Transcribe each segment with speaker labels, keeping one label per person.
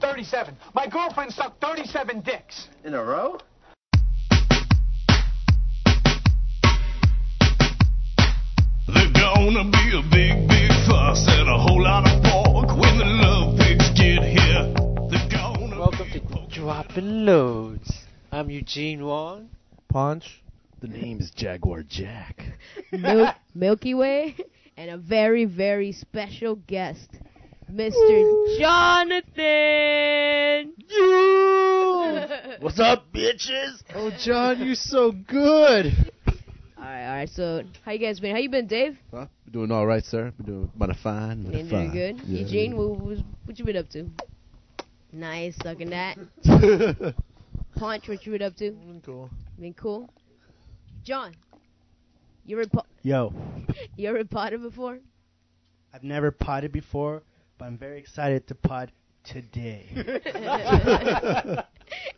Speaker 1: 37. My girlfriend sucked 37 dicks.
Speaker 2: In a row?
Speaker 3: There's gonna be a big, big fuss and a whole lot of pork when the love pigs get here. They're gonna
Speaker 4: Welcome
Speaker 3: be
Speaker 4: to Dropping Loads. I'm Eugene Wong.
Speaker 5: Punch.
Speaker 6: The name is Jaguar Jack.
Speaker 7: Mil- Milky Way, and a very, very special guest, Mr. Jonathan.
Speaker 6: What's up, bitches?
Speaker 4: Oh, John, you're so good.
Speaker 7: all right, all right. So, how you guys been? How you been, Dave?
Speaker 6: Huh? We're doing all right, sir. We're doing about a fine. about a
Speaker 7: Been doing
Speaker 6: fine.
Speaker 7: good.
Speaker 6: Yeah.
Speaker 7: Eugene, what, what, what you been up to? Nice, sucking that. Punch, what you been up to?
Speaker 4: Cool.
Speaker 7: Been cool. John, you ever po-
Speaker 5: Yo,
Speaker 7: you ever potted before?
Speaker 5: I've never potted before, but I'm very excited to pot today.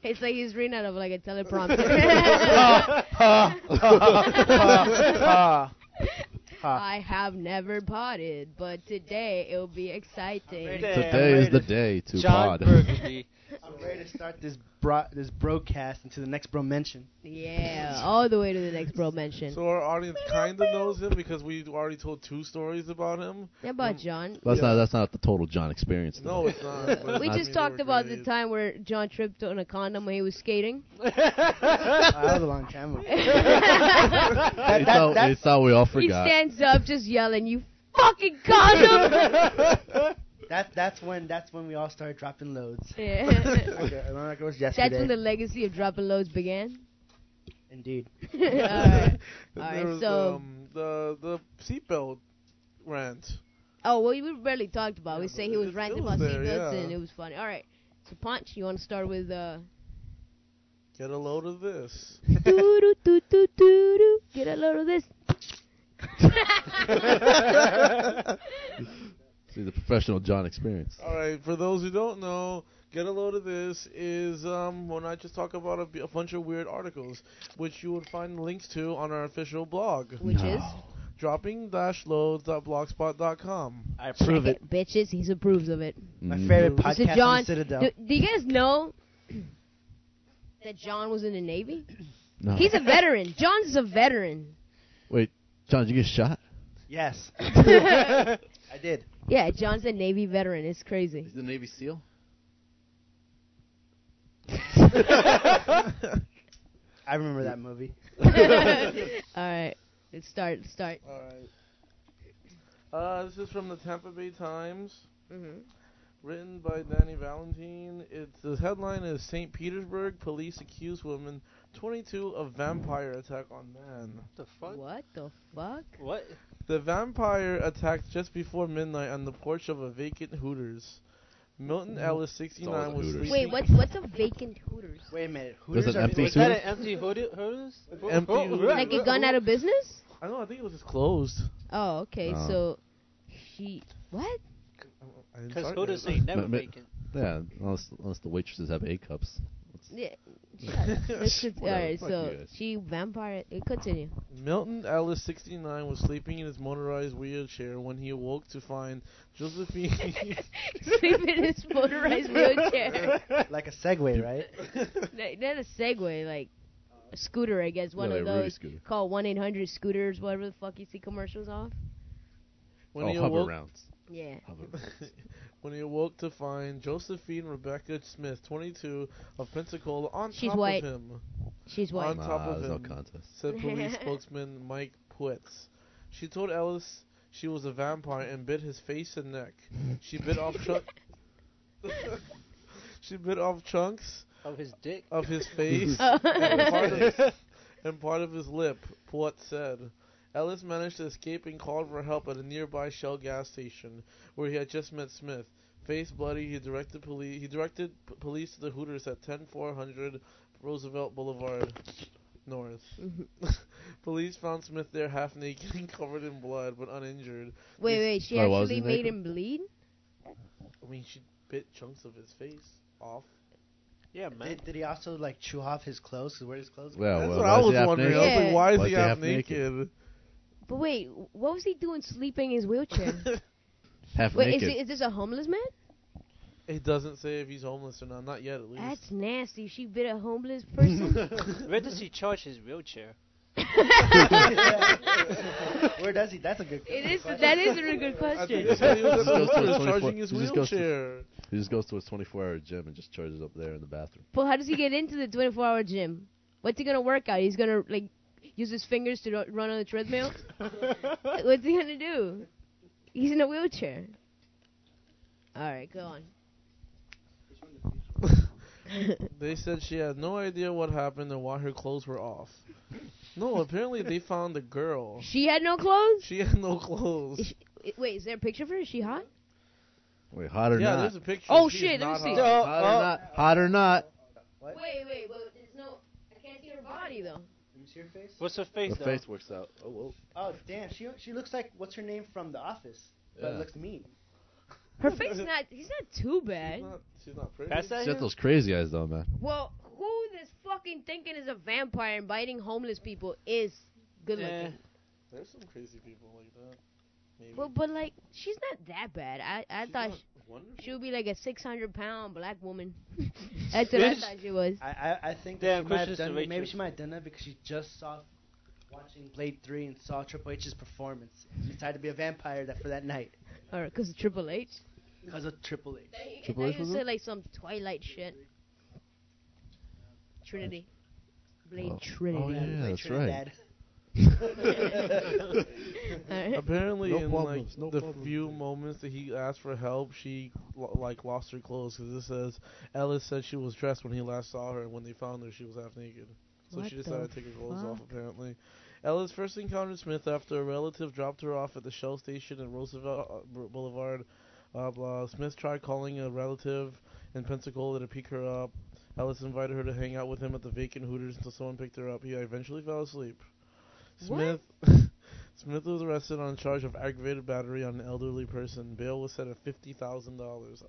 Speaker 7: It's like he's reading out of like a teleprompter.
Speaker 4: Ah,
Speaker 7: I have never potted, but today it'll be exciting.
Speaker 4: Ready.
Speaker 6: Today is the day to
Speaker 4: John
Speaker 6: pod.
Speaker 4: Burgundy.
Speaker 5: I'm ready to start this bro- this broadcast into the next bro mention.
Speaker 7: Yeah, all the way to the next bro mention.
Speaker 8: So our audience kind of knows him because we already told two stories about him.
Speaker 7: How about John? uh,
Speaker 6: That's not that's not the total John experience. though.
Speaker 8: No, it's not. but it's-
Speaker 7: We
Speaker 8: I mean,
Speaker 7: just
Speaker 8: they
Speaker 7: talked
Speaker 8: were
Speaker 7: about the
Speaker 8: great.
Speaker 7: time where John tripped on a condom when he was skating.
Speaker 5: Uh, that was a long time ago.
Speaker 6: it's, all, it's all we all forgot.
Speaker 7: He stands up, just yelling, "You fucking condom!"
Speaker 5: That that's when that's when we all started dropping loads.
Speaker 7: Yeah.
Speaker 5: Like, uh, I remember it was
Speaker 7: That's
Speaker 5: yesterday.
Speaker 7: when the legacy of dropping loads began.
Speaker 5: Indeed.
Speaker 7: all right.
Speaker 8: Then
Speaker 7: All
Speaker 8: there
Speaker 7: right,
Speaker 8: was,
Speaker 7: so-
Speaker 8: um, the the seatbelt rant.
Speaker 7: Oh well, we barely talked about. it. we
Speaker 8: Yeah,
Speaker 7: say
Speaker 8: but
Speaker 7: he
Speaker 8: it-
Speaker 7: was
Speaker 8: it
Speaker 7: ranting
Speaker 8: was
Speaker 7: about
Speaker 8: there,
Speaker 7: seatbelts,
Speaker 8: yeah.
Speaker 7: and it was funny. All right. So Punch, you want to start with uh,
Speaker 8: Get a load of this.
Speaker 7: doo doo doo doo doo doo. Get a load of this.
Speaker 6: See the professional John experience.
Speaker 8: All right, for those who don't know, get a load of this is um, when I just talk about a, b- a bunch of weird articles, which you would find links to on our official blog,
Speaker 7: Which is
Speaker 8: dropping-loads.blogspot.com.
Speaker 5: I approve
Speaker 7: check
Speaker 5: it.
Speaker 7: it, bitches. He approves of it.
Speaker 5: My
Speaker 6: Mm.
Speaker 5: favorite
Speaker 8: So
Speaker 5: podcast on
Speaker 7: John-
Speaker 5: the Citadel.
Speaker 7: Do, do you guys know that John was in the Navy?
Speaker 6: No.
Speaker 7: He's a veteran. John's a veteran.
Speaker 6: Wait, John, did you get shot?
Speaker 5: Yes, I did.
Speaker 7: yeah, John's a Navy veteran. It's crazy.
Speaker 6: the Navy SEAL.
Speaker 5: I remember that movie.
Speaker 7: All right, let's start. let's Start.
Speaker 8: All right. Uh, this is from the Tampa Bay Times,
Speaker 7: Mhm.
Speaker 8: written by Danny Valentine. It's the headline is St. Petersburg police accuse woman 22 of vampire attack on man.
Speaker 4: the fuck?
Speaker 7: What the fuck?
Speaker 4: What?
Speaker 8: The vampire attacked just before midnight on the porch of a vacant Hooters. Milton Ellis,
Speaker 6: Mm-hmm. It's
Speaker 8: 69,
Speaker 6: all the
Speaker 8: was
Speaker 6: Hooters.
Speaker 8: sleeping.
Speaker 7: Wait, what's what's a vacant Hooters?
Speaker 5: Wait a minute.
Speaker 6: There's
Speaker 5: Hooters
Speaker 6: an
Speaker 5: are-
Speaker 6: empty
Speaker 4: Was
Speaker 6: suit.
Speaker 4: that an empty hoodoo- hooters?
Speaker 8: Empty hoodoo.
Speaker 7: Like it gone out of business?
Speaker 8: I don't know. I think it was just closed.
Speaker 7: Oh, okay.
Speaker 6: No.
Speaker 7: So she what?
Speaker 8: I didn't
Speaker 4: Because
Speaker 8: start
Speaker 4: hooters
Speaker 8: it.
Speaker 4: ain't never
Speaker 6: Ma- ma-
Speaker 4: vacant.
Speaker 6: Yeah, unless, unless the waitresses have A cups.
Speaker 7: Yeah. Shut up. Let's just- all
Speaker 6: Whatever,
Speaker 7: right.
Speaker 6: fuck
Speaker 7: So
Speaker 6: you guys.
Speaker 7: she vampire. uh, Continue.
Speaker 8: Milton Ellis, 69, was sleeping in his motorized wheelchair when he awoke to find Josephine
Speaker 7: Sleep in his motorized wheelchair.
Speaker 5: like a Segway, right?
Speaker 7: Not not a Segway, like a scooter, I guess. One
Speaker 6: Yeah,
Speaker 7: of
Speaker 6: like a Rudy
Speaker 7: those.
Speaker 6: scooter.
Speaker 7: Call one eight hundred scooters. Whatever the fuck you see commercials off.
Speaker 8: When
Speaker 6: oh,
Speaker 8: he
Speaker 6: hover
Speaker 8: awoke,
Speaker 6: rounds.
Speaker 7: Yeah.
Speaker 6: Hover rounds.
Speaker 8: when he awoke to find Josephine Rebecca Smith, 22, of Pensacola, on
Speaker 7: She's
Speaker 8: top
Speaker 7: white.
Speaker 8: of him,
Speaker 7: She's
Speaker 8: On
Speaker 7: white.
Speaker 8: top
Speaker 6: Nah,
Speaker 8: of
Speaker 6: there's no
Speaker 8: him.
Speaker 6: contest.
Speaker 8: said police spokesman Mike Puetz. She told Ellis she was a vampire and bit his face and neck. She bit off chunk. she bit off chunks
Speaker 4: Of Oh, his dick.
Speaker 8: of his face and part
Speaker 7: Oh.
Speaker 8: of, and part of his lip. Puetz said. Ellis managed to escape and called for help at a nearby Shell gas station, where he had just met Smith. Face bloody, he directed police. He directed p- police to the Hooters at 10400 Roosevelt Boulevard North. police found Smith there half naked and covered in blood, but uninjured.
Speaker 7: wait, wait. She
Speaker 6: Sorry, what was
Speaker 7: actually
Speaker 6: his
Speaker 7: made
Speaker 6: name?
Speaker 7: him bleed.
Speaker 8: I mean, she bit chunks of his face off.
Speaker 4: Yeah, man.
Speaker 5: Did, did he also like chew off his clothes? Cause where his clothes? go?
Speaker 6: Well,
Speaker 8: That's
Speaker 6: well,
Speaker 8: what
Speaker 6: why
Speaker 8: I
Speaker 6: is he
Speaker 8: was
Speaker 6: half
Speaker 8: wondering.
Speaker 6: naked?
Speaker 8: I was
Speaker 7: Yeah.
Speaker 8: like, why is
Speaker 6: Why is
Speaker 8: he
Speaker 6: he
Speaker 8: half
Speaker 6: half naked?
Speaker 8: naked?
Speaker 7: But wait, what was he doing sleeping in his wheelchair?
Speaker 6: Half
Speaker 7: wait, is,
Speaker 6: naked.
Speaker 7: it, is this a homeless man?
Speaker 8: It doesn't say if he's homeless or not. Not yet, at least.
Speaker 7: That's nasty. She bit a homeless person.
Speaker 4: Where does he charge his wheelchair?
Speaker 5: Where does he? That's a good.
Speaker 7: it is. That is a really good
Speaker 8: I
Speaker 7: question.
Speaker 8: think that's what he
Speaker 6: Just goes to the 24
Speaker 8: was at the was charging his
Speaker 6: he just goes to-
Speaker 8: wheelchair.
Speaker 6: He just goes to his 24-hour gym and just charges up there in the bathroom.
Speaker 7: But how does he get into the 24-hour gym? What's he gonna work out? He's gonna like use his fingers to ru- run on the treadmill. Like, What's he gonna do? He's in a wheelchair. All right, go on.
Speaker 8: They said she had no idea what happened and why her clothes were off. No, apparently they found a girl.
Speaker 7: She had no clothes.
Speaker 8: She had no
Speaker 7: Is
Speaker 8: clothes.
Speaker 7: she- i- Wait, is there a picture of her? Is she hot?
Speaker 6: Wait, hot or
Speaker 8: Yeah,
Speaker 6: not?
Speaker 8: there's a picture.
Speaker 7: Oh,
Speaker 8: She is
Speaker 7: shit, let me
Speaker 8: not
Speaker 7: see.
Speaker 4: Uh,
Speaker 8: hot.
Speaker 6: hot or not? Hot or not?
Speaker 7: Wait, wait, but there's no. I can't see her body though.
Speaker 4: What's her
Speaker 6: The
Speaker 4: face though?
Speaker 6: face works out. Oh, whoa.
Speaker 5: Oh damn, she she looks like what's her name from The Office, but
Speaker 6: Yeah.
Speaker 5: looks mean.
Speaker 7: Her face not. He's not too bad.
Speaker 8: She's not, she's not pretty.
Speaker 4: Pass that
Speaker 6: She got
Speaker 4: here?
Speaker 6: those crazy eyes though, man.
Speaker 7: Well, who this fucking thinking is a vampire and biting homeless people is good looking.
Speaker 4: Eh,
Speaker 8: There's some crazy people like that. Maybe.
Speaker 7: Well, but like she's not that bad. I I
Speaker 8: She's
Speaker 7: thought
Speaker 8: not wonderful.
Speaker 7: she, she would be like a 600 pound black woman. That's what I
Speaker 4: Yes.
Speaker 7: thought she was.
Speaker 5: I I, I think
Speaker 4: Damn,
Speaker 5: that she might have
Speaker 4: Christian's
Speaker 5: done
Speaker 4: the
Speaker 5: that- maybe
Speaker 4: waitress.
Speaker 5: she might have done that because she just saw watching Blade Three and saw Triple H's performance. She decided to be a vampire that for that night
Speaker 7: Or because of Triple H.
Speaker 5: because of Triple H.
Speaker 7: I
Speaker 6: Triple
Speaker 7: thought
Speaker 6: H
Speaker 7: you
Speaker 6: was
Speaker 7: said like some Twilight shit. Trinity. Blade
Speaker 6: Oh.
Speaker 7: Trinity.
Speaker 6: Oh, yeah,
Speaker 5: Blade
Speaker 6: that's
Speaker 5: Trinidad.
Speaker 7: Alright.
Speaker 8: Apparently,
Speaker 6: No
Speaker 8: in
Speaker 6: problems,
Speaker 8: like
Speaker 6: no
Speaker 8: the
Speaker 6: problems,
Speaker 8: few moments that he asked for help, she lo- like lost her clothes because it says Ellis said she was dressed when he last saw her, and when they found her, she was half naked. So
Speaker 7: What
Speaker 8: she
Speaker 7: the
Speaker 8: decided to take her clothes off.
Speaker 7: fuck?
Speaker 8: Apparently, Ellis first encountered Smith after a relative dropped her off at the Shell station in Roosevelt uh, Bou- Boulevard. Blah blah. Smith tried calling a relative in Pensacola to pick her up. Ellis invited her to hang out with him at the vacant Hooters until someone picked her up. He eventually fell asleep. Smith
Speaker 7: What?
Speaker 8: Smith was arrested on a charge of aggravated battery on an elderly person. Bail was set at fifty thousand dollars.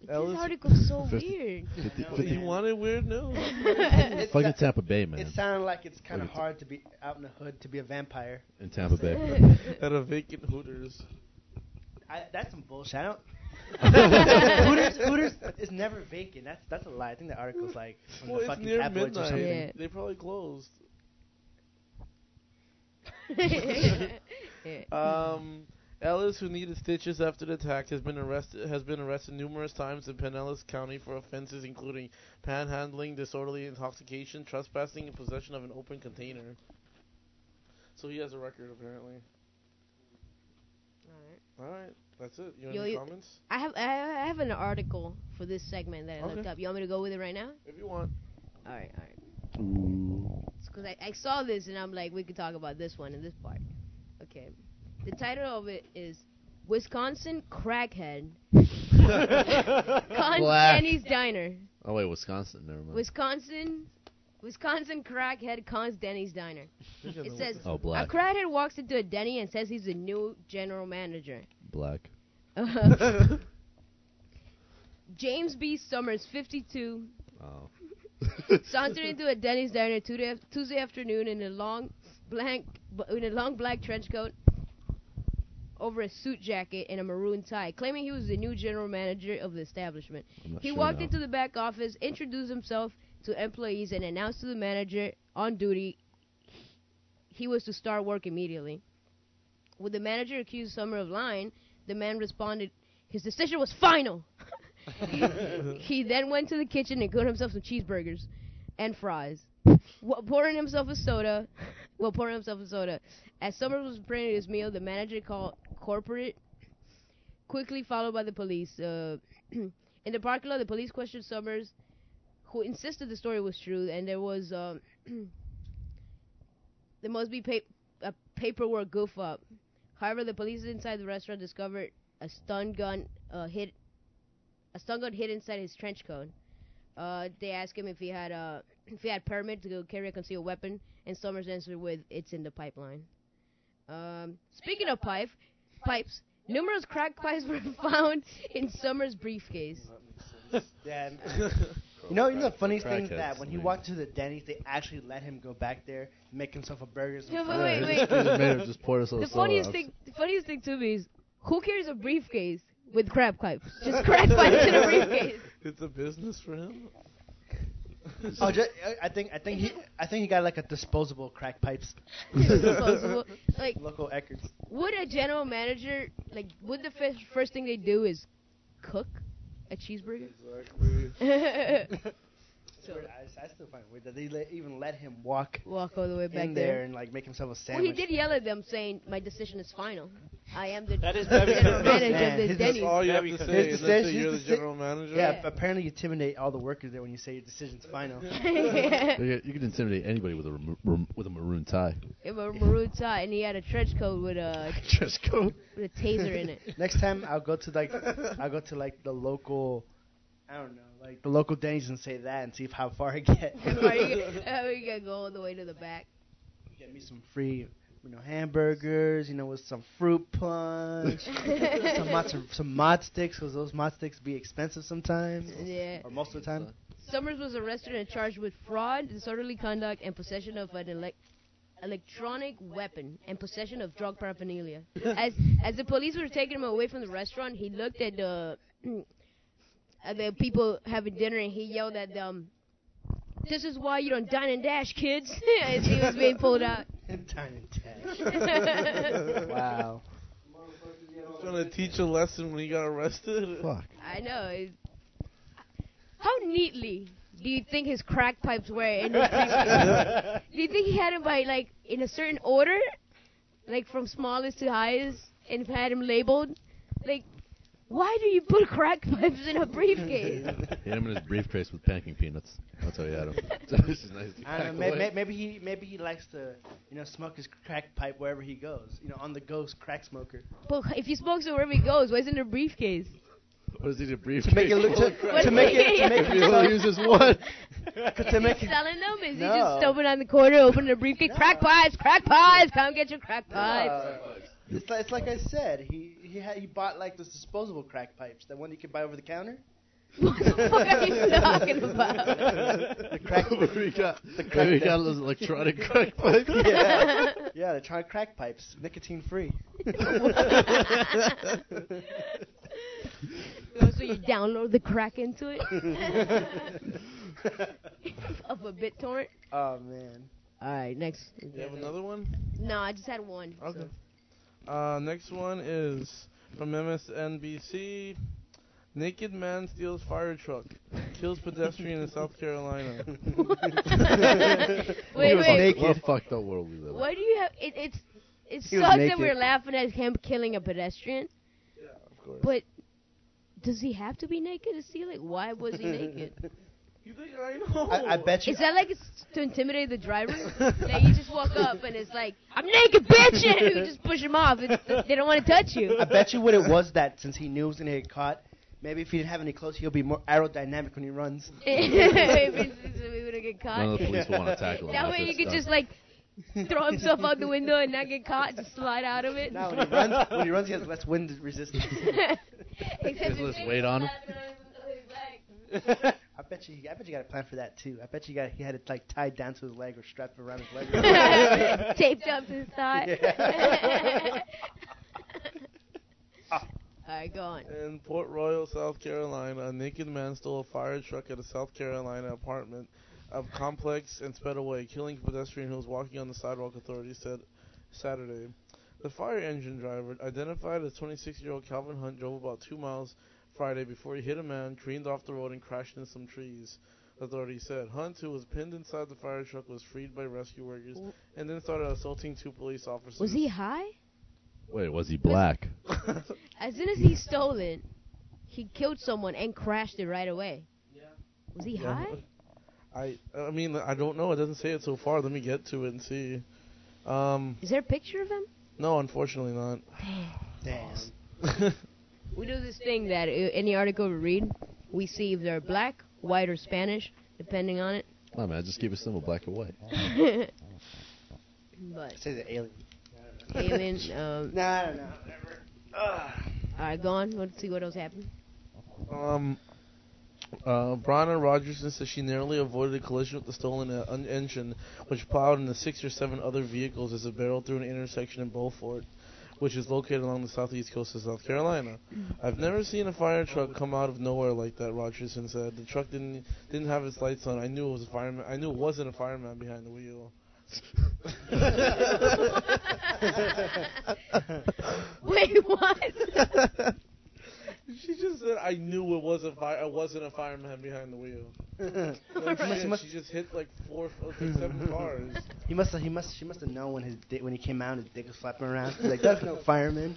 Speaker 7: This
Speaker 8: Ellis-
Speaker 7: article's so
Speaker 6: Fifty-
Speaker 7: weird.
Speaker 5: Yeah.
Speaker 8: He wanted weird news.
Speaker 5: It's
Speaker 6: Fucking
Speaker 5: not-
Speaker 6: Tampa Bay, man.
Speaker 5: It sounded like it's kind of
Speaker 6: Look at
Speaker 5: hard to be out in the hood to be a vampire.
Speaker 6: in Tampa Bay.
Speaker 8: at a vacant Hooters.
Speaker 5: I, that's some bullshit. I don't. Hooters, Hooters is never vacant. That's that's a lie. I think the article's like from
Speaker 8: Well,
Speaker 5: the
Speaker 8: it's
Speaker 5: fucking
Speaker 8: near
Speaker 5: tabloids or
Speaker 8: midnight.
Speaker 5: something.
Speaker 7: Yeah.
Speaker 8: They probably closed.
Speaker 7: Yeah.
Speaker 8: Um, Ellis, who needed stitches after the attack, has been arrested has been arrested numerous times in Pinellas County for offenses including panhandling, disorderly intoxication, trespassing, and possession of an open container. So he has a record apparently.
Speaker 7: Alright.
Speaker 8: All right, that's it. You have
Speaker 7: Yo,
Speaker 8: any
Speaker 7: you-
Speaker 8: comments?
Speaker 7: I have I I have an article for this segment that I
Speaker 8: Okay.
Speaker 7: looked up. You want me to go with it right now?
Speaker 8: If you want.
Speaker 7: All right, all right.
Speaker 8: Mm.
Speaker 7: Because I, I saw this and I'm like, we could talk about this one and this part. Okay. The title of it is Wisconsin Crackhead Con
Speaker 6: Black.
Speaker 7: Danny's Diner.
Speaker 6: Oh wait, Wisconsin. Never mind.
Speaker 7: Wisconsin. Wisconsin crackhead cons Denny's diner. It says
Speaker 6: Oh,
Speaker 7: a
Speaker 6: black,
Speaker 7: crackhead walks into a Denny and says he's the new general manager.
Speaker 6: black.
Speaker 8: uh,
Speaker 7: James B. Summers, 52,
Speaker 6: Oh,
Speaker 7: sauntered into a Denny's diner Tuesday, Tuesday afternoon in a long blank in a long black trench coat over a suit jacket and a maroon tie, claiming he was the new general manager of the establishment.
Speaker 6: I'm not
Speaker 7: He
Speaker 6: sure
Speaker 7: walked
Speaker 6: now.
Speaker 7: into the back office, introduced himself to employees, and announced to the manager on duty he was to start work immediately. When the manager accused Summer of lying, the man responded, his decision was final. he then went to the kitchen and cooked himself some cheeseburgers and fries, while pouring himself a soda. While pouring himself a soda, as Summers was preparing his meal, the manager called corporate, quickly followed by the police. Uh, in the parking lot, the police questioned Summers, who insisted the story was true, and there was um, there must be pa- a paperwork goof up. However, the police inside the restaurant discovered a stun gun uh, hid a stun gun hid inside his trench coat. Uh, they asked him if he had a if he had permit to go carry a concealed weapon, and Summers answered with, "It's in the pipeline." Um, speaking of pipe, pipes, numerous crack pipes were found in Summers' briefcase.
Speaker 5: Yeah. and- you know, you know the funniest thing is
Speaker 6: Crackheads,
Speaker 5: that when he
Speaker 6: man.
Speaker 5: walked to the Denny's, they actually let him go back there, make himself a burger. some
Speaker 7: Yeah, but
Speaker 5: fries.
Speaker 7: wait, wait.
Speaker 6: They just- they just made him just pour us a
Speaker 7: The
Speaker 6: soda.
Speaker 7: funniest thing, the funniest thing to me is who carries a briefcase with crab pipes. Just crab pipes in a briefcase.
Speaker 8: It's a business for him.
Speaker 5: Oh, ju- uh, I think I think he I think he got like a disposable crack pipes.
Speaker 7: Disposable. Like,
Speaker 5: Local Eckers.
Speaker 7: would a general manager like would the first first thing they do is cook a cheeseburger?
Speaker 8: Exactly.
Speaker 5: It's weird. I, I still find it weird that they let, even let him walk
Speaker 7: Walk all the way back
Speaker 5: in there and like make himself a
Speaker 7: Well, he
Speaker 5: sandwich.
Speaker 7: did yell at them saying, "My decision is final. I am the
Speaker 4: That is very
Speaker 7: general
Speaker 4: confusing.
Speaker 7: manager of this
Speaker 5: His-
Speaker 8: That's
Speaker 7: Denny's."
Speaker 8: all you have
Speaker 4: Very
Speaker 8: to
Speaker 4: confusing.
Speaker 8: say.
Speaker 5: Here's
Speaker 8: Is
Speaker 5: the
Speaker 8: that
Speaker 5: thing,
Speaker 8: you're the
Speaker 5: here's the thing.
Speaker 8: general manager.
Speaker 5: yeah,
Speaker 7: Yeah.
Speaker 5: but apparently you intimidate all the workers there when you say your decision's final.
Speaker 6: You you can intimidate anybody with a remo- rem- with a maroon tie.
Speaker 7: It was a maroon tie, and he had a trench coat with a
Speaker 6: Dress code.
Speaker 7: with a taser in it.
Speaker 5: Next time I'll go to like I'll go to like the local I don't know, like the local Denny's and say that and see if how far I get.
Speaker 7: Are you, are you gonna uh, go all the way to the back?
Speaker 5: get me some free you know hamburgers, you know, with some fruit punch, some matzo, some mod sticks, 'cause those mod sticks be expensive sometimes,
Speaker 7: Yeah.
Speaker 5: or most of the time.
Speaker 7: Summers was arrested and charged with fraud, disorderly conduct, and possession of an elec electronic weapon and possession of drug paraphernalia. as as the police were taking him away from the restaurant, he looked at the at the people having dinner and he yelled at them, "This is why you don't dine and dash, kids!" as he was being pulled out.
Speaker 5: Time and tag. wow.
Speaker 8: trying to teach a lesson when he got arrested.
Speaker 6: Fuck.
Speaker 7: I know. It's, how neatly do you think his crack pipes were in his briefcase? do you think he had them by like in a certain order, like from smallest to highest, and had them labeled? Like, why do you put crack pipes in a briefcase?
Speaker 6: Hit him in his briefcase with panking peanuts. That's how you had him. this is nice. to
Speaker 5: I don't know,
Speaker 6: pack
Speaker 5: may,
Speaker 6: away.
Speaker 5: may, maybe he maybe he likes to you know smoke his crack pipe wherever he goes. You know, on the ghost crack smoker.
Speaker 7: but if he smokes it wherever he goes, why's in a briefcase?
Speaker 6: What is it, a briefcase?
Speaker 5: To make it look to, to make it to make
Speaker 6: Maybe he'll
Speaker 5: it
Speaker 6: use his one.
Speaker 5: to make
Speaker 7: He's
Speaker 5: it
Speaker 7: selling them? Is he
Speaker 5: No.
Speaker 7: just stomping on the corner, opening a briefcase? Crack pipes, crack pipes, come get your crack pipes.
Speaker 5: Uh, it's, like, it's like I said. He he had, he bought like those disposable crack pipes, the one you can buy over the counter.
Speaker 7: what the fuck are you talking about?
Speaker 5: The crack.
Speaker 6: we got,
Speaker 5: crack
Speaker 6: we got those electronic crack pipe.
Speaker 5: yeah, yeah, the try crack pipes, nicotine free.
Speaker 7: so you download the crack into it of a BitTorrent.
Speaker 5: Oh man.
Speaker 7: All right, next.
Speaker 8: You have another one?
Speaker 7: No, I just had one. so-
Speaker 8: Okay. Uh, next one is from MSNBC. Naked man steals fire truck, kills pedestrian in South Carolina.
Speaker 7: Wait,
Speaker 6: Fuck-
Speaker 7: wait.
Speaker 6: What a fucked up world we live in.
Speaker 7: Why do you have? It, it's it
Speaker 5: He was
Speaker 7: sucks that
Speaker 5: naked.
Speaker 7: we're laughing at him killing a pedestrian,
Speaker 8: Of course.
Speaker 7: but does he have to be naked to see? Like, why was he naked?
Speaker 8: You think I know?
Speaker 5: I, I bet you.
Speaker 7: Is that like it's to intimidate the driver? like you just walk up and it's like, I'm naked, bitch, and you just push him off. It's, they don't want to touch you.
Speaker 5: I bet you what it was that since he knew he was gonna get caught. Maybe if he didn't have any clothes, he'll be more aerodynamic when he runs.
Speaker 7: Maybe we wouldn't get caught.
Speaker 6: None of the police will want to tackle him.
Speaker 7: That
Speaker 6: after
Speaker 7: way you
Speaker 6: it's
Speaker 7: could
Speaker 6: done.
Speaker 7: just like throw himself out the window and not get caught, just slide out of it.
Speaker 5: Now when he runs, when he runs, he has less wind resistance.
Speaker 7: Except
Speaker 6: Just
Speaker 7: his
Speaker 6: wait on him.
Speaker 5: I bet you. I bet you got a plan for that too. I bet you got. He had it like tied down to his leg or strapped around his leg.
Speaker 7: Taped up to his thigh. Alright, go on.
Speaker 8: In Port Royal, South Carolina, a naked man stole a fire truck at a South Carolina apartment of complex and sped away, killing a pedestrian who was walking on the sidewalk. Authorities said Saturday. The fire engine driver, identified as 26-year-old Calvin Hunt, drove about two miles Friday before he hit a man, careened off the road, and crashed into some trees. Authorities said Hunt, who was pinned inside the fire truck, was freed by rescue workers
Speaker 7: W-
Speaker 8: and then started assaulting two police officers.
Speaker 7: Was he high?
Speaker 6: Wait, was he black?
Speaker 7: As soon as he stole it, he killed someone and crashed it right away. Was he
Speaker 8: Yeah.
Speaker 7: high?
Speaker 8: I I mean I don't know. It doesn't say it so far. Let me get to it and see. Um,
Speaker 7: Is there a picture of him?
Speaker 8: no, unfortunately not.
Speaker 5: Damn.
Speaker 7: We do this thing that uh, any article we read, we see if they're black, white, or Spanish, depending on it.
Speaker 6: Oh man, just keep it simple, black or white.
Speaker 7: But
Speaker 5: Say the alien.
Speaker 7: alien, um,
Speaker 5: No, I don't know.
Speaker 7: alright, go on. Let's see what else happened.
Speaker 8: Um, uh, Bronner Rogerson says she narrowly avoided a collision with the stolen uh, un- engine, which plowed into six or seven other vehicles as it barreled through an intersection in Beaufort. which is located along the southeast coast of South Carolina. I've never seen a fire truck come out of nowhere like that. Rogerson said the truck didn't didn't have its lights on. I knew it was a fireman. I knew it wasn't a fireman behind the wheel.
Speaker 7: Wait, what?
Speaker 8: She just said I knew it was a fire. I wasn't a fireman behind the wheel.
Speaker 5: Ah.
Speaker 8: No shit,
Speaker 5: must-
Speaker 8: She just hit like four, like seven cars.
Speaker 5: He must have. He must. She must have known when his dick, when he came out, his dick was flapping around. He's like, that's no fireman.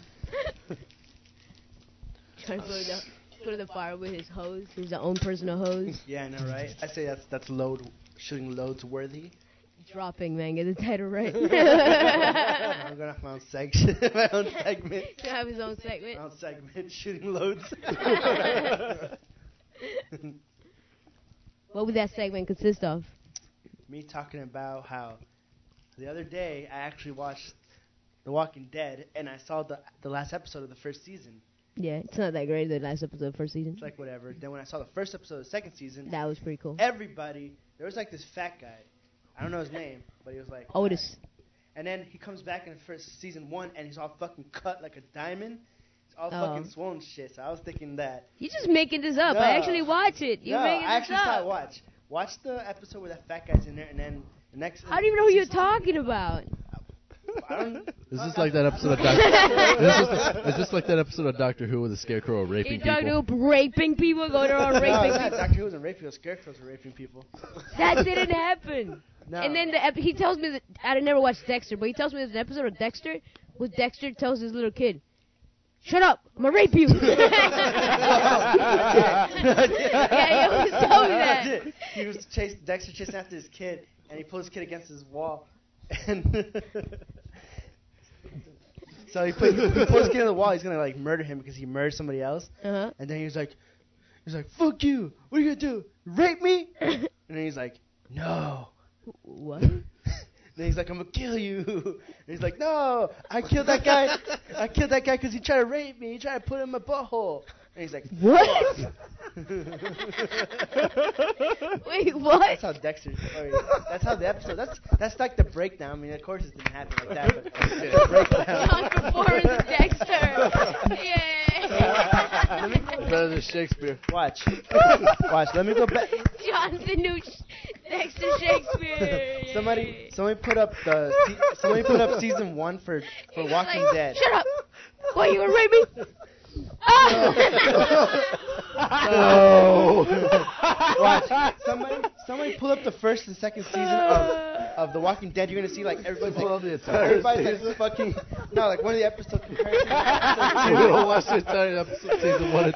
Speaker 7: Trying to put the, put the fire with his hose, his own personal hose.
Speaker 5: Yeah, I know, right? I say that's that's load shooting loads worthy.
Speaker 7: Dropping, man. Get the title right.
Speaker 5: I'm gonna have my own section, my own segment,
Speaker 7: to have his own
Speaker 5: my
Speaker 7: segment.
Speaker 5: own segment shooting loads.
Speaker 7: What would that segment consist of?
Speaker 5: Me talking about how the other day I actually watched The Walking Dead and I saw the the last episode of the first season.
Speaker 7: Yeah, it's not that great. The last episode, of first season.
Speaker 5: It's like whatever. Then when I saw the first episode of the second season,
Speaker 7: That was pretty cool.
Speaker 5: everybody there was like this fat guy. I don't know his name, but he was like
Speaker 7: Otis.
Speaker 5: And then he comes back in the first season one, and he's all fucking cut like a diamond. He's all
Speaker 7: Oh.
Speaker 5: fucking swollen shit. So I was thinking that.
Speaker 7: You're just making this up. I
Speaker 5: No.
Speaker 7: actually watch it. You're
Speaker 5: no,
Speaker 7: making
Speaker 5: I
Speaker 7: this
Speaker 5: actually
Speaker 7: up.
Speaker 5: saw. Watch, watch the episode where that fat guy's in there, and then the next.
Speaker 7: How do you even know who you're talking about?
Speaker 5: I don't.
Speaker 6: Is this like that episode of Doctor? is, this, is this like that episode of Doctor Who with the Scarecrow raping
Speaker 7: You're talking
Speaker 6: people?
Speaker 7: to raping people, going around
Speaker 5: No,
Speaker 7: raping
Speaker 5: it's not.
Speaker 7: people.
Speaker 5: Doctor Who was raping people. Scarecrows were raping people.
Speaker 7: That didn't happen.
Speaker 5: No.
Speaker 7: And then the ep- he tells me that I never watched Dexter, but he tells me there's an episode of Dexter where Dexter tells his little kid, "Shut up, I'm gonna rape you." yeah, he always told me that.
Speaker 5: That's it. He was chasing Dexter chasing after his kid, and he pulled his kid against his wall, and so he, put, he pulls his kid on the wall. He's gonna like murder him because he murdered somebody else.
Speaker 7: Uh-huh.
Speaker 5: And then he was like, he was like, fuck you. What are you gonna do? Rape me? and then he's like, no.
Speaker 7: What?
Speaker 5: Then he's like, I'm gonna kill you. And he's like, no, I killed that guy. I killed that guy because he tried to rape me. He tried to put it in my butthole. And he's like,
Speaker 7: What?
Speaker 5: fuck.
Speaker 7: Wait, what?
Speaker 5: That's how Dexter's story. That's how the episode. That's that's like the breakdown. I mean, of course, it didn't happen like that. But the
Speaker 7: John
Speaker 5: breakdown.
Speaker 7: performance Dexter. Yay!
Speaker 6: Better than Shakespeare.
Speaker 5: Watch, watch. Let me go back.
Speaker 7: John the new Sh- Dexter Shakespeare. Yay.
Speaker 5: Somebody, somebody put up the, se- somebody put up season one for
Speaker 7: He
Speaker 5: for
Speaker 7: was
Speaker 5: Walking
Speaker 7: like,
Speaker 5: Dead.
Speaker 7: Shut up! What you gonna rape me? Oh!
Speaker 6: No.
Speaker 5: Watch, somebody, somebody pull up the first and second season of of The Walking Dead. You're gonna see like everybody's
Speaker 6: Pull up
Speaker 5: like,
Speaker 6: the entire
Speaker 5: everybody's like fucking no, like one of the episodes compared to
Speaker 6: we don't watch the entire episode, season one and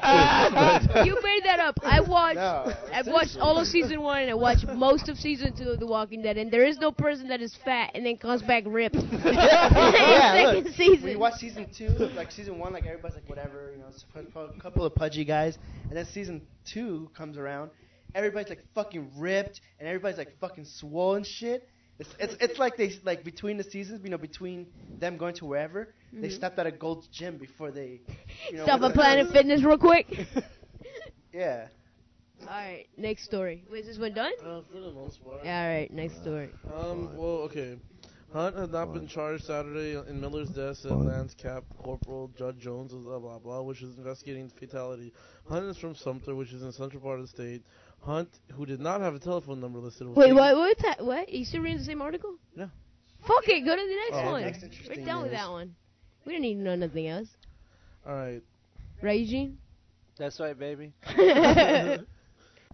Speaker 6: two. But-
Speaker 7: you made that up. I watched.
Speaker 5: No.
Speaker 7: I've watched all of season one and I watched most of season two of The Walking Dead, and there is no person that is fat and then comes back ripped.
Speaker 5: yeah,
Speaker 7: second
Speaker 5: look,
Speaker 7: season.
Speaker 5: When you watch season two, like season one, like everybody's like whatever, you know, it's a pu- couple of pudgy guys, and then season two comes around, everybody's like fucking ripped, and everybody's like fucking swollen shit. It's, it's, it's like they like between the seasons, you know, between them going to wherever, they stopped at a Gold's Gym before they, you
Speaker 7: Mm-hmm.
Speaker 5: know,
Speaker 7: Stop
Speaker 5: went
Speaker 7: at
Speaker 5: to-
Speaker 7: Planet Fitness real quick.
Speaker 5: Yeah,
Speaker 7: all right, next story. Wait, is this one done?
Speaker 8: Uh, for the most part.
Speaker 7: Yeah, all right, next story.
Speaker 8: Um. Well, okay. Hunt had not been charged Saturday in Miller's death at
Speaker 6: Fine.
Speaker 8: Lance Cap Corporal Judd Jones was blah blah blah, which is investigating the fatality. Hunt is from Sumter, which is in central part of the state. Hunt, who did not have a telephone number listed, was
Speaker 7: Wait,
Speaker 8: taken-
Speaker 7: what? What? ta- What? You still reading the same article?
Speaker 8: No.
Speaker 7: Fuck it. Go to the next
Speaker 5: Oh,
Speaker 7: one.
Speaker 5: next
Speaker 7: We're
Speaker 5: interesting
Speaker 7: done with
Speaker 5: news.
Speaker 7: that one. We don't need to know nothing else,
Speaker 8: All right.
Speaker 7: right, Eugene?
Speaker 4: That's right, baby.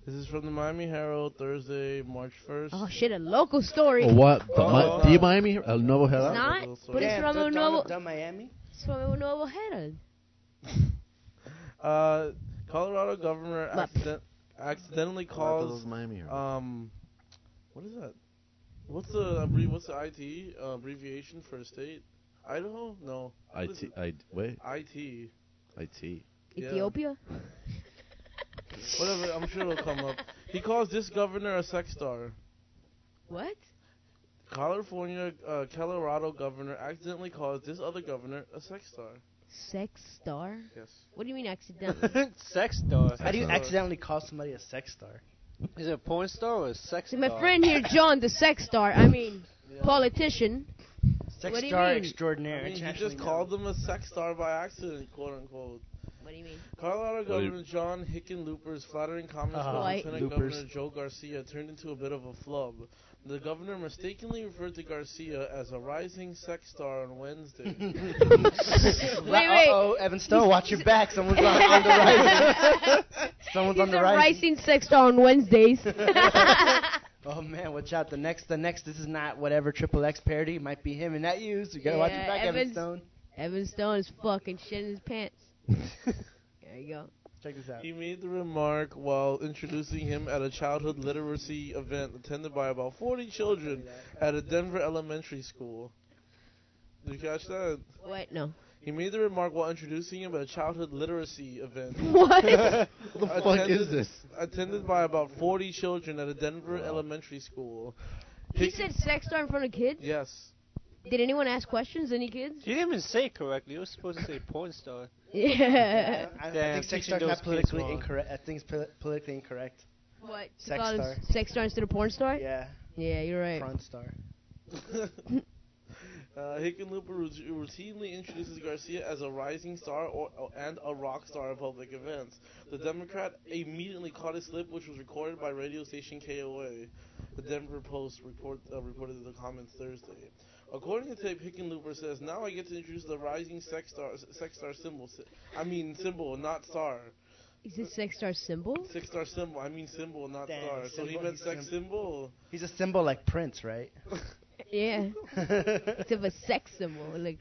Speaker 8: This is from the Miami Herald, Thursday, March first.
Speaker 7: oh shit, a local story.
Speaker 6: Oh, what? The,
Speaker 8: Oh.
Speaker 6: Mi- do you Miami? El Nuevo Herald?
Speaker 7: It's not, but it's
Speaker 5: yeah,
Speaker 7: from a
Speaker 5: Dawn
Speaker 7: novel.
Speaker 5: of Dumb Miami.
Speaker 7: It's from a novel Herald.
Speaker 8: Uh, Colorado governor
Speaker 7: Lap.
Speaker 8: accident- accidentally
Speaker 6: Those
Speaker 8: calls
Speaker 6: Miami Herald.
Speaker 8: um, what is that? What's the abbrevi- what's the IT uh, abbreviation for a state? Idaho? No,
Speaker 6: IT. I, wait.
Speaker 8: IT.
Speaker 6: IT.
Speaker 8: Yeah.
Speaker 7: Ethiopia.
Speaker 8: Whatever. I'm sure it'll come up. He calls this governor a sex star.
Speaker 7: What?
Speaker 8: California, uh, Colorado governor accidentally calls this other governor a sex star.
Speaker 7: Sex star?
Speaker 8: Yes.
Speaker 7: What do you mean accidentally?
Speaker 4: sex star.
Speaker 5: How do you
Speaker 6: Sex star.
Speaker 5: accidentally call somebody a sex star?
Speaker 4: Is it a porn star or a sex
Speaker 7: See,
Speaker 4: star?
Speaker 7: my friend here, John, the sex star. I mean,
Speaker 8: Yeah.
Speaker 7: politician.
Speaker 5: Sex
Speaker 7: What do you
Speaker 5: star
Speaker 7: mean?
Speaker 5: extraordinaire.
Speaker 8: I mean, he
Speaker 5: internationally
Speaker 8: just called them a sex star by accident, quote unquote.
Speaker 7: What do you mean?
Speaker 8: Colorado
Speaker 6: Well, you-
Speaker 8: Governor John Hickenlooper's flattering comments
Speaker 5: Uh-huh.
Speaker 8: about
Speaker 7: Right.
Speaker 8: Lieutenant
Speaker 5: Loopers.
Speaker 8: Governor Joe Garcia turned into a bit of a flub. The governor mistakenly referred to Garcia as a rising sex star on Wednesday.
Speaker 5: known.
Speaker 7: Wait, wait.
Speaker 5: Uh-oh, Evan Stone, watch your back. Someone's on, on the rise. Someone's
Speaker 7: He's
Speaker 5: on the
Speaker 7: a
Speaker 5: rise.
Speaker 7: rising sex star on Wednesdays.
Speaker 5: Oh man, watch out! The next, the next. This is not whatever triple X parody. It might be him and not you. So you gotta watch your
Speaker 7: Yeah,
Speaker 5: back, Evan
Speaker 7: Evan's-
Speaker 5: Stone.
Speaker 7: Evan Stone is fucking shitting his pants. There you go.
Speaker 5: Check this out.
Speaker 8: He made the remark while introducing him at a childhood literacy event attended by about 40 children at a Denver elementary school. Did you catch that?
Speaker 7: What? No.
Speaker 8: He made the remark while introducing him at a childhood literacy event
Speaker 7: What?
Speaker 6: the fuck
Speaker 8: Attended-
Speaker 6: is this?
Speaker 8: attended by about 40 children at a Denver elementary school.
Speaker 7: he said sex star in front of kids?
Speaker 8: Yes.
Speaker 7: Did anyone ask questions? Any kids?
Speaker 4: You didn't even say it correctly. You were supposed to say porn star.
Speaker 7: Yeah.
Speaker 5: I, I
Speaker 4: Damn,
Speaker 5: think sex
Speaker 4: teaching
Speaker 5: star's not
Speaker 4: those kids
Speaker 5: politically
Speaker 4: wrong.
Speaker 5: incorrect. I think it's poli- politically incorrect.
Speaker 7: What? to
Speaker 5: Sex
Speaker 7: call him
Speaker 5: star.
Speaker 7: Sex star instead of porn star?
Speaker 5: Yeah,
Speaker 7: Yeah, you're right.
Speaker 5: front star.
Speaker 8: uh, Hickenlooper rut- routinely introduces Garcia as a rising star or, or- and a rock star at public events. The Democrat immediately caught a slip, which was recorded by radio station KOA. The Denver Post report, uh, reported the comments Thursday. According to tape, Hickenlooper says, "Now I get to introduce the rising sex star, sex star symbol. si- I mean symbol, not star.
Speaker 7: Is this sex star symbol?
Speaker 8: Six star symbol. I mean symbol, not
Speaker 5: Damn,
Speaker 8: star. So he
Speaker 5: symbol,
Speaker 8: meant
Speaker 5: he's
Speaker 8: sex symbol.
Speaker 5: He's a symbol like Prince, right?
Speaker 7: Yeah.
Speaker 5: Damn.
Speaker 7: It's of a sex symbol. Like.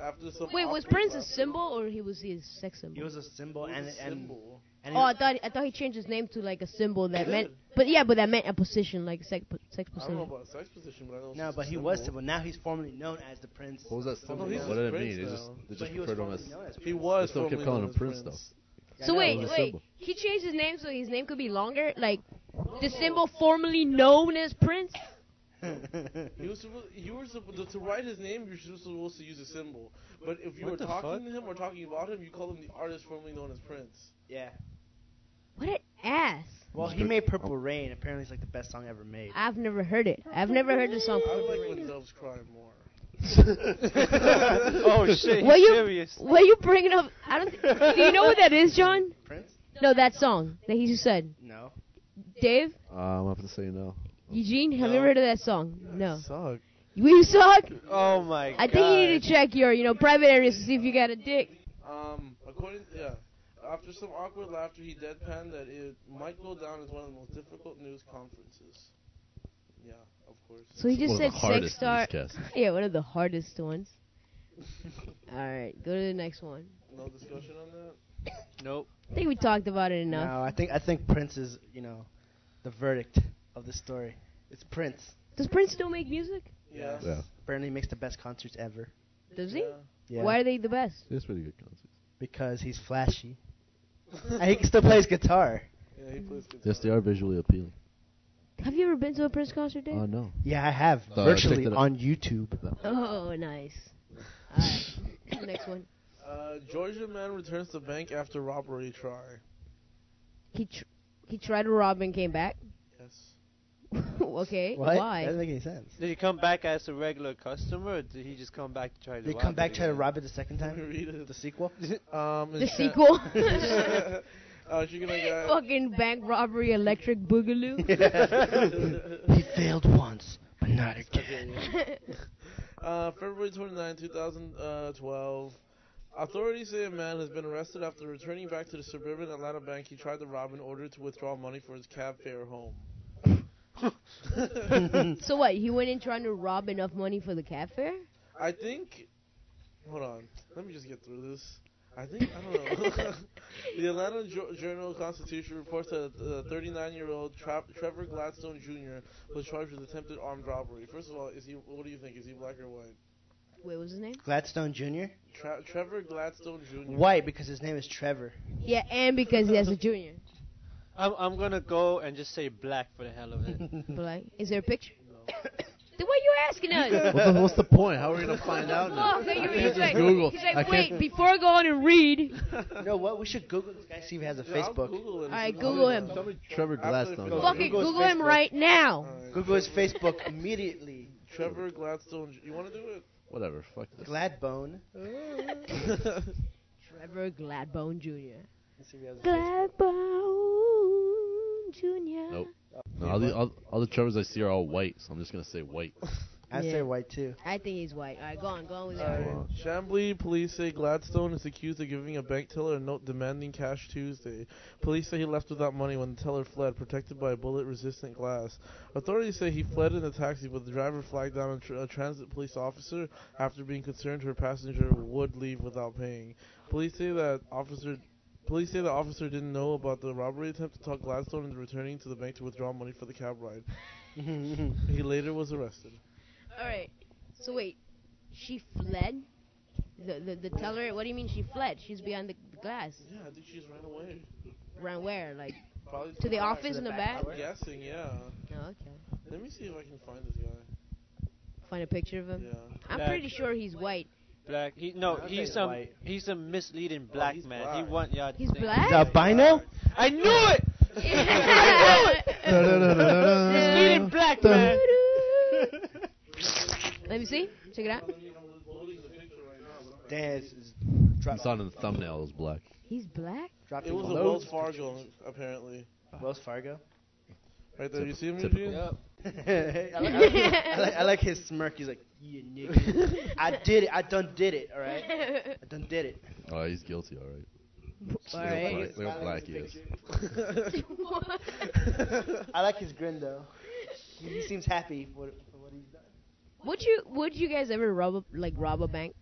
Speaker 8: After some
Speaker 7: Wait, was
Speaker 8: awkward
Speaker 7: Prince a
Speaker 8: laughter-
Speaker 7: symbol or he was he a sex symbol?
Speaker 5: He was a symbol
Speaker 8: It was
Speaker 5: and
Speaker 8: a
Speaker 5: and,
Speaker 8: symbol.
Speaker 5: and he-
Speaker 7: Oh, I thought I thought he changed his name to like a symbol that meant, but yeah, but that meant a position, like sex sex
Speaker 8: I don't know
Speaker 7: position.
Speaker 8: about sex position, but I know.
Speaker 5: no,
Speaker 8: it's
Speaker 5: but
Speaker 8: a
Speaker 5: he
Speaker 8: symbol.
Speaker 5: was symbol. Now he's formally known as the Prince.
Speaker 6: What was that symbol?
Speaker 8: he's
Speaker 6: what did it
Speaker 8: just
Speaker 6: mean? They
Speaker 8: Prince
Speaker 6: just,
Speaker 8: now.
Speaker 6: they
Speaker 5: But
Speaker 6: just
Speaker 5: he was
Speaker 6: referred to him
Speaker 5: formally
Speaker 6: as.
Speaker 5: known as Prince.
Speaker 8: He was.
Speaker 6: They still kept
Speaker 8: formerly
Speaker 6: calling
Speaker 8: known
Speaker 6: him
Speaker 8: as
Speaker 6: Prince,
Speaker 7: So
Speaker 5: Yeah,
Speaker 6: it
Speaker 7: wait,
Speaker 6: was a
Speaker 7: wait,
Speaker 6: symbol.
Speaker 7: he changed his name so his name could be longer, like the symbol formerly known as Prince.
Speaker 8: He was supposed. You were supposed to write his name. You're just supposed to use a symbol. But if you
Speaker 4: What
Speaker 8: were
Speaker 4: the
Speaker 8: talking
Speaker 4: fuck?
Speaker 8: to him or talking about him, you call him the artist formerly known as Prince.
Speaker 5: yeah.
Speaker 7: What an ass!
Speaker 5: Well, he made Purple Rain. Apparently, it's like the best song ever made.
Speaker 7: I've never heard it. I've never heard the song.
Speaker 8: I like when doves cry more.
Speaker 4: oh shit, he's
Speaker 7: Were you-
Speaker 4: serious.
Speaker 7: What are you bringing up? I don't. Th- do you know what that is, John?
Speaker 5: Prince?
Speaker 7: No, that song that he just said.
Speaker 5: No.
Speaker 7: Dave,
Speaker 6: Uh, I'm gonna have to say no.
Speaker 7: Eugene, have you
Speaker 8: No.
Speaker 7: ever heard of that song? No.
Speaker 8: Suck.
Speaker 7: You suck.
Speaker 4: Oh my god.
Speaker 7: I think you need to check your, you know, private areas to see if you got a dick.
Speaker 8: Um, according yeah, after some awkward laughter, he deadpanned that it might go down as one of the most difficult news conferences. Yeah, of course.
Speaker 7: So he just
Speaker 6: One of
Speaker 7: said
Speaker 6: the
Speaker 7: sex
Speaker 6: hardest
Speaker 7: star.
Speaker 6: newscasts.
Speaker 7: Yeah, one of the hardest ones. All right, go to the next one.
Speaker 8: No discussion on that.
Speaker 4: Nope.
Speaker 7: I think we talked about it enough.
Speaker 5: No, I think I think Prince is you know, the verdict of the story. It's Prince.
Speaker 7: Does Prince still make music?
Speaker 8: Yeah.
Speaker 6: Yeah,
Speaker 5: Apparently, he makes the best concerts ever.
Speaker 7: Does he?
Speaker 8: Yeah.
Speaker 5: Yeah.
Speaker 7: Why are they the best?
Speaker 6: it's pretty good concert.
Speaker 5: Because he's flashy. and he still plays guitar.
Speaker 8: Yeah, he plays guitar.
Speaker 6: Yes, they are visually appealing.
Speaker 7: Have you ever been to a Prince concert, Dave?
Speaker 6: Oh no.
Speaker 5: Yeah, I have
Speaker 6: Uh, check
Speaker 5: virtually
Speaker 6: that out.
Speaker 5: on YouTube.
Speaker 7: oh, nice. All right, next one.
Speaker 8: Uh, Georgia man returns to bank after robbery try.
Speaker 7: He tr- he tried to rob and came back.
Speaker 8: Yes.
Speaker 7: okay,
Speaker 5: What? That
Speaker 7: why?
Speaker 5: doesn't make any sense.
Speaker 4: Did he come back as a regular customer, or did he just come back to try to?
Speaker 5: They
Speaker 4: rob
Speaker 5: come back
Speaker 4: it
Speaker 5: try to
Speaker 4: again?
Speaker 5: rob it the second
Speaker 8: Let me
Speaker 5: time.
Speaker 8: read it.
Speaker 5: The sequel.
Speaker 8: Um,
Speaker 7: The
Speaker 8: in Shan-
Speaker 7: sequel.
Speaker 8: uh, Chicken Nugget-
Speaker 7: Fucking bank robbery, electric boogaloo.
Speaker 5: he failed once, but not again.
Speaker 8: uh, February 29, 2012. Authorities say a man has been arrested after returning back to the suburban Atlanta bank he tried to rob in order to withdraw money for his cab fare home.
Speaker 7: so what? He went in trying to rob enough money for the cab fare.
Speaker 8: I think. Hold on. Let me just get through this. I think I don't know. the Atlanta jo- Journal Constitution reports that uh 39-year-old Tra- Trevor Gladstone Jr. was charged with attempted armed robbery. First of all, is he? What do you think? Is he black or white?
Speaker 7: Wait, what was his name?
Speaker 5: Gladstone Jr.
Speaker 8: Tra- Trevor Gladstone Jr.
Speaker 5: White because his name is Trevor.
Speaker 7: Yeah, and because he has a junior.
Speaker 4: I'm, I'm gonna go and just say black for the hell of it.
Speaker 7: But like, is there a picture? then what are you asking us?
Speaker 6: What's the, what's the point? How are we gonna find out now?
Speaker 7: Fuck,
Speaker 6: I
Speaker 7: Oh, you-
Speaker 6: can't
Speaker 7: he's
Speaker 6: just
Speaker 7: like,
Speaker 6: Google.
Speaker 7: he's
Speaker 6: I
Speaker 7: like,
Speaker 6: can't
Speaker 7: wait, before I go on and read,
Speaker 5: You know what? We should Google this guy see if he has a
Speaker 8: Yeah, I'll
Speaker 5: Facebook.
Speaker 8: Google it.
Speaker 7: Alright,
Speaker 8: Somebody-
Speaker 7: Google him.
Speaker 8: somebody-
Speaker 6: Trevor
Speaker 8: After the
Speaker 6: Glasnow.
Speaker 8: film.
Speaker 7: fucking
Speaker 5: Google's
Speaker 7: Google him
Speaker 5: Facebook.
Speaker 7: right now.
Speaker 8: Alright,
Speaker 5: Google his Facebook immediately.
Speaker 8: Trevor Gladstone. Ju- You want to do it?
Speaker 6: Whatever. Fuck this.
Speaker 5: Gladbone.
Speaker 7: Trevor Gladbone Jr.
Speaker 5: Let's see if he has a
Speaker 7: Gladbone Jr.
Speaker 6: Nope. No, all the all, all the Trevors I see are all white, so I'm just gonna say white.
Speaker 5: I
Speaker 7: Yeah.
Speaker 5: say white too.
Speaker 7: I think he's white. All right, go on, go on with
Speaker 5: All
Speaker 7: that.
Speaker 5: right.
Speaker 8: Chambly police say Gladstone is accused of giving a bank teller a note demanding cash Tuesday. Police say he left without money when the teller fled, protected by bullet-resistant glass. Authorities say he fled in a taxi, but the driver flagged down a, tr- a transit police officer after being concerned her passenger would leave without paying. Police say that officer. Police say the officer didn't know about the robbery attempt to talk Gladstone into returning to the bank to withdraw money for the cab ride. He later was arrested.
Speaker 7: All right. So wait, she fled. The, the the teller. What do you mean she fled? She's behind the glass.
Speaker 8: Yeah, I think she just ran away.
Speaker 7: Around where? Like
Speaker 8: Probably
Speaker 7: to the
Speaker 8: back.
Speaker 7: office in the back?
Speaker 8: I'm guessing, yeah.
Speaker 7: No, okay.
Speaker 8: Let me see if I can find this guy.
Speaker 7: Find a picture of him.
Speaker 8: Yeah.
Speaker 7: I'm
Speaker 4: Back.
Speaker 7: pretty sure he's white.
Speaker 4: Black. He, no,
Speaker 5: I'll
Speaker 4: he's
Speaker 5: say
Speaker 4: some
Speaker 5: white.
Speaker 4: he's a misleading black
Speaker 8: he's
Speaker 4: man.
Speaker 8: black.
Speaker 4: He want yeah. I
Speaker 7: He's
Speaker 4: think-
Speaker 7: black?
Speaker 5: albino?
Speaker 4: I knew it. Misleading black man.
Speaker 7: Let me see. Check it out.
Speaker 5: Damn, it's, it's drop,
Speaker 6: I saw it in the thumbnail. It was black.
Speaker 7: He's black.
Speaker 5: dropping
Speaker 8: It was a
Speaker 5: loads.
Speaker 8: Wells Fargo, apparently.
Speaker 5: Wells Fargo.
Speaker 8: Right there, you see him,
Speaker 6: Typical.
Speaker 8: Eugene?
Speaker 5: I, like, I, like, I like- I like his smirk. He's like, yeah, nigga. I did it. I done did it. All right. I done did it.
Speaker 6: Oh, he's guilty. All right.
Speaker 7: All
Speaker 6: Look how
Speaker 7: right.
Speaker 6: black- Look how black he is.
Speaker 5: I like his grin though. He, he seems happy for, for what he's done.
Speaker 7: would you would you guys ever rob a, like rob a bank?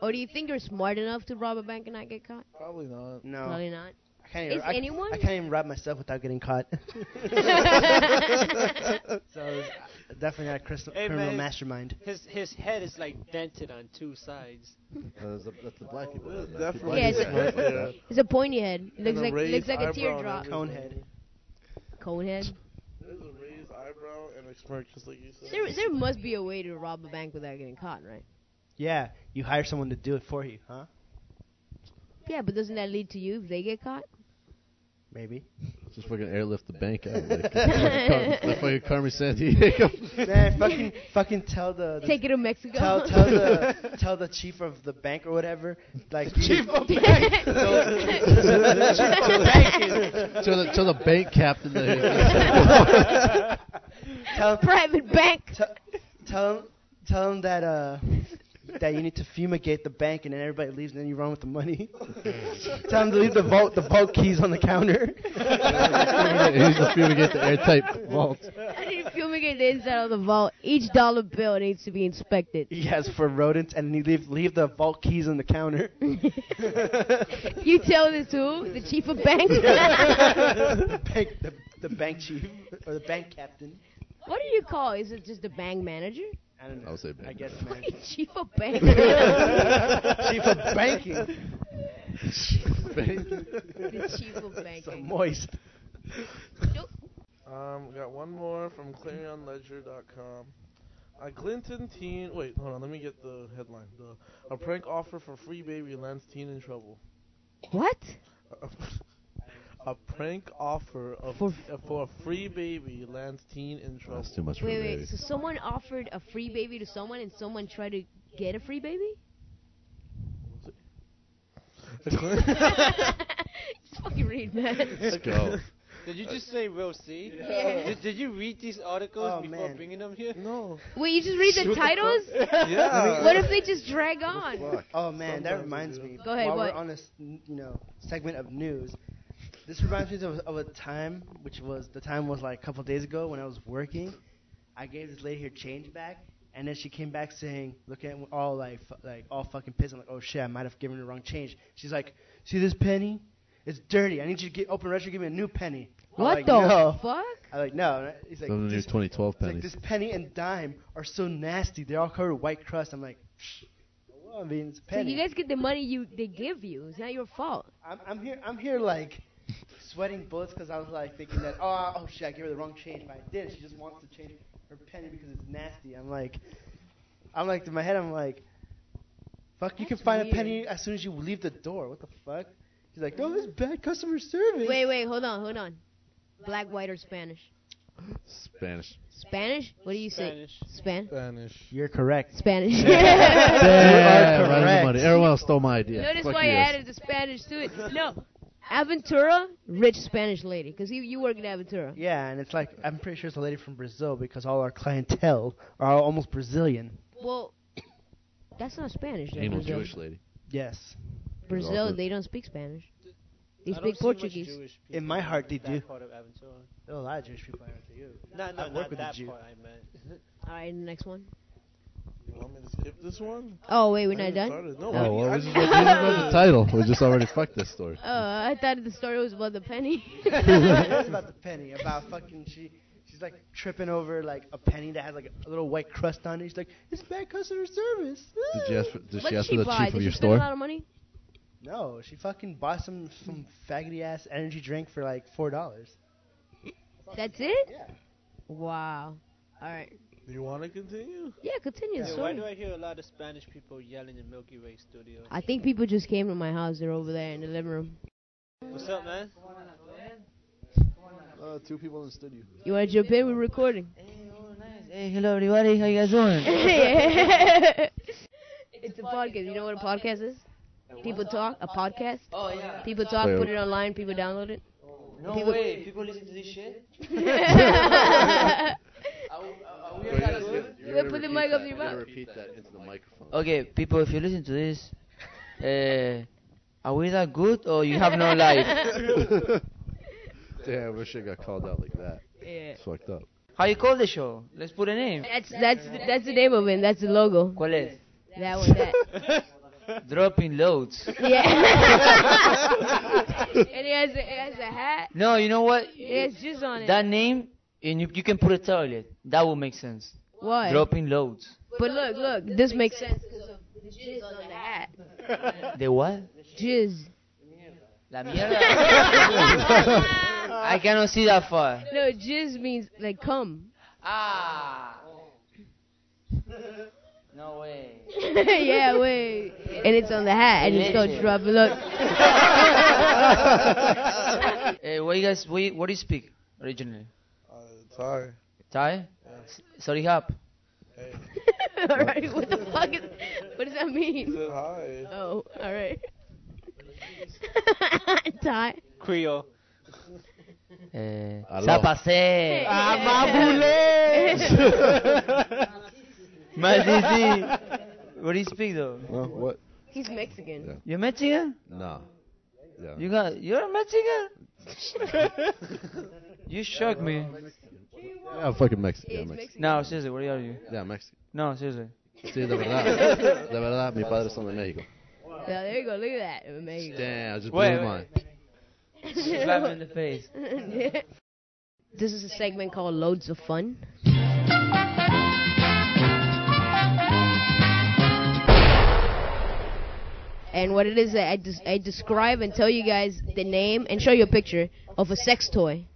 Speaker 7: Or do you think you're smart enough to rob a bank and not get caught?
Speaker 8: Probably not.
Speaker 5: No,
Speaker 7: Probably not.
Speaker 5: I can't
Speaker 7: Is
Speaker 5: even, I,
Speaker 7: anyone?
Speaker 5: I can't even rob myself without getting caught. so it's definitely not a crystal,
Speaker 4: Hey,
Speaker 5: criminal
Speaker 4: man.
Speaker 5: mastermind.
Speaker 4: His his head is like dented on two sides.
Speaker 6: That's the, that's the black people.
Speaker 8: There's
Speaker 6: that- that people
Speaker 8: definitely
Speaker 7: Yeah,
Speaker 6: like
Speaker 7: it's-
Speaker 6: that. Like that.
Speaker 7: It's a pointy head. Looks
Speaker 8: a
Speaker 7: like looks
Speaker 8: raised
Speaker 7: like a
Speaker 8: eyebrow
Speaker 7: teardrop.
Speaker 8: and
Speaker 5: Conehead.
Speaker 7: Cone head.
Speaker 8: There's a raised eyebrow and a smirk, just like you said.
Speaker 7: There, there must be a way to rob a bank without getting caught, right?
Speaker 5: Yeah, you hire someone to do it for you, huh?
Speaker 7: Yeah, but doesn't that lead to you if they get caught?
Speaker 5: Maybe.
Speaker 6: Just fucking airlift the bank out. Like, like, Car- like fucking Carmen San Diego.
Speaker 5: Man, fucking, fucking tell the, the
Speaker 7: Take it to Mexico.
Speaker 5: tell tell the tell the chief of the bank or whatever. Like chief of
Speaker 6: to the to the bank captain. That
Speaker 5: tell
Speaker 7: private bank.
Speaker 5: tell him tell him that uh that you need to fumigate the bank and then everybody leaves and then you run with the money. tell him to leave the vault the vault keys on the counter.
Speaker 6: he's the fumigate the airtight vault.
Speaker 7: I need to fumigate the inside of the vault. Each dollar bill needs to be inspected.
Speaker 5: He has for rodents and he leave leave the vault keys on the counter.
Speaker 7: You tell this to who? The chief of bank?
Speaker 5: the bank the, the bank chief or the bank captain.
Speaker 7: what do you call? Is it just the bank manager?
Speaker 5: I don't know.
Speaker 6: I'll say
Speaker 5: I
Speaker 6: bank.
Speaker 5: guess man.
Speaker 7: chief of bank.
Speaker 5: chief of banking.
Speaker 7: the chief of
Speaker 5: So
Speaker 7: banking.
Speaker 5: moist.
Speaker 8: Um, we got one more from ClarionLedger.com. A Clinton teen. Wait, hold on. Let me get the headline. The, a prank offer for free baby lands teen in trouble.
Speaker 7: What?
Speaker 8: a prank offer of
Speaker 7: For-
Speaker 8: for, for a free baby lands teen in trouble.
Speaker 6: That's too much for
Speaker 7: Wait,
Speaker 6: me.
Speaker 7: wait. So someone offered a free baby to someone, and someone tried to get a free baby? Just fucking read, man.
Speaker 6: Let's go.
Speaker 4: Did you just say we'll see?
Speaker 7: Yeah.
Speaker 4: Did, did you read these articles
Speaker 5: Oh,
Speaker 4: before
Speaker 5: man.
Speaker 4: bringing them here?
Speaker 8: no.
Speaker 7: Wait, you just read the titles?
Speaker 8: Yeah.
Speaker 7: What if they just drag on?
Speaker 6: Fuck.
Speaker 5: Oh man, that
Speaker 8: Sometimes
Speaker 5: reminds
Speaker 8: we
Speaker 5: me.
Speaker 7: Go ahead,
Speaker 5: While
Speaker 7: what?
Speaker 5: we're on this, n- you know, segment of news, this reminds me of, of a time, which was the time was like a couple days ago when I was working. I gave this lady her change back, and then she came back saying, looking all like, fu- like all fucking pissed. I'm like, oh shit, I might have given her the wrong change. She's like, see this penny? It's dirty. I need you to get open register, give me a new penny. I'm
Speaker 7: What
Speaker 5: like,
Speaker 7: the
Speaker 5: No.
Speaker 7: fuck?
Speaker 5: I like no. And I- He's like,
Speaker 6: Those are the new
Speaker 5: "This-
Speaker 6: 2012
Speaker 5: it's like,
Speaker 6: pennies.
Speaker 5: this penny and dime are so nasty. They're all covered with white crust. I'm like, well, I mean, it's a penny.
Speaker 7: So you guys get the money you they give you. It's not your fault.
Speaker 5: I'm, I'm here. I'm here like sweating bullets because I was like thinking that oh oh shit I gave her the wrong change but I did. She just wants to change her penny because it's nasty. I'm like, I'm like in my head. I'm like, fuck. You can
Speaker 7: That's
Speaker 5: find
Speaker 7: weird.
Speaker 5: a penny as soon as you leave the door. What the fuck? She's like, oh, this is bad customer service.
Speaker 7: Wait, wait, hold on, hold on. Black, white, or Spanish?
Speaker 6: Spanish.
Speaker 7: Spanish? What do you say?
Speaker 5: Spanish.
Speaker 7: Span?
Speaker 8: Spanish.
Speaker 5: You're correct.
Speaker 7: Spanish.
Speaker 6: Damn, right on the
Speaker 5: correct.
Speaker 6: money. Everyone else stole my idea.
Speaker 7: Notice
Speaker 6: Fuck
Speaker 7: why
Speaker 6: you
Speaker 7: I
Speaker 6: guys.
Speaker 7: added the Spanish to it. No. Aventura, rich Spanish lady, because you work in Aventura.
Speaker 5: Yeah, and it's like I'm pretty sure it's a lady from Brazil because all our clientele are all almost Brazilian.
Speaker 7: Well, that's not Spanish. Though,
Speaker 6: Anal
Speaker 7: Brazil.
Speaker 6: Jewish lady.
Speaker 5: Yes.
Speaker 7: Brazil, they don't speak Spanish. They speak Portuguese.
Speaker 5: In my heart, they do.
Speaker 2: Part of Aventura.
Speaker 5: There are a lot of Jewish people out there you.
Speaker 2: Not,
Speaker 5: I
Speaker 2: no,
Speaker 5: work
Speaker 2: not
Speaker 5: with a
Speaker 2: that
Speaker 5: Jew.
Speaker 2: part I meant.
Speaker 7: All right, next one.
Speaker 8: You want me to skip this one?
Speaker 7: Oh wait, we're
Speaker 8: I
Speaker 7: not
Speaker 8: haven't
Speaker 7: done.
Speaker 8: started. No,
Speaker 6: Oh,
Speaker 8: I-
Speaker 6: well,
Speaker 8: I
Speaker 6: this is
Speaker 8: just-
Speaker 6: what- this is not the title. We just already fucked this story.
Speaker 7: Oh, I thought the story was about the penny.
Speaker 5: it's about the penny. About fucking she. She's like tripping over like a penny that has like a little white crust on it. She's like, "It's bad customer service."
Speaker 6: Did she ask for, did
Speaker 7: what
Speaker 6: she
Speaker 7: did
Speaker 6: ask
Speaker 7: she
Speaker 6: for the
Speaker 7: buy?
Speaker 6: chief
Speaker 7: Did
Speaker 6: of
Speaker 7: she
Speaker 6: your
Speaker 7: spend a
Speaker 6: store?
Speaker 7: lot of money?
Speaker 5: No, she fucking bought some some faggoty ass energy drink for like four dollars.
Speaker 7: That's it?
Speaker 5: Yeah.
Speaker 7: Wow. All right.
Speaker 8: Do you want to continue?
Speaker 7: Yeah, continue the
Speaker 2: Yeah, why do
Speaker 7: story.
Speaker 2: I hear a lot of Spanish people yelling in Milky Way Studio?
Speaker 7: I think people just came to my house. They're over there in the living room.
Speaker 2: What's up, man?
Speaker 8: Uh, two people in the studio.
Speaker 7: You want to jump in? We're recording.
Speaker 9: Hey, hello everybody, how you guys doing?
Speaker 7: It's a podcast. You know what a podcast is? People talk. A podcast.
Speaker 9: Oh yeah.
Speaker 7: People talk.
Speaker 6: Wait,
Speaker 7: Put
Speaker 6: wait.
Speaker 7: it online. People download it.
Speaker 9: No
Speaker 7: People-
Speaker 9: way, people listen to this shit. Are, are, are we that good?
Speaker 7: Yeah, put the mic up to your mouth.
Speaker 6: repeat that into the microphone.
Speaker 9: Okay, people, if you listen to this, uh, are we that good or you have no life?
Speaker 6: Damn, I wish I got called out like that.
Speaker 7: Yeah.
Speaker 6: It's fucked up.
Speaker 9: How you call the show? Let's put a name.
Speaker 7: That's that's the, that's the name of it. That's the logo.
Speaker 9: ¿Cuál es?
Speaker 7: That one. That.
Speaker 9: Dropping loads.
Speaker 7: Yeah. and it has a, it has a hat.
Speaker 9: No, you know what?
Speaker 7: It has juice on it.
Speaker 9: That name, and you, you can put a toilet. That would make sense.
Speaker 7: Why?
Speaker 9: Dropping loads.
Speaker 7: But look, look. This makes sense because of the jizz on the hat.
Speaker 9: The what?
Speaker 7: Jizz.
Speaker 9: La mierda. I cannot see that far.
Speaker 7: No, jizz means like come.
Speaker 9: Ah. No way.
Speaker 7: yeah, wait. And it's on the hat, and it's called
Speaker 9: Delicious.
Speaker 7: drop look.
Speaker 9: Eh, what you guys? What, you- what do you speak originally?
Speaker 8: Uh, sorry.
Speaker 9: Thai. S- Sorry, hap.
Speaker 8: Hey,
Speaker 7: alright, what the fuck is? What does that
Speaker 8: he
Speaker 7: mean?
Speaker 8: said hi.
Speaker 7: Oh, alright. Tie.
Speaker 2: Creole.
Speaker 9: Eh,
Speaker 6: Aló.
Speaker 9: ça passé.
Speaker 7: Ah,
Speaker 9: Mas easy. What do you speak though?
Speaker 6: Well, what?
Speaker 7: He's Mexican.
Speaker 9: You're Mexican?
Speaker 6: Nah. Yeah.
Speaker 9: You got? You're a Mexican? you shock me.
Speaker 6: yeah, I'm fucking Mexican. Yeah,
Speaker 7: He's
Speaker 6: Mexican.
Speaker 7: Mexican.
Speaker 9: No, seriously, what are you?
Speaker 6: Yeah, Mexican.
Speaker 9: No, seriously.
Speaker 6: Sí, de verdad. De verdad, mi padre son de México.
Speaker 7: Yeah, there you go. Look at that. Amazing.
Speaker 6: Damn, I just
Speaker 9: Wait,
Speaker 6: blew
Speaker 9: wait.
Speaker 6: mine.
Speaker 9: Slap me in the face.
Speaker 7: this is a segment called Loads of Fun. And what it is, I, des- I describe and tell you guys the name and show you a picture of a sex toy.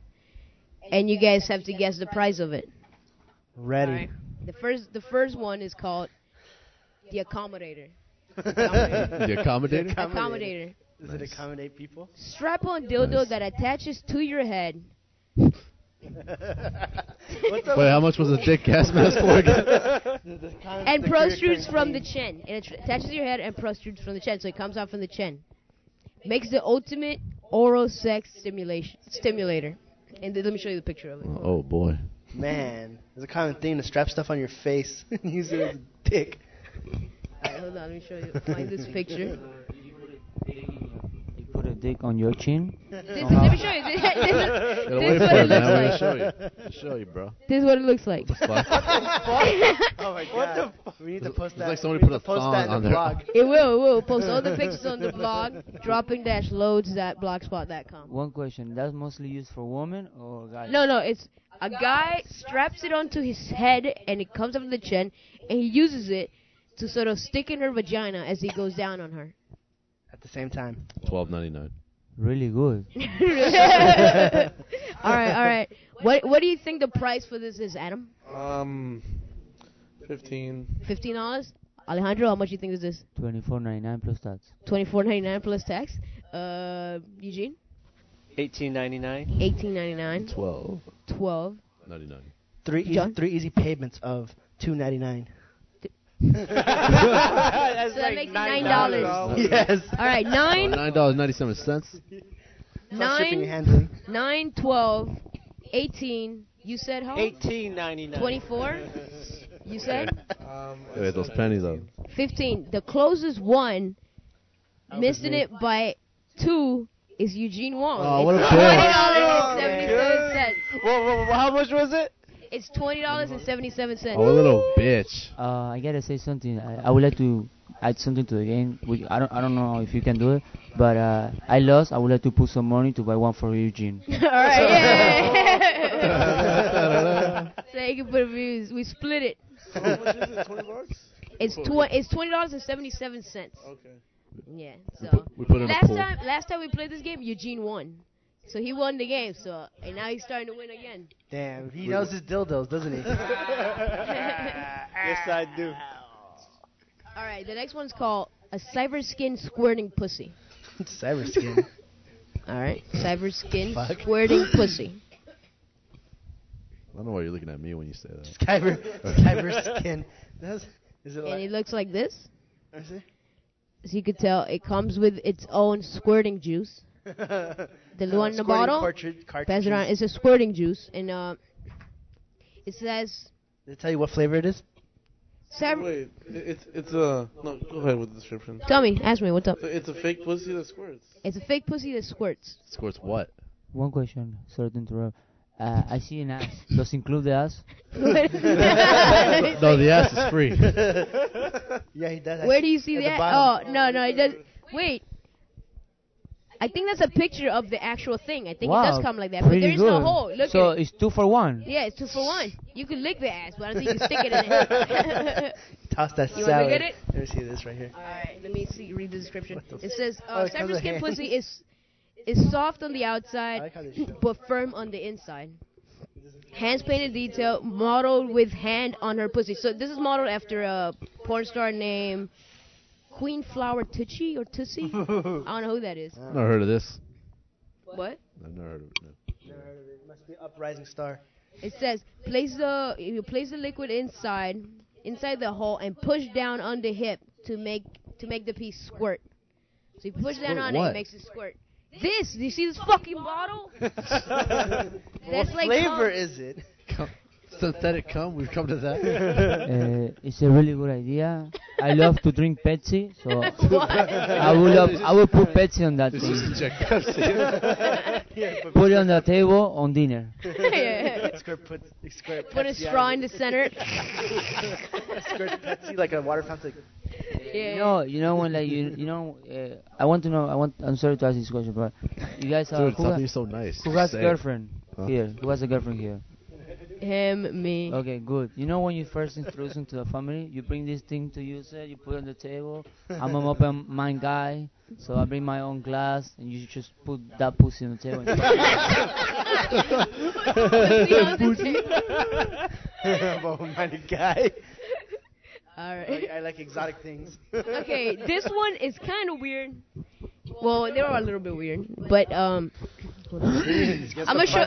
Speaker 7: And you guys have to guess the price of it.
Speaker 5: Ready.
Speaker 7: Alright. The first, the first one is called the accommodator.
Speaker 6: The accommodator?
Speaker 7: Accommodator.
Speaker 5: Does it accommodate people?
Speaker 7: Strap-on dildo
Speaker 6: Nice.
Speaker 7: that attaches to your head.
Speaker 5: What's up?
Speaker 6: Wait, how much was the dick gas mask for again?
Speaker 7: and protrudes from the chin. And it tr- attaches to your head and protrudes from the chin, so it comes out from the chin. Makes the ultimate oral sex stimulation stimulator. And th- let me show you the picture of it.
Speaker 6: Oh, boy.
Speaker 5: Man, it's a common thing to strap stuff on your face and use it as a dick.
Speaker 7: Alright, hold on, let me show you. Find this picture.
Speaker 9: You put a dick on your chin.
Speaker 7: This, let me show you. This, this is, this is
Speaker 6: Gotta wait for
Speaker 7: what it
Speaker 6: it, man. We're
Speaker 7: looks like.
Speaker 6: gonna show you. We'll show you, bro.
Speaker 7: This is what it looks like.
Speaker 6: Fuck.
Speaker 5: Oh my god. What the We need to
Speaker 6: It's-
Speaker 5: post
Speaker 6: it's
Speaker 5: that.
Speaker 6: like somebody
Speaker 5: we need
Speaker 6: put
Speaker 5: to
Speaker 6: a
Speaker 5: post
Speaker 6: thong
Speaker 5: that in
Speaker 6: on
Speaker 5: the
Speaker 6: there.
Speaker 5: blog.
Speaker 7: It will, it will. Post all the pictures on the blog, dropping-loads.blogspot.com.
Speaker 9: One question. That's mostly used for women or guys?
Speaker 7: No, no, it's a guy straps it onto his head and it comes up to the chin and he uses it to sort of stick in her vagina as he goes down on her.
Speaker 5: At the same time.
Speaker 6: Twelve ninety nine.
Speaker 9: Really good.
Speaker 7: all right, all right. What what do you think the price for this is, Adam?
Speaker 8: Um, 15.
Speaker 7: Fifteen dollars? Alejandro, how much do you think this is?
Speaker 9: Twenty-four ninety-nine plus tax.
Speaker 7: Twenty four ninety nine plus tax. Uh Eugene?
Speaker 2: 1899.
Speaker 7: Eighteen ninety nine.
Speaker 6: Twelve.
Speaker 7: Twelve.
Speaker 6: Ninety nine.
Speaker 5: Three easy,
Speaker 7: John?
Speaker 5: three easy payments of two ninety nine.
Speaker 7: So that makes it nine dollars.
Speaker 5: Yes.
Speaker 7: All right, nine,
Speaker 6: Oh, Nine dollars ninety seven cents.
Speaker 5: Plus shipping and
Speaker 7: nine,
Speaker 5: handling.
Speaker 7: nine, twelve, eighteen. You said home.
Speaker 2: 1899.
Speaker 7: 24? You said
Speaker 8: Um, I
Speaker 6: Wait, those
Speaker 8: said
Speaker 6: pennies
Speaker 8: $19.
Speaker 6: though.
Speaker 7: fifteen. The closest one,
Speaker 5: That was
Speaker 7: missing
Speaker 5: me.
Speaker 7: it by two, is Eugene Wong.
Speaker 6: Oh, what a
Speaker 7: it's
Speaker 6: bitch.
Speaker 7: twenty dollars and seventy-seven cents.
Speaker 4: Whoa, whoa, whoa, how much was it?
Speaker 7: It's twenty dollars and seventy-seven cents.
Speaker 6: Oh, a little bitch.
Speaker 9: Uh, I gotta say something. I, I would like to add something to the game. Which I don't, I don't know if you can do it, but uh, I lost. I would like to put some money to buy one for Eugene.
Speaker 7: All right, yeah.
Speaker 6: Da-da-da.
Speaker 7: so you can put reviews. We split it.
Speaker 8: So how much is it? Twenty bucks?
Speaker 7: It's tw- It's twenty dollars and seventy-seven cents.
Speaker 8: Okay.
Speaker 7: Yeah.
Speaker 6: We
Speaker 7: So
Speaker 6: put- we put it in a
Speaker 7: last
Speaker 6: pool.
Speaker 7: time, last time we played this game, Eugene won. So he won the game. So and now he's starting to win again.
Speaker 5: Damn, he knows his dildos, doesn't he?
Speaker 2: Yes, I do.
Speaker 7: All right, the next one's called a cyber skin squirting pussy.
Speaker 5: Cyber skin.
Speaker 7: All right, cyber skin
Speaker 5: Fuck.
Speaker 7: squirting pussy.
Speaker 6: I don't know why you're looking at me when you say that.
Speaker 5: Cyber, cyber skin. That's, is it
Speaker 7: And
Speaker 5: like?
Speaker 7: it looks like this.
Speaker 5: is it?
Speaker 7: As you could tell, it comes with its own squirting juice.
Speaker 5: the
Speaker 7: The one in the bottle,
Speaker 5: Cartridge,
Speaker 7: pass
Speaker 5: cartridge.
Speaker 7: it around. It's a squirting juice, and uh, it says
Speaker 5: Did it tell you what flavor it is?
Speaker 7: cyber.
Speaker 8: Wait, i- it's it's a no. Go ahead with the description.
Speaker 7: Tell me, ask me, what's up?
Speaker 8: So it's a fake pussy that squirts.
Speaker 7: It's a fake pussy that squirts.
Speaker 6: Squirts what?
Speaker 9: One question, sorry to interrupt. Uh, I see an ass. Does it include the ass?
Speaker 7: Where
Speaker 6: No, the ass is free.
Speaker 5: Yeah, he does.
Speaker 7: do you see
Speaker 5: At the
Speaker 7: that?
Speaker 5: bottom.
Speaker 7: Oh no, no, it does. Wait. I think that's a picture of the actual thing. I think it does
Speaker 9: Wow,
Speaker 7: come like that, but
Speaker 9: Pretty
Speaker 7: there is
Speaker 9: good.
Speaker 7: no hole. Look
Speaker 9: so
Speaker 7: at it.
Speaker 9: it's two for one.
Speaker 7: Yeah, it's two for one. You could lick the ass, but I don't think you can stick it in it.
Speaker 5: Toss that
Speaker 7: Oh. You wanna
Speaker 5: salad.
Speaker 7: look at it?
Speaker 5: Let me see this right here.
Speaker 7: Alright, let me see. Read the description.
Speaker 5: What the
Speaker 7: It says
Speaker 5: Oh,
Speaker 7: uh,
Speaker 5: it comes
Speaker 7: cyber skin
Speaker 5: with
Speaker 7: pussy is is soft on the
Speaker 5: I
Speaker 7: outside
Speaker 5: like how they show.
Speaker 7: but firm on the inside. Hands painted detail modeled with hand on her pussy. So this is modeled after a porn star named Queen Flower Tucci or Tussie. I don't know who that is.
Speaker 6: I've never heard of this.
Speaker 7: What?
Speaker 6: I've never heard of it. no.
Speaker 5: Never heard of it. Must be uprising star.
Speaker 7: It says place the you place the liquid inside inside the hole and push down on the hip to make to make the piece squirt. So you push down
Speaker 6: Squirt
Speaker 7: on it,
Speaker 6: what?
Speaker 7: it makes it squirt. This, do you see this fucking bottle? That's
Speaker 5: what
Speaker 7: like cum.
Speaker 5: flavor is it?
Speaker 6: Synthetic cum. We've come to that.
Speaker 9: Uh, it's a really good idea. I love to drink Pepsi, so
Speaker 7: What?
Speaker 9: I would love, I would put Pepsi on that
Speaker 6: This
Speaker 9: thing.
Speaker 6: is Jack Pepsi.
Speaker 9: Put it on the table on dinner.
Speaker 7: Yeah.
Speaker 5: Squirt put squirt
Speaker 7: Put a
Speaker 5: Pepsi
Speaker 7: straw
Speaker 5: out
Speaker 7: in the center.
Speaker 5: of it. Squirt Pepsi like a water fountain.
Speaker 7: Yeah.
Speaker 9: You know, you know when like you, you know, uh, I want to know. I want. I'm sorry to ask this question, but you guys are
Speaker 6: Dude,
Speaker 9: who,
Speaker 6: something
Speaker 9: ha-
Speaker 6: so nice.
Speaker 9: who has
Speaker 6: Say it.
Speaker 9: girlfriend
Speaker 6: Huh?
Speaker 9: here? Who has a girlfriend here?
Speaker 7: Him, me.
Speaker 9: Okay, good. You know when you first introduce him to the family, you bring this thing to use it. You put it on the table. I'm an open mind guy, so I bring my own glass, and you just put that pussy on the table. and
Speaker 5: Open minded guy.
Speaker 7: All
Speaker 5: I like,
Speaker 7: right.
Speaker 5: I like exotic things.
Speaker 7: Okay, this one is kind of weird. Well, they are a little bit weird, but um, I'm gonna show.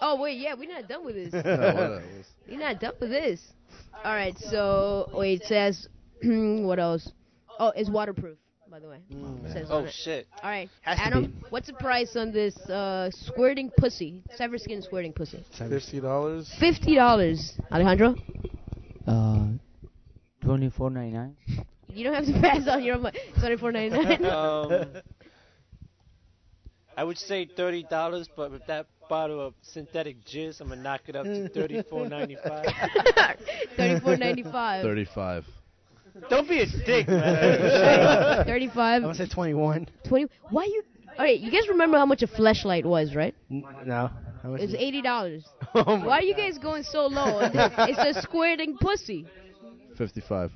Speaker 7: Oh wait, yeah, we're not done with this.
Speaker 6: No, whatever.
Speaker 7: You're not done with this. All right, so wait, it says what else? Oh, it's waterproof, by the way. It says on
Speaker 2: Oh
Speaker 7: it.
Speaker 2: shit.
Speaker 7: All right,
Speaker 5: Has to
Speaker 7: Adam, what's the price on this uh, squirting pussy, cyber skin squirting pussy?
Speaker 8: Fifty dollars.
Speaker 7: Fifty dollars, Alejandro.
Speaker 9: Uh, twenty-four ninety-nine.
Speaker 7: You don't have to pass on your money. Sorry for ninety nine.
Speaker 5: Uh,
Speaker 2: Um, I would say thirty dollars, but with that bottle of synthetic jizz, I'm gonna knock it up to thirty-four ninety-five.
Speaker 7: Thirty four ninety five.
Speaker 6: Thirty-five.
Speaker 2: Don't be a dick, man.
Speaker 7: Thirty
Speaker 5: I'm gonna
Speaker 7: five.
Speaker 5: say 21.
Speaker 7: Twenty. Why you? All right, you guys remember how much a flashlight was, right?
Speaker 5: N- No. How much
Speaker 7: It was
Speaker 5: is it?
Speaker 7: eighty dollars.
Speaker 5: Oh my
Speaker 7: Why are you guys going so low? on this? It's a squirting pussy.
Speaker 6: Fifty-five.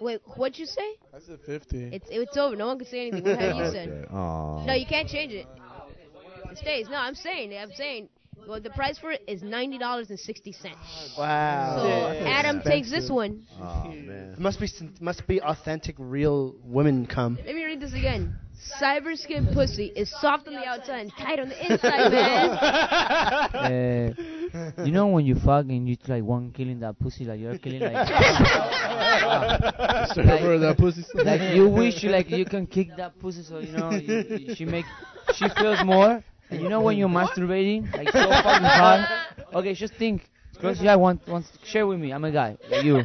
Speaker 7: Wait, what'd you say?
Speaker 8: I said fifty.
Speaker 7: It's it's over. No one can say anything. What have you said?
Speaker 6: Okay. Aw.
Speaker 7: No, you can't change it. It stays. No, I'm saying. I'm saying. Well, the price for it is ninety dollars and sixty cents. So
Speaker 5: Wow.
Speaker 7: Adam takes this one.
Speaker 6: Aw, man.
Speaker 5: It must be syn- must be authentic, real women cum.
Speaker 7: Let me read this again. Cyber skin pussy is soft on the outside and tight on the inside, man.
Speaker 9: Uh, you know when you fucking you like one killing that pussy like you're killing like
Speaker 6: Remember that pussy?
Speaker 9: like you wish you like you can kick that pussy so you know you, you- she make she feels more. And you know when you're masturbating like so fucking hard. Okay, just think. Close your eye once. Once share with me. I'm a guy like you.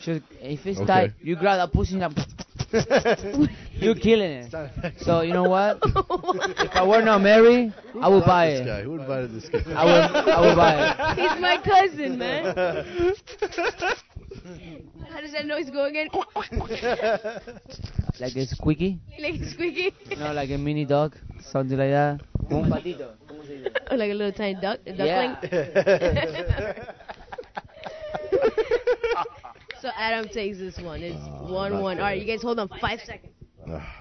Speaker 9: Just, if it's
Speaker 6: Okay.
Speaker 9: tight, you grab that pussy and you're killing it. So you know what? if I were not married, I would buy
Speaker 6: This
Speaker 9: it.
Speaker 6: guy. Who invited this guy?
Speaker 9: I would. I would buy it.
Speaker 7: He's my cousin, man. How does that noise go again?
Speaker 9: Like a squeaky.
Speaker 7: like a squeaky?
Speaker 9: You know, like a mini dog, something like that. Un patito.
Speaker 7: Or like a little tiny duck, a
Speaker 9: Yeah.
Speaker 7: duckling? so Adam takes this one. It's
Speaker 6: Oh,
Speaker 7: 1 1.
Speaker 6: okay.
Speaker 7: Alright, you guys hold on five seconds.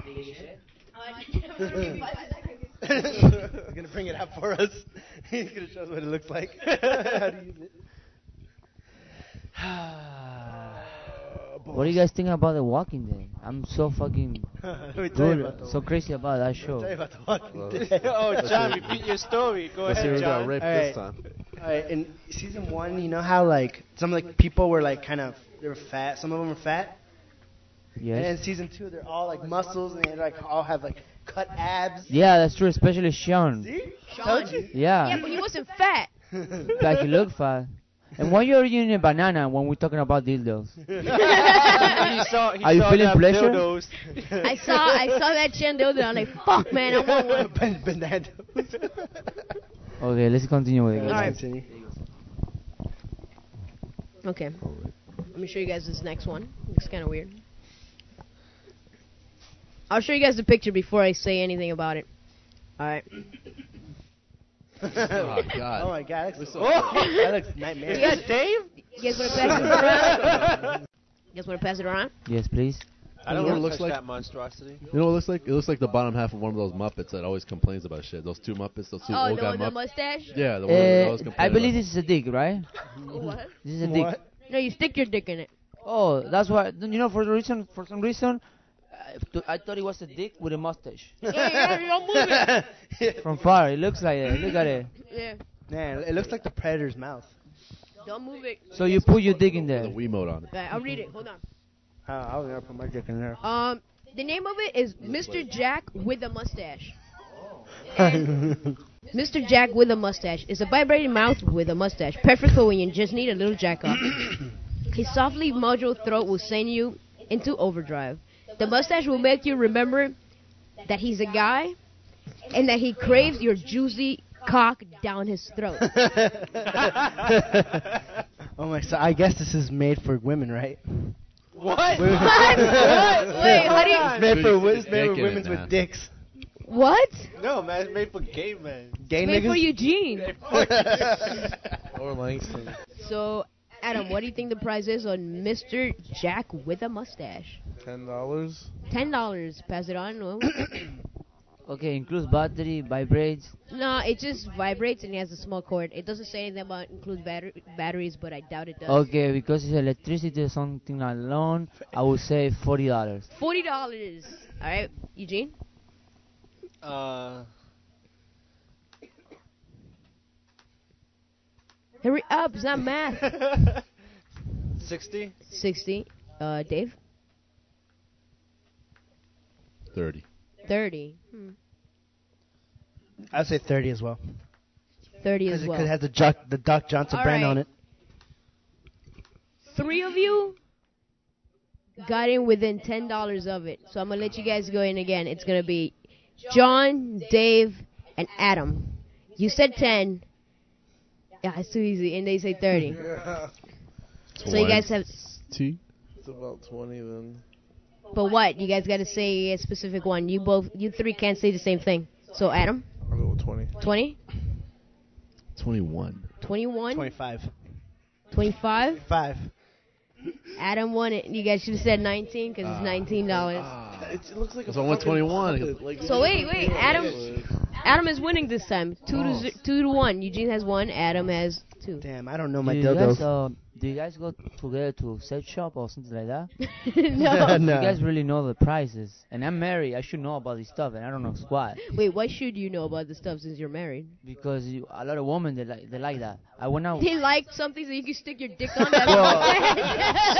Speaker 5: He's gonna bring it up for us. He's gonna show us what it looks like. How do you use it?
Speaker 9: What do you guys think about the Walking Dead? I'm so fucking
Speaker 5: Let me tell you
Speaker 9: good,
Speaker 5: about the
Speaker 9: so crazy about that
Speaker 5: Let me tell you
Speaker 9: show.
Speaker 5: about the Walking Dead.
Speaker 2: oh, John, repeat your story. Go
Speaker 6: Let's see
Speaker 2: ahead,
Speaker 6: who got
Speaker 2: John.
Speaker 6: raped
Speaker 5: Alright.
Speaker 6: this time.
Speaker 5: Alright, in season one, you know how like some like people were like kind of they were fat. Some of them were fat. And
Speaker 9: Yes.
Speaker 5: in season two, they're all like muscles and they like all have like cut abs.
Speaker 9: Yeah, that's true, especially Sean.
Speaker 5: See?
Speaker 7: Sean? Yeah,
Speaker 9: Yeah,
Speaker 7: but he wasn't fat.
Speaker 9: like he look fat. And why you're eating a banana when we're talking about dildos?
Speaker 2: he saw, he
Speaker 9: Are you
Speaker 2: saw
Speaker 9: feeling
Speaker 2: that
Speaker 9: pleasure?
Speaker 2: dildos.
Speaker 7: I saw I saw that chandelier and I'm like, fuck, man, I want one.
Speaker 5: Ben- banana.
Speaker 9: Okay, let's continue with it.
Speaker 7: Alright.
Speaker 5: Let's continue.
Speaker 7: Okay. Let me show you guys this next one. It's kind of weird. I'll show you guys the picture before I say anything about it. Alright.
Speaker 6: Oh,
Speaker 5: Oh
Speaker 6: God.
Speaker 5: my god, that looks,
Speaker 6: so
Speaker 5: that looks nightmarish.
Speaker 7: Yes, Dave? You guys want to pass it around? You guys want to pass it around?
Speaker 9: Yes, please.
Speaker 2: I
Speaker 6: You
Speaker 2: don't
Speaker 6: know
Speaker 2: want
Speaker 6: what it
Speaker 2: to
Speaker 6: looks
Speaker 2: touch
Speaker 6: like?
Speaker 2: that monstrosity.
Speaker 6: You know what it looks like? It looks like the bottom half of one of those Muppets that always complains about shit. Those two Muppets, those two
Speaker 7: Oh,
Speaker 6: old
Speaker 7: the
Speaker 6: guy
Speaker 7: one with the
Speaker 6: Muppets.
Speaker 7: mustache? Oh,
Speaker 6: Yeah, the one that
Speaker 9: Uh,
Speaker 6: always complains
Speaker 9: I believe
Speaker 6: about
Speaker 9: this is a dick, right?
Speaker 7: What?
Speaker 9: This is a dick.
Speaker 5: What?
Speaker 7: No, you stick your dick in it.
Speaker 9: Oh, that's why. You know, for the reason, for some reason, I th- I thought it was a dick with a mustache.
Speaker 7: yeah, yeah, you don't move it.
Speaker 9: From far, it looks like it. Look at it.
Speaker 7: Yeah,
Speaker 5: Man, it looks like the predator's mouth.
Speaker 7: don't move it.
Speaker 9: So you put your dick in there.
Speaker 6: The Wiimote on it.
Speaker 7: Alright, I'll read it. Hold on.
Speaker 5: Oh, I was gonna put my dick in there.
Speaker 7: Um, the name of it is Mr. Jack with a mustache. And Mr. Jack with a mustache is a vibrating mouth with a mustache, perfect for when you just need a little jack off. His softly moduled throat will send you into overdrive. The mustache will make you remember that he's a guy and that he craves your juicy cock down his throat.
Speaker 5: oh my, so I guess this is made for women, right?
Speaker 2: What?
Speaker 7: What? Wait, how do you?
Speaker 5: It's made for,
Speaker 6: Please,
Speaker 5: wo-
Speaker 6: it's
Speaker 5: it's made
Speaker 6: dick
Speaker 5: for
Speaker 6: in it,
Speaker 5: women
Speaker 6: man.
Speaker 5: with dicks.
Speaker 7: What?
Speaker 2: No, man, it's made for gay men.
Speaker 5: Gay
Speaker 7: Made
Speaker 5: niggas?
Speaker 7: for Eugene.
Speaker 8: Or Langston.
Speaker 7: So, Adam, what do you think the prize is on Mr. Jack with a mustache?
Speaker 8: Ten dollars.
Speaker 7: Ten dollars. Pass it on. No,
Speaker 9: Okay, includes battery, vibrates.
Speaker 7: no, it just vibrates and it has a small cord. It doesn't say anything about includes batter- batteries, but I doubt it does.
Speaker 9: Okay, because it's electricity or something alone, I would say forty dollars.
Speaker 7: Forty dollars. All right, Eugene.
Speaker 2: Uh,
Speaker 7: Hurry up! It's not math.
Speaker 5: Uh,
Speaker 2: 60?
Speaker 7: Sixty. Uh, Dave.
Speaker 6: 30.
Speaker 7: Thirty.
Speaker 5: I'd say 30 as well.
Speaker 7: Thirty
Speaker 5: Because
Speaker 7: as
Speaker 5: it
Speaker 7: well.
Speaker 5: could have the, Jock, the Doc Johnson
Speaker 7: All
Speaker 5: brand
Speaker 7: right.
Speaker 5: on it.
Speaker 7: Three of you got in within ten dollars of it. So I'm gonna let you guys go in again. It's gonna be John, Dave, and Adam. You said ten. Yeah, it's too easy, and they say thirty. So you guys have,
Speaker 6: 20.
Speaker 8: It's about twenty then.
Speaker 7: but what? You guys gotta say a specific one. You both, you three can't say the same thing. So Adam,
Speaker 8: I'll go with twenty.
Speaker 7: 20,
Speaker 6: 21.
Speaker 7: 21,
Speaker 5: 25.
Speaker 7: 25.
Speaker 5: 5.
Speaker 7: Adam won it. You guys should have said 19 because it's nineteen
Speaker 8: Uh.
Speaker 7: dollars.
Speaker 8: It's, it looks like
Speaker 6: Ah. It's
Speaker 8: a
Speaker 6: on
Speaker 8: fucking
Speaker 6: 121.
Speaker 8: puppet, Like
Speaker 7: So wait, wait, Adam. Adam is winning this time. Two to
Speaker 6: Oh.
Speaker 7: z- two to one. Eugene has one. Adam has too.
Speaker 5: Damn, I don't know Oh my
Speaker 9: do You
Speaker 5: dildos.
Speaker 9: guys, uh, do you guys go together to a sex shop or something like that?
Speaker 7: no.
Speaker 5: No.
Speaker 9: You guys really know the prices. And I'm married. I should know about this stuff, and I don't know squat
Speaker 7: Wait, why should you know about this stuff since you're married?
Speaker 9: because you, a lot of women they like they like that. I went out.
Speaker 7: They like something so you can stick your dick on
Speaker 9: Oh. Well-
Speaker 7: that.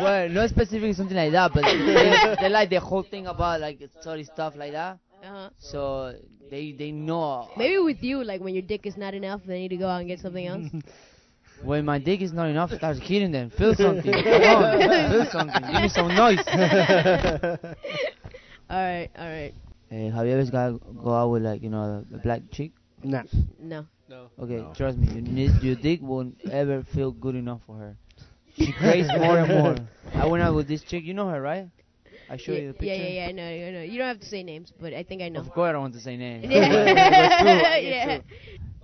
Speaker 9: well, not specifically something like that, but they, they like the whole thing about like sorry stuff like that.
Speaker 7: uh-huh.
Speaker 9: So they they know
Speaker 7: Maybe with you, like when your dick is not enough, they need to go out and get something else.
Speaker 9: when my dick is not enough, I was kidding them. Feel something. Come on, feel something. Give me some noise.
Speaker 7: all right, all right.
Speaker 9: Hey, have you ever got go out with like you know a black chick?
Speaker 5: nah.
Speaker 7: No.
Speaker 9: Okay, trust me, you need, your dick won't ever feel good enough for her. She craves more and more. I went out with this chick. You know her, right? I showed
Speaker 7: yeah,
Speaker 9: you the picture. Oh,
Speaker 7: Yeah, yeah, yeah. No, no, no. You don't have to say names, but I think I know.
Speaker 9: Of course, I don't want to say names.
Speaker 7: yeah. yeah.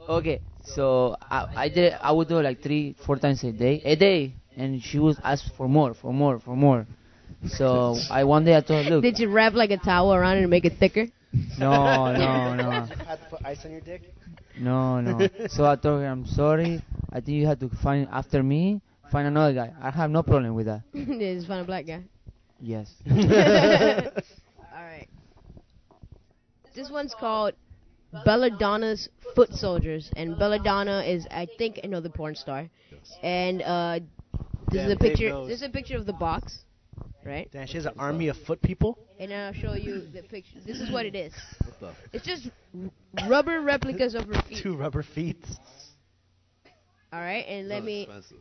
Speaker 9: Okay, so I, I did I would do it like three, four times a day, a day, and she was asked for more, for more, for more. So I one day I told her, look,
Speaker 7: Did you wrap like a towel around it and make it thicker?
Speaker 9: no, no, no,
Speaker 5: Had to put ice on your dick?
Speaker 9: no, no. So I told her, I'm sorry. I think you had to find after me, find another guy. I have no problem with that.
Speaker 7: Just find a black guy.
Speaker 9: Yes.
Speaker 7: All right. This one's called Belladonna's Foot Soldiers, and Belladonna is, I think, another porn star. And uh, this
Speaker 2: Damn,
Speaker 7: is a
Speaker 2: Dave
Speaker 7: picture.
Speaker 2: knows.
Speaker 7: This is a picture of the box, right?
Speaker 5: Damn, she has an army of foot people?
Speaker 7: And I'll show you the picture. This is what it is.
Speaker 6: What the?
Speaker 7: It's just r- rubber replicas of her feet.
Speaker 5: Two rubber feet.
Speaker 7: All right, and let
Speaker 6: Not
Speaker 7: me.
Speaker 6: expensive.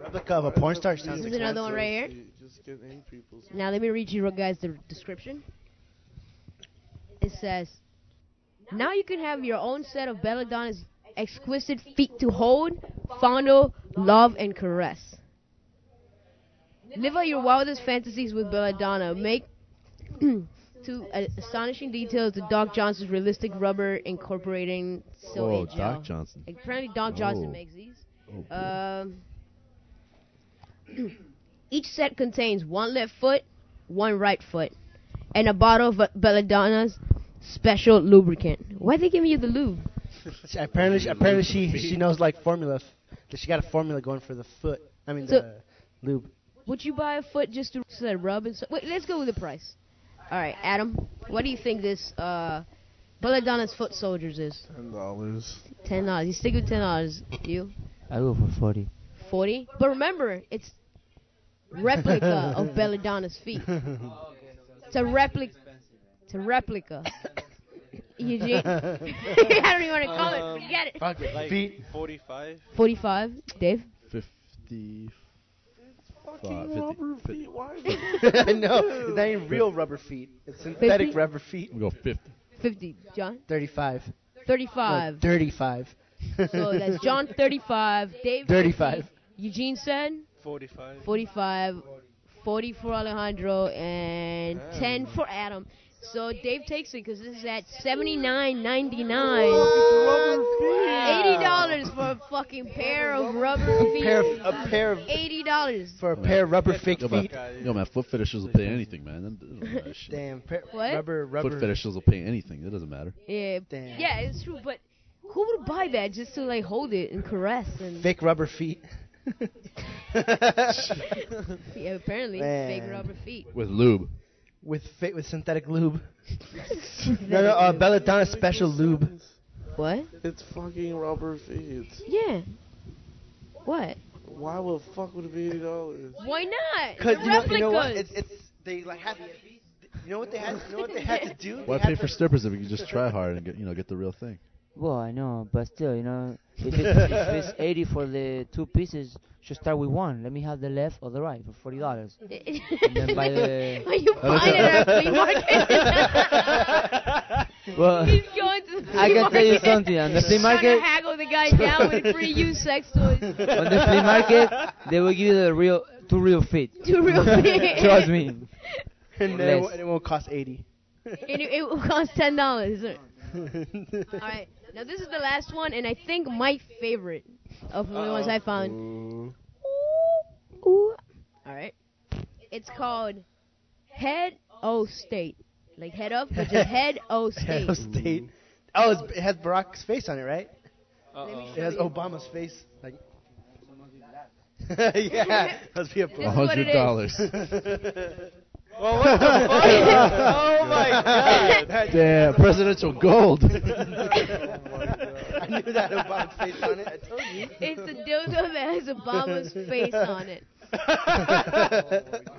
Speaker 5: Replica of a porn star sounds
Speaker 7: This
Speaker 5: like
Speaker 7: is another one right here.
Speaker 8: You just get eight people's-
Speaker 7: Now let me read you guys the description. It says, "Now you can have your own set of Belladonna's exquisite feet to hold, fondle, love, and caress. Live out your wildest fantasies with Belladonna. Make to uh, astonishing details the Doc Johnson's realistic rubber incorporating
Speaker 6: Oh,
Speaker 7: silk and gel.
Speaker 6: Doc Johnson.
Speaker 7: Apparently, Don Johnson
Speaker 6: Oh.
Speaker 7: makes these. Um, each set contains one left foot, one right foot, and a bottle of Belladonna's special lubricant. Why they giving you the lube?
Speaker 5: She- apparently, she, apparently she she knows like formula. f- that She got a formula going for the foot. I mean
Speaker 7: So-
Speaker 5: the lube.
Speaker 7: Would you buy a foot just to so that rub and so? Wait, let's go with the price. All right, Adam, what do you think this uh, Belladonna's foot soldiers is?
Speaker 8: Ten dollars.
Speaker 7: Ten dollars. You stick with ten dollars. You
Speaker 9: I go for forty.
Speaker 7: forty. But remember, it's replica of Belladonna's feet.
Speaker 5: Oh,
Speaker 7: It's a replica. It's a replica. Eugene, I don't even want to call
Speaker 2: Um,
Speaker 7: it. Forget it.
Speaker 5: Fuck it.
Speaker 2: Like
Speaker 5: feet.
Speaker 2: 45.
Speaker 7: Forty-five, Dave.
Speaker 6: 50.
Speaker 8: Fucking
Speaker 6: fifty-
Speaker 8: rubber
Speaker 6: fifty.
Speaker 8: feet. Why? is it-
Speaker 5: I know. It's not even real rubber feet. It's synthetic
Speaker 7: Fifty?
Speaker 5: rubber feet.
Speaker 6: We go 50.
Speaker 7: Fifty, John.
Speaker 5: Thirty-five. No,
Speaker 7: Thirty-five.
Speaker 5: Thirty-five.
Speaker 7: So that's John. Thirty-five. Dave. 50.
Speaker 5: Thirty-five.
Speaker 7: Eugene said
Speaker 2: 45.
Speaker 7: forty-five. Forty for Alejandro and ten for Adam. So Dave takes it because this is at seventy-nine
Speaker 5: Oh,
Speaker 7: ninety-nine. Eighty dollars for a fucking pair of rubber feet.
Speaker 5: Pair of, a pair of
Speaker 7: Eighty dollars.
Speaker 5: for a pair of rubber fake
Speaker 6: Yo, man,
Speaker 5: feet.
Speaker 6: yo, man, foot fetishes will pay anything, man. That doesn't matter shit.
Speaker 5: Damn. Pair,
Speaker 7: What?
Speaker 5: Rubber rubber.
Speaker 6: Foot fetishes will pay anything. That doesn't matter.
Speaker 7: Yeah,
Speaker 5: Damn.
Speaker 7: yeah, it's true. But who would buy that just to like hold it and caress and
Speaker 5: Fake rubber feet.
Speaker 7: yeah, apparently
Speaker 5: Man.
Speaker 7: fake rubber feet?
Speaker 6: With lube.
Speaker 5: with fit with synthetic lube. no, no, uh, Belladonna special lube.
Speaker 7: What?
Speaker 8: It's fucking rubber feet.
Speaker 7: Yeah. What?
Speaker 8: Why would fuck would it be eighty dollars?
Speaker 7: Why not?
Speaker 5: Cause
Speaker 7: They're
Speaker 5: you know, you know what? It's,
Speaker 7: replicas.
Speaker 5: it's they like have. You know what they had? You know what they had to do?
Speaker 6: Why
Speaker 5: They had
Speaker 6: pay
Speaker 5: to-
Speaker 6: for strippers if we can just try hard and get you know get the real thing?
Speaker 9: Well, I know, but still, you know, if it's, if it's 80 for the two pieces, just start with one. Let me have the left or the right for forty dollars. And then buy the
Speaker 7: Are you buying it at a flea market?
Speaker 9: well.
Speaker 7: He's going to the flea
Speaker 9: I can
Speaker 7: market.
Speaker 9: tell you something. On the flea
Speaker 7: Trying
Speaker 9: market,
Speaker 7: to haggle the guy down with free used sex toys.
Speaker 9: on the flea market, they will give you the real two real feet.
Speaker 7: Two real big.
Speaker 9: Trust me.
Speaker 5: and then it,
Speaker 9: less.
Speaker 5: won't, it won't cost eighty.
Speaker 7: And it, it will cost ten dollars. All right. Now this is the last one, and I think my favorite of the ones I found.
Speaker 8: Ooh.
Speaker 7: Ooh. All right. It's called Head O State, like head of, but just Head O State.
Speaker 5: Head of state. Oh, it's, it has Barack's face on it, right? It has Obama's face. Like.
Speaker 7: This
Speaker 5: yeah, must be a
Speaker 7: is
Speaker 5: problem.
Speaker 7: what it is.
Speaker 2: Well, what the fuck? oh my god.
Speaker 6: Damn, presidential gold.
Speaker 5: I knew that Obama's face on it. I told you.
Speaker 7: It's the dildo that has Obama's face on it.
Speaker 6: A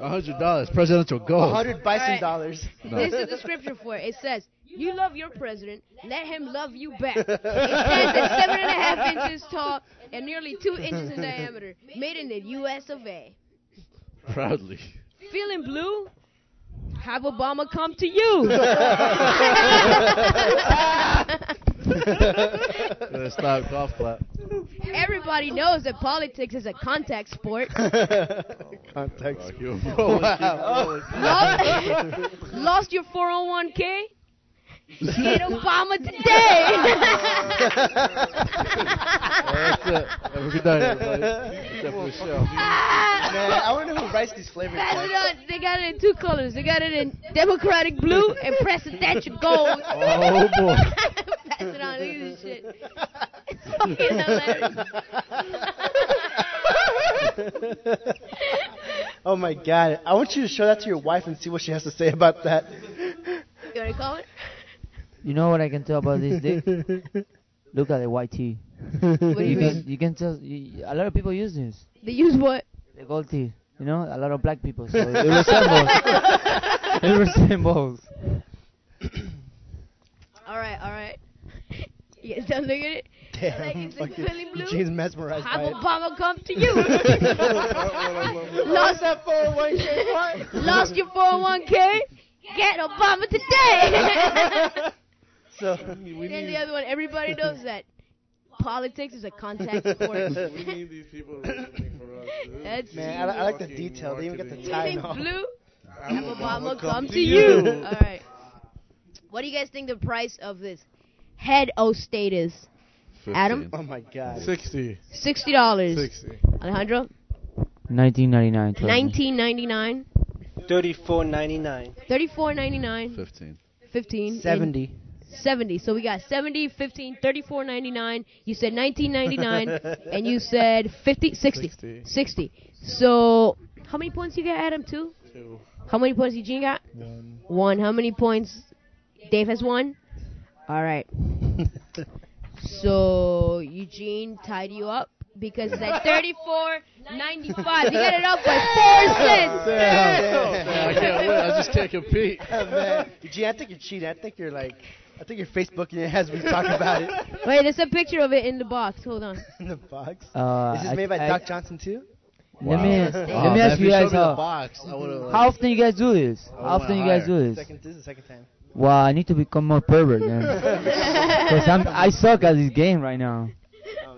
Speaker 6: hundred dollars, presidential gold.
Speaker 5: 100 bison
Speaker 7: Alright.
Speaker 5: dollars.
Speaker 6: No.
Speaker 7: This is the scripture for it. It says, "You love your president. Let him love you back." It stands at seven and a half inches tall and nearly two inches in diameter, made in the U.S. of A.
Speaker 6: Proudly.
Speaker 7: Feeling blue? Have Obama come to you.
Speaker 6: Gonna stop golf clap.
Speaker 7: Everybody knows that politics is a contact sport.
Speaker 5: Context.
Speaker 6: Fuck you. wow.
Speaker 7: Lo- Lost your 401k? Get Obama today.
Speaker 6: That's it. Have a good night, everybody. Except for Michelle.
Speaker 5: Man, I wonder who writes these flavor
Speaker 7: That's
Speaker 5: text.
Speaker 7: not- they got it in two colors. They got it in democratic blue and presidential gold.
Speaker 6: Oh, boy.
Speaker 7: Pass it on. Look at this shit. It's fucking hilarious.
Speaker 5: Oh my god. I want you to show that to your wife and see what she has to say about that.
Speaker 7: You wanna call it?
Speaker 9: You know what I can tell about this dick? Look at the white tee.
Speaker 7: What do you
Speaker 9: Because
Speaker 7: mean?
Speaker 9: You can tell. You, a lot of people use this.
Speaker 7: They use what?
Speaker 9: The gold tee. You know, a lot of black people. So it resembles. it resembles.
Speaker 7: All right, all right. You guys done looking at it? Like
Speaker 5: Damn.
Speaker 7: it's like
Speaker 5: fucking
Speaker 7: feeling blue?
Speaker 5: Eugene's mesmerized
Speaker 7: Have
Speaker 5: by it.
Speaker 7: Obama come to you. Lost that 401k Lost your 401k. Get Obama today.
Speaker 5: So,
Speaker 7: then the other one, everybody knows that politics is a contact sport.
Speaker 8: We need these people to write something for us. dude.
Speaker 7: That's
Speaker 5: man, I, I like the
Speaker 8: Fucking
Speaker 5: detail. They even got the
Speaker 8: marketing.
Speaker 7: you
Speaker 5: tie
Speaker 7: think
Speaker 5: and all.
Speaker 7: blue?
Speaker 8: Have
Speaker 7: Have Obama come to
Speaker 8: you.
Speaker 7: you. All right. What do you guys think the price of this head o status? Adam?
Speaker 5: Oh my god.
Speaker 8: 60.
Speaker 7: Sixty dollars.
Speaker 8: 60.
Speaker 7: Alejandro,
Speaker 9: 1999. trust me.
Speaker 7: nineteen ninety nine.
Speaker 2: Thirty-four ninety-nine.
Speaker 7: Thirty-four ninety-nine,
Speaker 6: Fifteen.
Speaker 7: 15 and
Speaker 5: 70.
Speaker 7: 70. So we got 70, 15, 34, 99. You said 1999, and you said 50, 60,
Speaker 8: 60.
Speaker 7: 60. So how many points you got, Adam? Two.
Speaker 8: Two.
Speaker 7: How many points Eugene got?
Speaker 8: One.
Speaker 7: One. How many points Dave has one? All right. So Eugene tied you up because it's at 34, 95. You got it up by four cents.
Speaker 6: Damn. Damn, I can't win. I just can't compete.
Speaker 5: Oh, man. Eugene, I think you're cheating. I think you're like, I think you're Facebooking it as we talk about it
Speaker 7: Wait, there's a picture of it in the box. Hold on.
Speaker 5: in the box.
Speaker 9: Uh,
Speaker 5: Is this
Speaker 9: I-
Speaker 5: made by
Speaker 9: I-
Speaker 5: Doc Johnson too?
Speaker 9: Let me,
Speaker 7: Wow.
Speaker 9: let
Speaker 6: Wow,
Speaker 9: me
Speaker 6: man,
Speaker 9: ask
Speaker 6: if
Speaker 9: you
Speaker 6: showed
Speaker 9: guys
Speaker 6: me the
Speaker 9: how,
Speaker 6: box, I would've, like,
Speaker 9: how often you guys do this?
Speaker 6: I
Speaker 9: How
Speaker 6: went
Speaker 9: often you guys
Speaker 6: higher.
Speaker 9: do this?
Speaker 5: Second, this is the second time.
Speaker 9: Wow, I need to become more pervert then. Cause I'm I suck at this game right now.
Speaker 5: Oh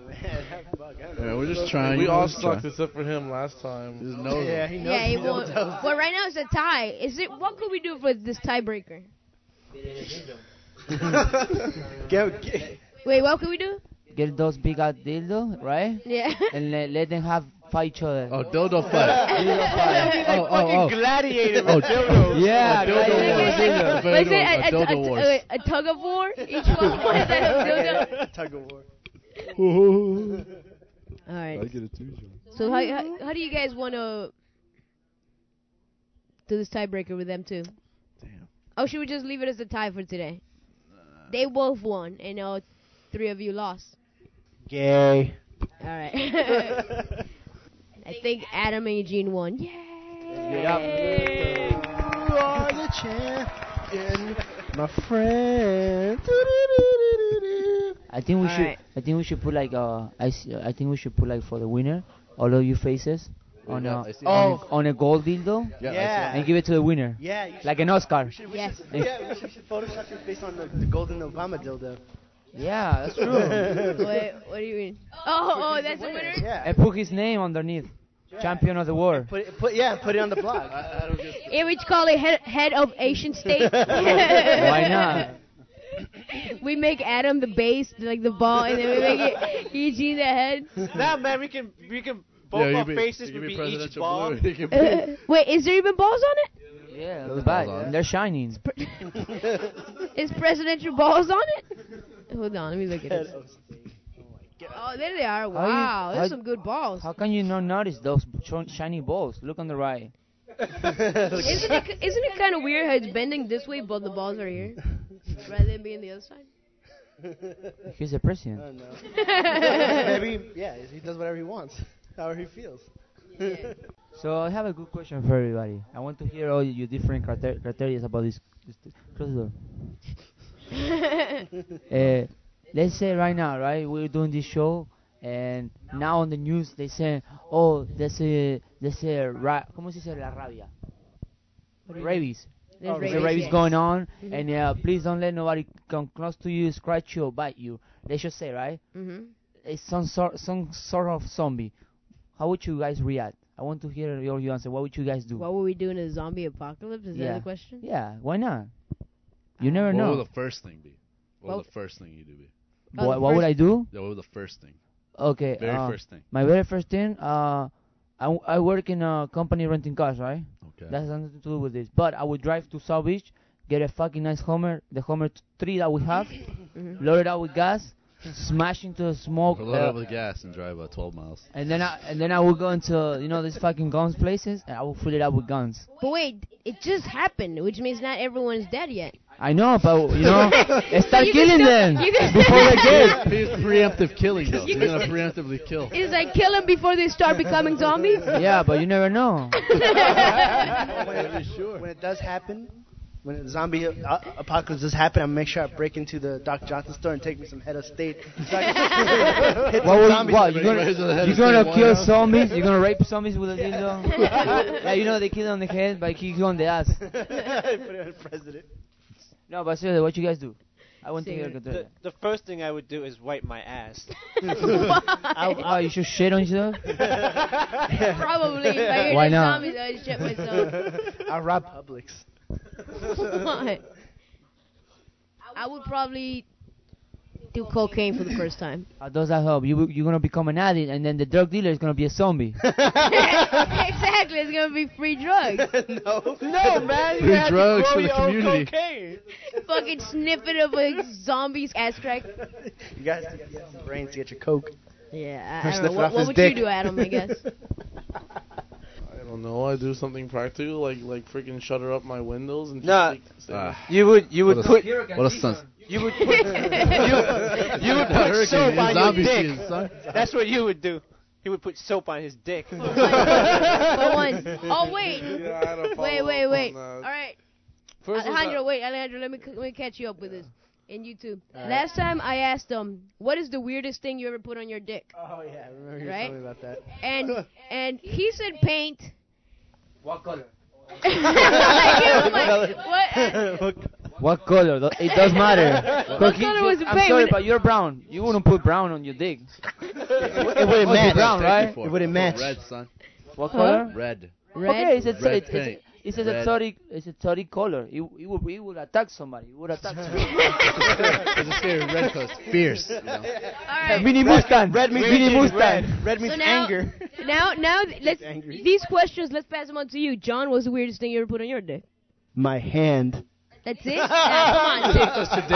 Speaker 5: man, that bug. I don't
Speaker 6: Yeah,
Speaker 5: know.
Speaker 6: we're just trying.
Speaker 8: We all
Speaker 6: Just trying.
Speaker 8: sucked except for him last time.
Speaker 6: Just know
Speaker 5: Yeah,
Speaker 6: yeah.
Speaker 5: he knows.
Speaker 7: Yeah,
Speaker 5: he
Speaker 7: it won't.
Speaker 5: knows.
Speaker 7: Well, right now it's a tie. Is it? What could we do for this tiebreaker?
Speaker 5: Go, get,
Speaker 7: Wait, what could we do?
Speaker 9: Get those big ass dildo, right?
Speaker 7: Yeah.
Speaker 9: And let, let them have fight each other.
Speaker 6: Oh, dildo fight.
Speaker 9: Dildo fight.
Speaker 6: Oh, oh, oh.
Speaker 1: Gladiator.
Speaker 6: Oh,
Speaker 9: Yeah,
Speaker 6: dildo
Speaker 9: guys, dildo, dildo.
Speaker 6: war. Very
Speaker 7: Was it
Speaker 6: good.
Speaker 7: a, a,
Speaker 6: A dildo
Speaker 7: a-
Speaker 6: wars.
Speaker 7: a- a tug of war? Each one wanted to have dildo.
Speaker 5: tug of war.
Speaker 7: All right. So how, how how do you guys want to do this tiebreaker with them too?
Speaker 6: Damn.
Speaker 7: Oh, should we just leave it as a tie for today? They both won, and all three of you lost.
Speaker 5: Gay.
Speaker 7: All right. I think Adam and Eugene won. Yay!
Speaker 5: You are the champion, my friend.
Speaker 9: I think we should
Speaker 7: Alright.
Speaker 9: I think we should put like uh I, s- I think we should put like for the winner all of you faces on
Speaker 6: Yeah,
Speaker 9: a,
Speaker 6: I see.
Speaker 9: on, a, on a gold dildo
Speaker 6: Yeah,
Speaker 5: Yeah.
Speaker 9: and give it to the winner
Speaker 5: Yeah, you should,
Speaker 9: like an Oscar.
Speaker 5: we should, we
Speaker 7: Yes.
Speaker 5: should, yeah, we should, we should Photoshop your face on the, the golden Obama dildo.
Speaker 9: Yeah, that's true.
Speaker 7: Wait, what do you mean? Oh, oh, that's the winner.
Speaker 5: Yeah.
Speaker 9: and put his name underneath. Champion of the war.
Speaker 5: Put it, put yeah, put it on the blog.
Speaker 7: In which call it head, head of Asian state.
Speaker 9: Why not?
Speaker 7: We make Adam the base, like the ball, and then we make it Eugene the head.
Speaker 2: Now, man, we can we can both
Speaker 6: you
Speaker 2: our
Speaker 6: be-
Speaker 2: faces
Speaker 6: you
Speaker 2: would be
Speaker 6: be
Speaker 2: each
Speaker 6: presidential
Speaker 2: ball.
Speaker 6: blue. You can be-
Speaker 7: Wait, is there even balls on it?
Speaker 9: Yeah, those bad.
Speaker 6: balls on.
Speaker 9: And They're shining.
Speaker 7: Is presidential balls on it? Hold on, let me look at it. Oh, there they are.
Speaker 9: How you-
Speaker 7: Wow,
Speaker 9: how-
Speaker 7: there's some good balls.
Speaker 9: How can you not notice those b- shon- shiny balls? Look on the right.
Speaker 7: Isn't it, isn't it kind of weird how it's bending this way, but the balls are here, rather than being the other side?
Speaker 9: He's the
Speaker 5: I
Speaker 9: president.
Speaker 5: don't know. Maybe, yeah, he does whatever he wants, however he feels.
Speaker 9: So I have a good question for everybody. I want to hear all your different criter- criteria about this. this t- close the door. Uh, let's say right now, right, we're doing this show, and now on the news they say, oh, there's a, there's a, ra- ¿cómo se dice la rabia? Rabies. There's
Speaker 7: There's rabies,
Speaker 9: a Oh, rabies
Speaker 7: yes. Mm-hmm.
Speaker 9: going on, and uh, please don't let nobody come close to you, scratch you, or bite you. They should say, right?
Speaker 7: Mhm.
Speaker 9: It's some sort, some sort of zombie. How would you guys react? I want to hear your, your answer. What would you guys do?
Speaker 7: What would we do in a zombie apocalypse? Is that
Speaker 9: Yeah.
Speaker 7: the question?
Speaker 9: yeah, why not? You never
Speaker 6: Uh, What
Speaker 9: know.
Speaker 6: would the first thing be? What
Speaker 7: Well-
Speaker 6: would the first thing you do be?
Speaker 7: Oh,
Speaker 9: what
Speaker 7: the
Speaker 9: what would
Speaker 7: first-
Speaker 9: I do?
Speaker 6: Yeah, what would the first thing?
Speaker 9: Okay.
Speaker 6: Very
Speaker 9: uh,
Speaker 6: first thing.
Speaker 9: My very first thing, uh, I, w- I work in a company renting cars, right?
Speaker 6: Okay.
Speaker 9: That has nothing to do with this. But I would drive to South Beach, get a fucking nice Homer, the Homer t- 3 that we have,
Speaker 7: Mm-hmm.
Speaker 9: load it up with gas, smash into the smoke,
Speaker 6: Load
Speaker 9: uh,
Speaker 6: up with gas and drive about 12 miles.
Speaker 9: and then I and then I would go into you know these fucking guns places, and I would fill it up with guns.
Speaker 7: But wait, it just happened, which means not everyone's dead yet.
Speaker 9: I know, but you know, start
Speaker 7: You can
Speaker 9: killing
Speaker 7: still-
Speaker 9: them
Speaker 7: you can
Speaker 9: before they get.
Speaker 6: He's preemptive killing, though. He's gonna preemptively kill.
Speaker 7: It's like kill them before they start becoming zombies.
Speaker 9: Yeah, but you never know.
Speaker 5: when, it, when it does happen, when a zombie uh, apocalypse does happen, I'm gonna make sure I break into the Doc Johnson store and take me some head of state. So I can hit
Speaker 9: What
Speaker 5: some
Speaker 9: would
Speaker 5: zombies.
Speaker 9: what you gonna
Speaker 6: Raise the head
Speaker 9: you
Speaker 6: of state
Speaker 9: gonna
Speaker 6: one
Speaker 9: kill
Speaker 6: out.
Speaker 9: zombies? You gonna rape zombies with a dildo? yeah, you know they kill on the head, but kick on the ass.
Speaker 5: Put it on president.
Speaker 9: No, but seriously, what you guys do? I want to hear
Speaker 7: Seriously.
Speaker 9: the.
Speaker 2: The, the first thing I would do is wipe my ass.
Speaker 9: Oh, you should shit on yourself.
Speaker 7: Probably. If I hear
Speaker 9: Why
Speaker 7: there's
Speaker 9: not?
Speaker 7: Zombies, I would shit myself.
Speaker 5: I rob Publix.
Speaker 7: Why? I would probably do cocaine for the first time.
Speaker 9: How does that help? You you're gonna become an addict, and then the drug dealer is gonna be a zombie.
Speaker 7: exactly. It's gonna be free drugs.
Speaker 2: no, man.
Speaker 6: Free drugs for the community.
Speaker 2: Cocaine.
Speaker 7: Fucking snippet of a zombie's ass crack.
Speaker 5: You guys need to get some brains to get your coke.
Speaker 7: Yeah.
Speaker 5: Or
Speaker 7: I, I don't know.
Speaker 5: sniff it
Speaker 7: What,
Speaker 5: off
Speaker 7: what
Speaker 5: his
Speaker 7: would you
Speaker 5: dick.
Speaker 7: do, Adam? I guess.
Speaker 8: I don't know. I do something practical, like like freaking shutter up my windows and
Speaker 2: Nah.
Speaker 8: just, like, stay-
Speaker 6: Ah,
Speaker 2: You would you would
Speaker 6: What a-
Speaker 2: put
Speaker 6: what a stunt.
Speaker 2: you would put you, you would put soap
Speaker 6: Hurricane,
Speaker 2: on
Speaker 6: zombie
Speaker 2: your dick.
Speaker 6: season, son.
Speaker 2: That's what you would do. He would put soap on his dick.
Speaker 7: But once. Oh wait.
Speaker 8: Yeah, I had a
Speaker 7: Wait,
Speaker 8: follow-up
Speaker 7: wait,
Speaker 8: on
Speaker 7: wait.
Speaker 8: that.
Speaker 7: All right.
Speaker 8: First was
Speaker 7: Alejandro,
Speaker 8: that-
Speaker 7: wait, Alejandro, let me c- let me catch you up with this in YouTube. Last time I asked them, what is the weirdest thing you ever put on your dick?
Speaker 5: Oh yeah, I remember you
Speaker 7: Right?
Speaker 5: telling me about that.
Speaker 7: And and he said paint.
Speaker 9: What color?
Speaker 7: Like, he was like, what?
Speaker 9: What color? Tho- It does matter. 'Cause
Speaker 7: What
Speaker 9: he-
Speaker 7: color
Speaker 9: he-
Speaker 7: was the
Speaker 9: I'm
Speaker 7: paint?
Speaker 9: sorry,
Speaker 7: We-
Speaker 9: but you're brown. You wouldn't put brown on your dick.
Speaker 5: It wouldn't
Speaker 9: Must be
Speaker 5: matter.
Speaker 9: brown, right?
Speaker 6: It
Speaker 5: wouldn't match.
Speaker 6: Red, son.
Speaker 9: What color?
Speaker 6: Red.
Speaker 9: Okay,
Speaker 7: Red.
Speaker 9: it's a,
Speaker 6: Red
Speaker 9: it's, it's,
Speaker 6: paint.
Speaker 9: it's, it's
Speaker 6: Red.
Speaker 9: a exotic, it's a exotic color. It, it would it would attack somebody. It would attack somebody.
Speaker 6: It's a scary red color. It's fierce. You know?
Speaker 7: All right.
Speaker 9: Mini Mustang. Red
Speaker 5: means
Speaker 9: Mini Mustang.
Speaker 5: Red means
Speaker 7: So now-
Speaker 5: anger.
Speaker 7: Now now th- let's
Speaker 5: angry.
Speaker 7: these questions. Let's pass them on to you. John, what's the weirdest thing you ever put on your dick?
Speaker 5: My hand.
Speaker 7: That's it. Nah, come on.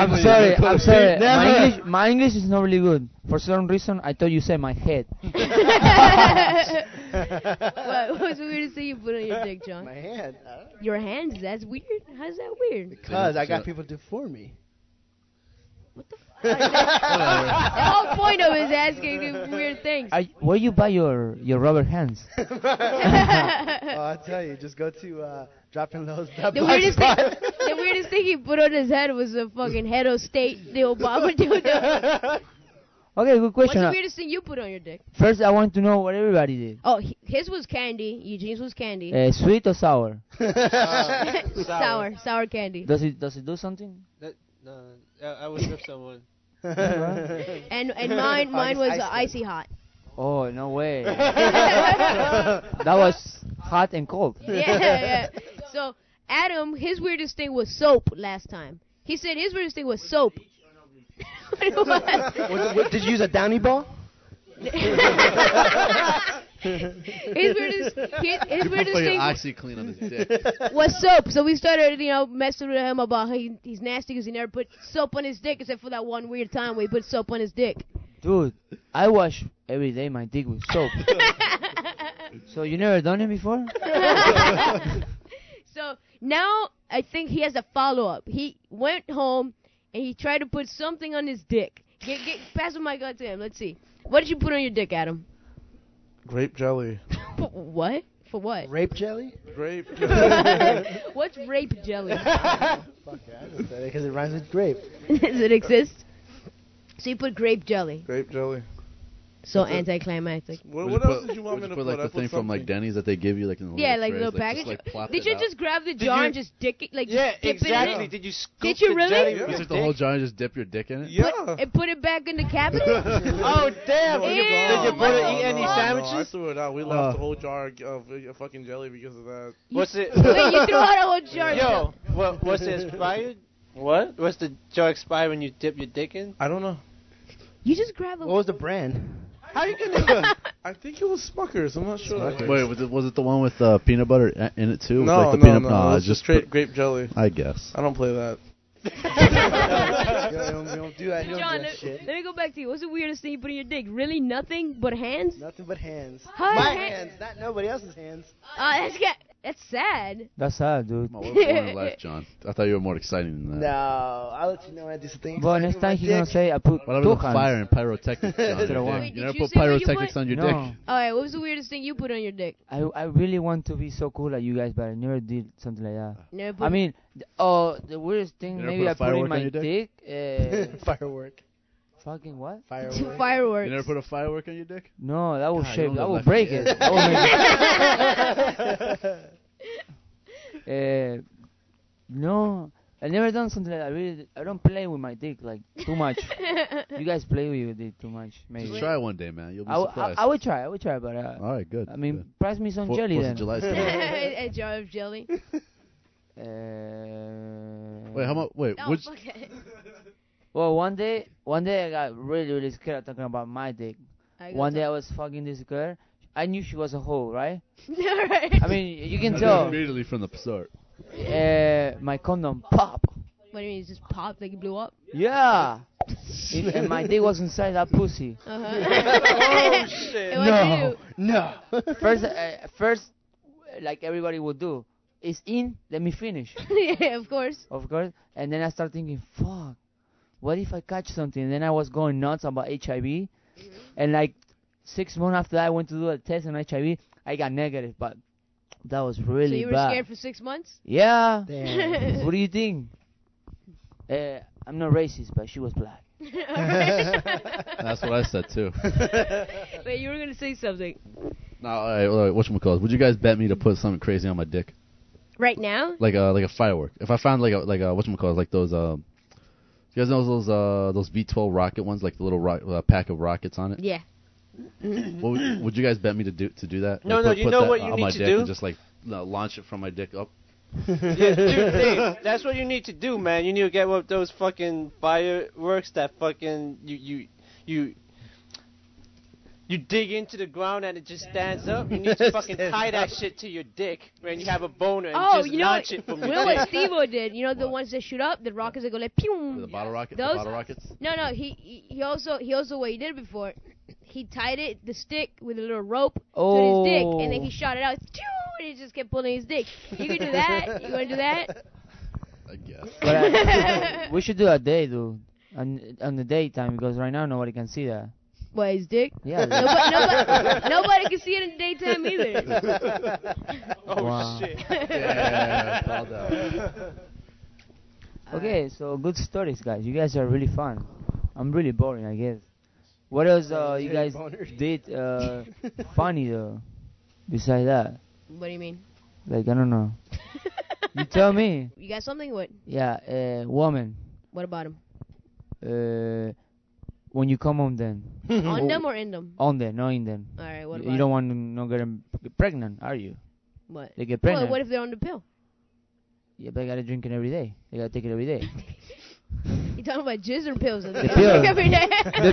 Speaker 9: I'm sorry. I'm sorry. My
Speaker 5: Never.
Speaker 9: English, my English is not really good. For some reason, I thought you said my head.
Speaker 7: what, what's the weirdest thing you put on your dick, John?
Speaker 5: My hand. Uh,
Speaker 7: Your hands. That's weird. How's that weird?
Speaker 5: Cause I got people to do for me.
Speaker 7: The whole point of is asking you weird things.
Speaker 9: I, where you buy your your rubber hands?
Speaker 5: Oh, I tell you, just go to uh, dropping lows.
Speaker 7: The weirdest thing, the weirdest thing he put on his head was a fucking head of state, the Obama dildo.
Speaker 9: Okay, good
Speaker 7: What's
Speaker 9: question.
Speaker 7: the
Speaker 9: Uh,
Speaker 7: weirdest thing you put on your dick?
Speaker 9: First, I want to know what everybody did.
Speaker 7: Oh, he- his was candy. Eugene's was candy.
Speaker 9: Uh, sweet or sour?
Speaker 7: sour, sour candy.
Speaker 9: Does it does it do something?
Speaker 2: No, I, I would rip someone.
Speaker 7: And and mine, mine was
Speaker 5: Ice
Speaker 7: uh, icy hot.
Speaker 9: Oh no way! that was hot and cold.
Speaker 7: Yeah, yeah. So Adam, his weirdest thing was soap last time. He said his weirdest thing was soap. What it was.
Speaker 5: What- what- did you use a downy ball?
Speaker 7: his weirdest, his, his weirdest
Speaker 6: Put your
Speaker 7: thing
Speaker 6: OxyClean on his dick.
Speaker 7: was soap. So we started, you know, messing with him about how he, he's nasty because he never put soap on his dick except for that one weird time where he put soap on his dick.
Speaker 9: Dude, I wash every day my dick with soap. so you never done it before?
Speaker 7: so now I think he has a follow up. He went home and he tried to put something on his dick. Get, get, pass the mic out to him. Let's see. What did you put on your dick, Adam?
Speaker 8: Grape jelly.
Speaker 7: Put what? For what?
Speaker 5: Rape jelly?
Speaker 8: Grape jelly.
Speaker 7: What's rape jelly?
Speaker 5: Because it rhymes with grape.
Speaker 7: Does it exist? So you put grape jelly.
Speaker 8: Grape jelly.
Speaker 7: So anticlimactic.
Speaker 8: What,
Speaker 6: Would
Speaker 8: what
Speaker 6: you
Speaker 8: else
Speaker 6: put-
Speaker 8: did you want
Speaker 6: would
Speaker 8: me
Speaker 6: you
Speaker 8: to
Speaker 6: put like
Speaker 8: I
Speaker 6: the
Speaker 8: put
Speaker 6: thing from like
Speaker 8: something.
Speaker 6: Denny's that they give you like in the
Speaker 7: Yeah, like little
Speaker 6: package.
Speaker 7: package. Did you just grab the
Speaker 2: Did
Speaker 7: jar
Speaker 2: you-
Speaker 7: and just dick it, like
Speaker 2: Yeah,
Speaker 7: just dip
Speaker 2: exactly.
Speaker 7: it
Speaker 2: Did you scoop
Speaker 7: Did you
Speaker 2: the
Speaker 7: really?
Speaker 2: jelly
Speaker 8: You
Speaker 2: with
Speaker 8: took
Speaker 2: your
Speaker 6: took the whole
Speaker 2: dick?
Speaker 6: jar and just dip your dick in it?
Speaker 7: in,
Speaker 8: Yeah.
Speaker 7: put, and put it back in the cabinet?
Speaker 2: Oh damn!
Speaker 8: No,
Speaker 7: Ew,
Speaker 2: Did your brother
Speaker 7: no,
Speaker 2: eat any
Speaker 7: no, no,
Speaker 8: I
Speaker 2: sandwiches?
Speaker 8: threw it out. We lost a whole jar of uh, fucking jelly because of that.
Speaker 2: What's it?
Speaker 7: Wait, you threw out a whole jar. of
Speaker 2: Yo, what? What's it expired? What? What's the jar expired when you dip your dick in?
Speaker 8: I don't know.
Speaker 7: You just grab a.
Speaker 5: What was the brand?
Speaker 2: How you gonna?
Speaker 8: I think it was Smuckers. I'm not sure.
Speaker 6: Wait, was it was it the one with uh, peanut butter a- in it too?
Speaker 8: No,
Speaker 6: like the
Speaker 8: no,
Speaker 6: peanut,
Speaker 8: no.
Speaker 6: nah,
Speaker 8: it was
Speaker 6: it's just
Speaker 8: straight grape jelly.
Speaker 6: I guess.
Speaker 8: I don't play that.
Speaker 5: You don't, you don't do that. You don't
Speaker 7: John,
Speaker 5: do that
Speaker 7: let,
Speaker 5: shit.
Speaker 7: let me go back to you. What's the weirdest thing you put in your dick? Really, nothing but hands.
Speaker 5: Nothing but hands.
Speaker 7: Hi,
Speaker 5: My
Speaker 7: hey.
Speaker 5: hands, not nobody else's hands.
Speaker 7: Uh, that's ga- that's sad.
Speaker 9: That's sad, dude.
Speaker 6: Come on, we're born in life, John. I thought you were more exciting than
Speaker 5: No,
Speaker 6: that.
Speaker 5: I'll let you know when I do something.
Speaker 9: But next time
Speaker 5: My
Speaker 9: he's gonna
Speaker 5: dick.
Speaker 9: say I put
Speaker 6: What
Speaker 9: two
Speaker 6: happened to
Speaker 9: hands.
Speaker 6: fire and pyrotechnics, John?
Speaker 9: Wait,
Speaker 6: your dick?
Speaker 7: did
Speaker 6: you never
Speaker 7: you
Speaker 6: put
Speaker 7: say what you
Speaker 6: pyrotechnics
Speaker 7: put?
Speaker 6: on your
Speaker 9: No,
Speaker 6: dick?
Speaker 7: All right, what was the weirdest thing you put on your dick?
Speaker 9: I, I really want to be so cool like you guys, but I never did something like that.
Speaker 7: Never put
Speaker 9: I mean, th- oh, the weirdest
Speaker 6: You
Speaker 9: thing
Speaker 6: never
Speaker 9: maybe
Speaker 6: put a
Speaker 9: I put in
Speaker 6: firework on
Speaker 9: my
Speaker 6: your
Speaker 9: dick. Uh,
Speaker 5: firework.
Speaker 9: fucking what?
Speaker 5: Firework.
Speaker 7: fireworks.
Speaker 6: You never put a firework on your dick?
Speaker 9: No, that will
Speaker 6: God, you
Speaker 9: shape.
Speaker 6: don't
Speaker 9: That
Speaker 6: look
Speaker 9: will
Speaker 6: like
Speaker 9: break
Speaker 6: it.
Speaker 9: it. That will make- uh, no, I never done something like that. I really, I don't play with my dick like too much. you guys play with your dick too much, maybe.
Speaker 6: Just try one day, man. You'll be
Speaker 9: I, w- I,
Speaker 6: surprised.
Speaker 9: I would try. I would try, but uh,
Speaker 6: All right, good.
Speaker 9: I mean,
Speaker 6: good.
Speaker 9: price me some
Speaker 6: Four-
Speaker 9: jelly
Speaker 6: Fourth
Speaker 9: then.
Speaker 6: of July. stuff.
Speaker 7: a jar of jelly.
Speaker 9: Uh,
Speaker 6: Wait, how much? Wait,
Speaker 7: Oh,
Speaker 6: which?
Speaker 7: fuck it.
Speaker 9: Well, one day, one day I got really, really scared talking about my dick.
Speaker 7: I got
Speaker 9: One day I
Speaker 7: some-
Speaker 9: was fucking this girl. I knew she was a hoe, right?
Speaker 7: All right.
Speaker 9: I mean, you can tell.
Speaker 6: Immediately from the start.
Speaker 9: Uh, my condom pop.
Speaker 7: What do you mean? It just popped like it blew up?
Speaker 9: Yeah. It- and my dick was inside that pussy.
Speaker 7: Uh-huh.
Speaker 2: shit.
Speaker 7: And what did you do?
Speaker 5: no.
Speaker 9: First, uh, first, like everybody would do, it's in. Let me finish,
Speaker 7: yeah, of course.
Speaker 9: of course. And then I start thinking, fuck, what if I catch something? And then I was going nuts about HIV, and like six months after that, I went to do a test on HIV. I got negative, but that was really
Speaker 7: so you were
Speaker 9: bad.
Speaker 7: scared for six months?
Speaker 9: yeah.
Speaker 5: Damn.
Speaker 9: what do you think? Uh, I'm not racist, but she was black.
Speaker 6: That's what I said too.
Speaker 7: Wait, you were gonna say something.
Speaker 6: No, all right, all right, whatchamacallit. Would you guys bet me to put something crazy on my dick?
Speaker 7: Right now?
Speaker 6: Like a like a firework. If I found like a like a whatchamacallit, like those um you guys know those uh those V twelve rocket ones, like the little ro- uh, pack of rockets on it.
Speaker 7: Yeah.
Speaker 6: What would, would you guys bet me to do to do that?
Speaker 2: No,
Speaker 6: Like,
Speaker 2: no,
Speaker 6: put-
Speaker 2: you
Speaker 6: put
Speaker 2: know
Speaker 6: that
Speaker 2: what you
Speaker 6: on
Speaker 2: need
Speaker 6: my
Speaker 2: to
Speaker 6: dick
Speaker 2: do?
Speaker 6: And just like uh, launch it from my dick up.
Speaker 2: Yeah, dude, Dave, that's what you need to do, man. You need to get one of those fucking fireworks that fucking you you you you dig into the ground and it just stands up. You need to fucking tie that shit to your dick when you have a boner and
Speaker 7: Oh,
Speaker 2: just
Speaker 7: you know
Speaker 2: launch
Speaker 7: what-
Speaker 2: it from
Speaker 7: You
Speaker 2: your
Speaker 7: know
Speaker 2: dick.
Speaker 7: what Stevo did? You know the ones that shoot up, the rockets that go like pew.
Speaker 6: The bottle rocket.
Speaker 7: Those-
Speaker 6: the bottle rockets.
Speaker 7: No, no, he he he also he also what he did before, he tied it the stick with a little rope
Speaker 9: Oh.
Speaker 7: to his dick, and then he shot it out. Pew, and he just kept pulling his dick. You can do that. You wanna do that?
Speaker 6: I guess.
Speaker 9: But I, we should do a day, dude. On, on the daytime, because right now nobody can see that.
Speaker 7: What his dick?
Speaker 9: Yeah. dude.
Speaker 7: Nobody, nobody, nobody can see it in the daytime either.
Speaker 2: Oh
Speaker 9: Wow.
Speaker 2: shit!
Speaker 6: yeah, fall down.
Speaker 9: okay, so good stories, guys. You guys are really fun. I'm really boring, I guess. What else uh, you guys did uh, funny, though, besides that?
Speaker 7: What do you mean?
Speaker 9: Like, I don't know. You tell me.
Speaker 7: You got something? What?
Speaker 9: Yeah, uh, woman.
Speaker 7: What about him?
Speaker 9: Uh, when you come on them.
Speaker 7: On them or in them?
Speaker 9: On them, not in them.
Speaker 7: All right. What about
Speaker 9: Oh. You don't want to not get 'em pregnant, are you?
Speaker 7: what?
Speaker 9: They get
Speaker 7: Well,
Speaker 9: pregnant.
Speaker 7: what if they're on the pill?
Speaker 9: Yeah, but I gotta drink it every day. I gotta take it every day.
Speaker 7: You talking about jizz or pills?
Speaker 9: The pill.
Speaker 7: Every day.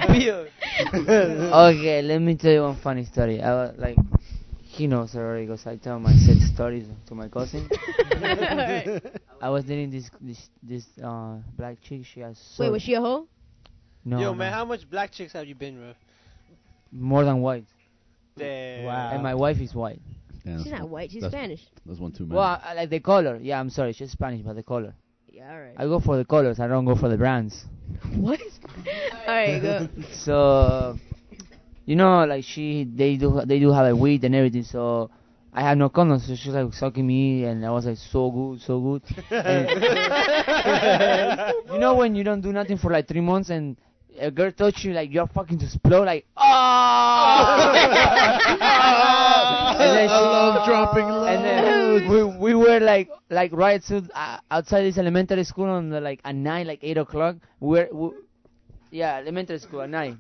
Speaker 7: Mm.
Speaker 9: okay, let me tell you one funny story. I was like, he knows already because I tell my sad stories to my cousin. I was dating this this this uh, black chick. She has so
Speaker 7: Wait, was she a hoe?
Speaker 9: No,
Speaker 2: Yo,
Speaker 9: no.
Speaker 2: man, how much black chicks have you been with?
Speaker 9: More than white.
Speaker 2: Damn.
Speaker 9: And my wife is white.
Speaker 6: Yeah,
Speaker 7: She's not white. She's
Speaker 6: that's-
Speaker 7: Spanish.
Speaker 6: That's one too many.
Speaker 9: Well, I like the color. Yeah, I'm sorry, she's Spanish, but the color.
Speaker 7: Yeah, all right.
Speaker 9: I go for the colors. I don't go for the brands.
Speaker 7: what? all right, go.
Speaker 9: So, you know, like she, they do, they do have a weed and everything. So, I had no condoms. So she was like sucking me, and I was like so good, so good. And- you know when you don't do nothing for like three months and a girl touch you, like you're fucking to explode, like Oh. ah. and then she,
Speaker 6: I love dropping
Speaker 9: and then we, we were like like right so, uh, outside this elementary school on the, like at nine like eight o'clock we're we, yeah elementary school at nine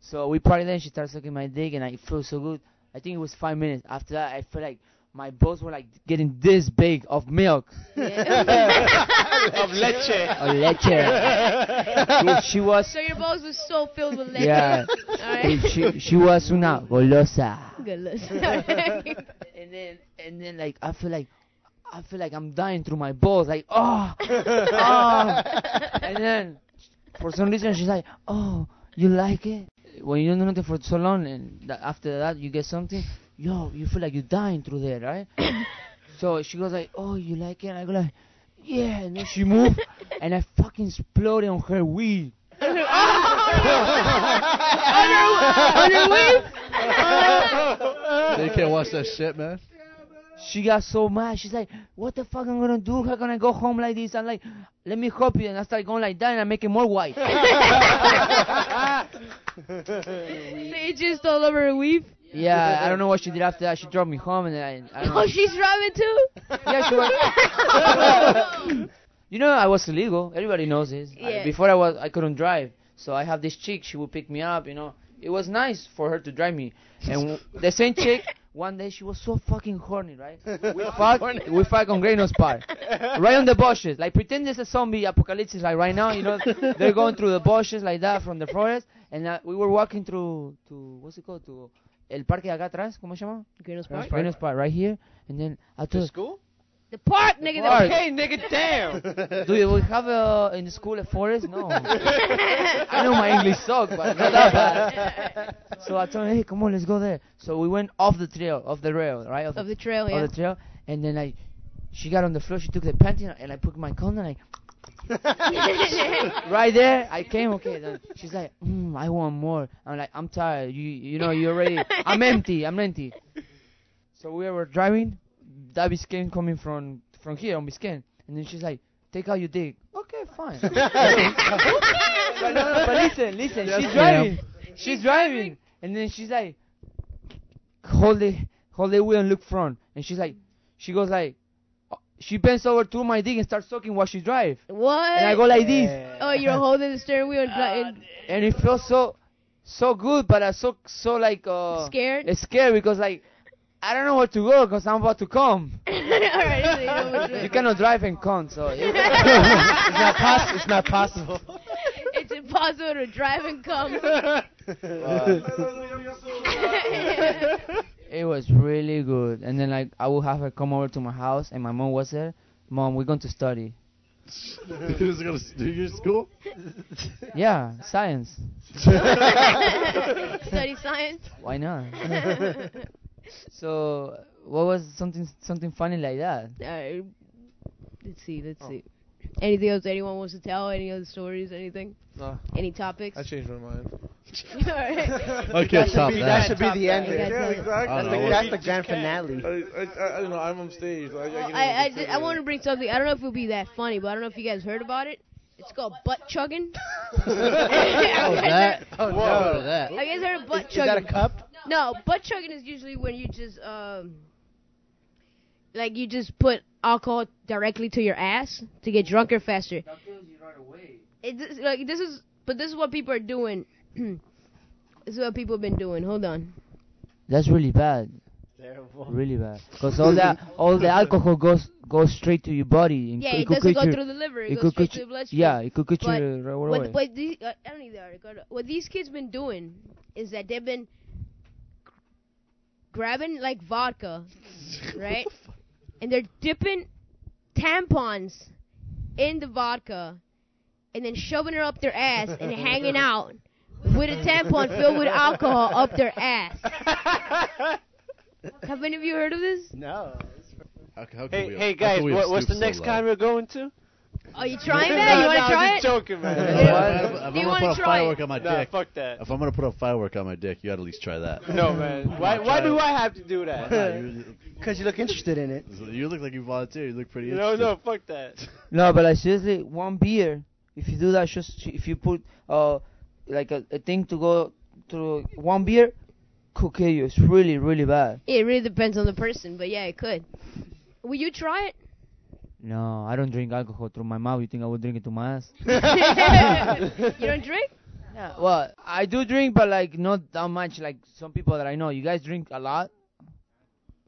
Speaker 9: so we party then she starts sucking my dick and I feel so good I think it was five minutes after that I feel like my balls were like getting this big of milk
Speaker 2: of leche.
Speaker 9: or leche If she was
Speaker 7: So your balls were so filled with leche.
Speaker 9: yeah
Speaker 7: All right.
Speaker 9: if she she was una golosa
Speaker 7: Good listen.
Speaker 9: and then and then like I feel like I feel like I'm dying through my balls, like oh, oh. and then for some reason she's like, oh, you like it? When you don't do nothing for so long, and tha- after that you get something, yo, you feel like you're dying through there, right? so she goes like, oh, you like it? And I go like, yeah. And then she moved, and I fucking exploded on her weed.
Speaker 6: they can't watch that shit, man.
Speaker 9: She got so mad. She's like, "What the fuck I'm gonna do? How can I go home like this?" I'm like, "Let me help you." And I start going like that, and I make it more white.
Speaker 7: They just all over a weave.
Speaker 9: yeah, I don't know what she did after that. She dropped me home, and then I, I don't know.
Speaker 7: Oh, she's driving too.
Speaker 9: yeah, she was. you know, I was illegal. Everybody knows this. I-
Speaker 7: Yeah.
Speaker 9: before I was, I couldn't drive, so I have this chick. She would pick me up. You know, it was nice for her to drive me. And w- the same chick. One day she was so fucking horny, right? We fuck, we fuck on Greynos Park, right on the bushes. Like pretend there's a zombie apocalypse, like right now. You know, they're going through the bushes like that from the forest, and uh, we were walking through to what's it called to El Parque de acá atrás, ¿cómo se llama?
Speaker 7: Greenwich Park.
Speaker 9: Greynos Park, right here. And then I
Speaker 2: To
Speaker 9: told
Speaker 2: school?
Speaker 7: The park, nigga.
Speaker 9: park.
Speaker 7: The
Speaker 2: Hey, nigga, damn.
Speaker 9: do you we have uh, in the school a forest? No. I know my English sucks, but not that bad. So I told him, hey, come on, let's go there. So we went off the trail, off the rail, right? Off
Speaker 7: Of the trail,
Speaker 9: off
Speaker 7: yeah.
Speaker 9: the trail. And then I, she got on the floor, she took the panty, and I put my condom, like, right there, I came, okay. Then she's like, mm, I want more. I'm like, I'm tired. You, you know, you already, I'm empty, I'm empty. So we were driving. That Biscayne coming from from here on Biscayne, and then she's like, "Take out your dick." Okay, fine. but, no, no, but listen, listen, she's driving. She's driving, and then she's like, "Hold the hold the wheel and look front." And she's like, she goes like, "Oh, she bends over to my dick and starts sucking while she drive.
Speaker 7: what?
Speaker 9: And I go like this,
Speaker 7: Oh, you're holding the steering wheel and, dri- and
Speaker 9: and it feels so so good, but I so so like uh
Speaker 7: scared.
Speaker 9: it's scary because like I don't know where to go because I'm about to come.
Speaker 7: all right, so you know what you're
Speaker 9: You
Speaker 7: doing.
Speaker 9: cannot drive and come, so it-
Speaker 5: It's not, poss- it's not possible.
Speaker 7: It's impossible to drive and come.
Speaker 9: it was really good. And then like I would have her come over to my house, and my mom was there. Mom, we're going to study.
Speaker 6: Who's gonna do your school?
Speaker 9: Yeah, science.
Speaker 7: Study science.
Speaker 9: Why not? so what was something something funny like that?
Speaker 7: All right. Let's see. Let's see. Anything else anyone wants to tell? Any other stories? Anything?
Speaker 9: Uh.
Speaker 8: No.
Speaker 7: Any topics?
Speaker 8: I changed my mind.
Speaker 7: All right.
Speaker 6: Okay, stop
Speaker 5: Be-
Speaker 6: that.
Speaker 5: should be the end.
Speaker 7: Yeah,
Speaker 5: That's
Speaker 7: exactly.
Speaker 6: I don't
Speaker 5: the,
Speaker 6: know.
Speaker 5: that's the grand finale.
Speaker 8: I, I, I, I don't know. I'm on stage. I, I,
Speaker 7: Well,
Speaker 8: can
Speaker 7: I, I,
Speaker 8: even
Speaker 7: did-
Speaker 8: say
Speaker 7: I
Speaker 8: it.
Speaker 7: want to bring something. I don't know if it'll be that funny, but I don't know if you guys heard about it. It's called butt chugging.
Speaker 6: Oh, that.
Speaker 5: Oh,
Speaker 6: Oh, that.
Speaker 7: I guys heard of butt
Speaker 5: Is that a
Speaker 7: chugging.
Speaker 5: cup?
Speaker 7: no, butt chugging is usually when you just um, like you just put alcohol directly to your ass to get drunker faster. It, this- like this is, but this is what people are doing. this is what people have been doing. Hold on.
Speaker 9: That's really bad,
Speaker 5: Terrible.
Speaker 9: really bad. Cause all that all the alcohol goes goes straight to your body. and
Speaker 7: Yeah,
Speaker 9: cou-
Speaker 7: it
Speaker 9: could
Speaker 7: doesn't
Speaker 9: get
Speaker 7: go
Speaker 9: your-
Speaker 7: through the liver. It,
Speaker 9: it
Speaker 7: goes
Speaker 9: could
Speaker 7: straight
Speaker 9: get
Speaker 7: to the
Speaker 9: you-
Speaker 7: bloodstream.
Speaker 9: Yeah, it could get
Speaker 7: But
Speaker 9: you right away.
Speaker 7: What, what, these, uh, I don't need the article. What these kids been doing is that they've been grabbing like vodka, right? and they're dipping tampons in the vodka and then shoving her up their ass and hanging out with a tampon filled with alcohol up their ass. Have any of you heard of this?
Speaker 5: No.
Speaker 6: How, how can
Speaker 2: Hey,
Speaker 6: we,
Speaker 2: hey
Speaker 6: how can
Speaker 2: guys,
Speaker 6: we
Speaker 2: what, what's
Speaker 6: stoop
Speaker 2: the
Speaker 6: so
Speaker 2: next
Speaker 6: low?
Speaker 2: con we're going to?
Speaker 7: Are you trying that? you want to
Speaker 2: no,
Speaker 7: try
Speaker 2: I'm
Speaker 7: it?
Speaker 2: just joking,
Speaker 6: If
Speaker 2: man.
Speaker 6: I'm gonna-
Speaker 7: Do
Speaker 6: if
Speaker 7: you
Speaker 6: I'm
Speaker 7: wanna
Speaker 6: gonna put a
Speaker 7: try it?
Speaker 6: firework on my
Speaker 2: Nah,
Speaker 6: dick,
Speaker 2: fuck that.
Speaker 6: if I'm gonna put a firework on my dick, you at least try that.
Speaker 2: No, man. Why,
Speaker 6: on,
Speaker 2: why
Speaker 6: try
Speaker 2: do
Speaker 6: it.
Speaker 2: I have to do that?
Speaker 6: Nah, you,
Speaker 5: Because you look interested in it.
Speaker 6: you look like you volunteer. You look pretty.
Speaker 2: No,
Speaker 6: interested.
Speaker 2: no, fuck that.
Speaker 9: No, but like seriously, one beer. If you do that, just if you put uh like a, a thing to go through one beer, could kill you. It's really really bad.
Speaker 7: It really depends on the person, but yeah, it could. Will you try it?
Speaker 9: No, I don't drink alcohol through my mouth. You think I would drink it to my ass?
Speaker 7: you don't drink? Uh,
Speaker 9: Yeah. Well, I do drink, but like not that much. Like some people that I know, you guys drink a lot.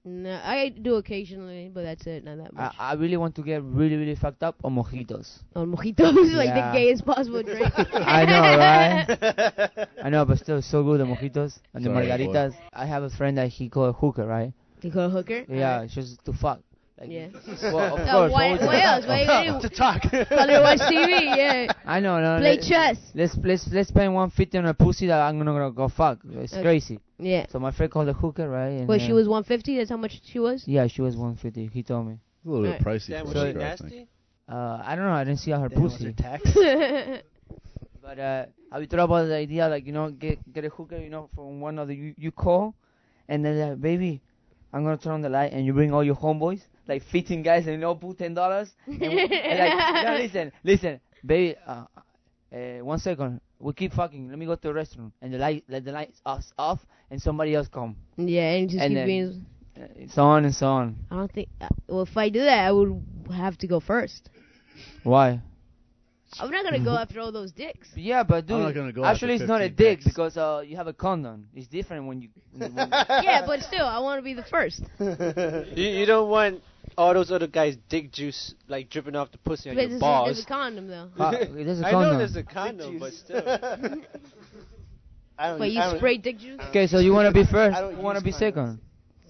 Speaker 7: No, I do occasionally, but that's it. Not that
Speaker 9: I,
Speaker 7: much.
Speaker 9: I really want to get really really fucked up on mojitos.
Speaker 7: on mojitos, like the
Speaker 9: Yeah.
Speaker 7: gayest possible drink.
Speaker 9: I know, right? I know, but still so good the mojitos and the
Speaker 6: Sorry, boy.
Speaker 9: margaritas. I have a friend that he called hooker, right?
Speaker 7: You call hooker?
Speaker 9: Yeah, just to fuck. Like,
Speaker 7: Uh-huh. Yeah.
Speaker 9: Well, of
Speaker 7: No,
Speaker 9: course.
Speaker 7: what,
Speaker 9: would
Speaker 7: what
Speaker 9: you-
Speaker 7: else? What, what,
Speaker 5: to talk.
Speaker 7: Probably watch TV, yeah.
Speaker 9: I know, no.
Speaker 7: Play
Speaker 9: let,
Speaker 7: chess.
Speaker 9: let's let's let's spend one fifty on a pussy that I'm gonna go fuck. It's
Speaker 7: Okay.
Speaker 9: crazy.
Speaker 7: Yeah.
Speaker 9: So my friend called a hooker, right? And
Speaker 7: Well,
Speaker 9: then-
Speaker 7: she was 150. That's how much she was.
Speaker 9: Yeah, she was one fifty. He told me.
Speaker 6: It's a little bit pricey.
Speaker 2: Damn,
Speaker 6: for
Speaker 2: was
Speaker 6: a
Speaker 2: she
Speaker 6: hooker, I think.
Speaker 2: nasty?
Speaker 9: Uh, I don't know. I didn't see her pussy.
Speaker 7: yeah,
Speaker 9: But uh, have you thought about the idea, like you know, get get a hooker, you know, from one of the you, you call, and then like, baby, I'm gonna turn on the light, and you bring all your homeboys, like 15 guys, and you all put ten dollars. And, we- and, like, no, listen, listen, baby, uh, uh, one second, we keep fucking. Let me go to the restroom, and the light, let the lights us off, and somebody else come,
Speaker 7: and just
Speaker 9: And
Speaker 7: keep
Speaker 9: then-
Speaker 7: being.
Speaker 9: uh, so on and so on.
Speaker 7: I don't think. Uh, well, if I do that, I would have to go first.
Speaker 9: Why?
Speaker 7: I'm not gonna go after all those dicks.
Speaker 9: Yeah, but dude,
Speaker 6: I'm not gonna go
Speaker 9: actually,
Speaker 6: after
Speaker 9: it's not a
Speaker 6: 15
Speaker 9: dick
Speaker 6: packs.
Speaker 9: because uh, you have a condom. It's different when you. when-
Speaker 7: yeah, but still, I want to be the first.
Speaker 2: You, you don't want all those other guys' dick juice like dripping off the pussy on
Speaker 7: But there's
Speaker 2: your
Speaker 7: a,
Speaker 2: balls.
Speaker 7: there's a condom though.
Speaker 9: Uh, there's a
Speaker 2: I
Speaker 9: condom.
Speaker 2: know there's a condom, but still. e-
Speaker 5: I don't,
Speaker 7: But you
Speaker 5: I don't-
Speaker 7: spray dick juice.
Speaker 9: Okay, so you want to be first?
Speaker 5: I don't
Speaker 9: You want to
Speaker 5: use
Speaker 9: be second?
Speaker 5: condoms.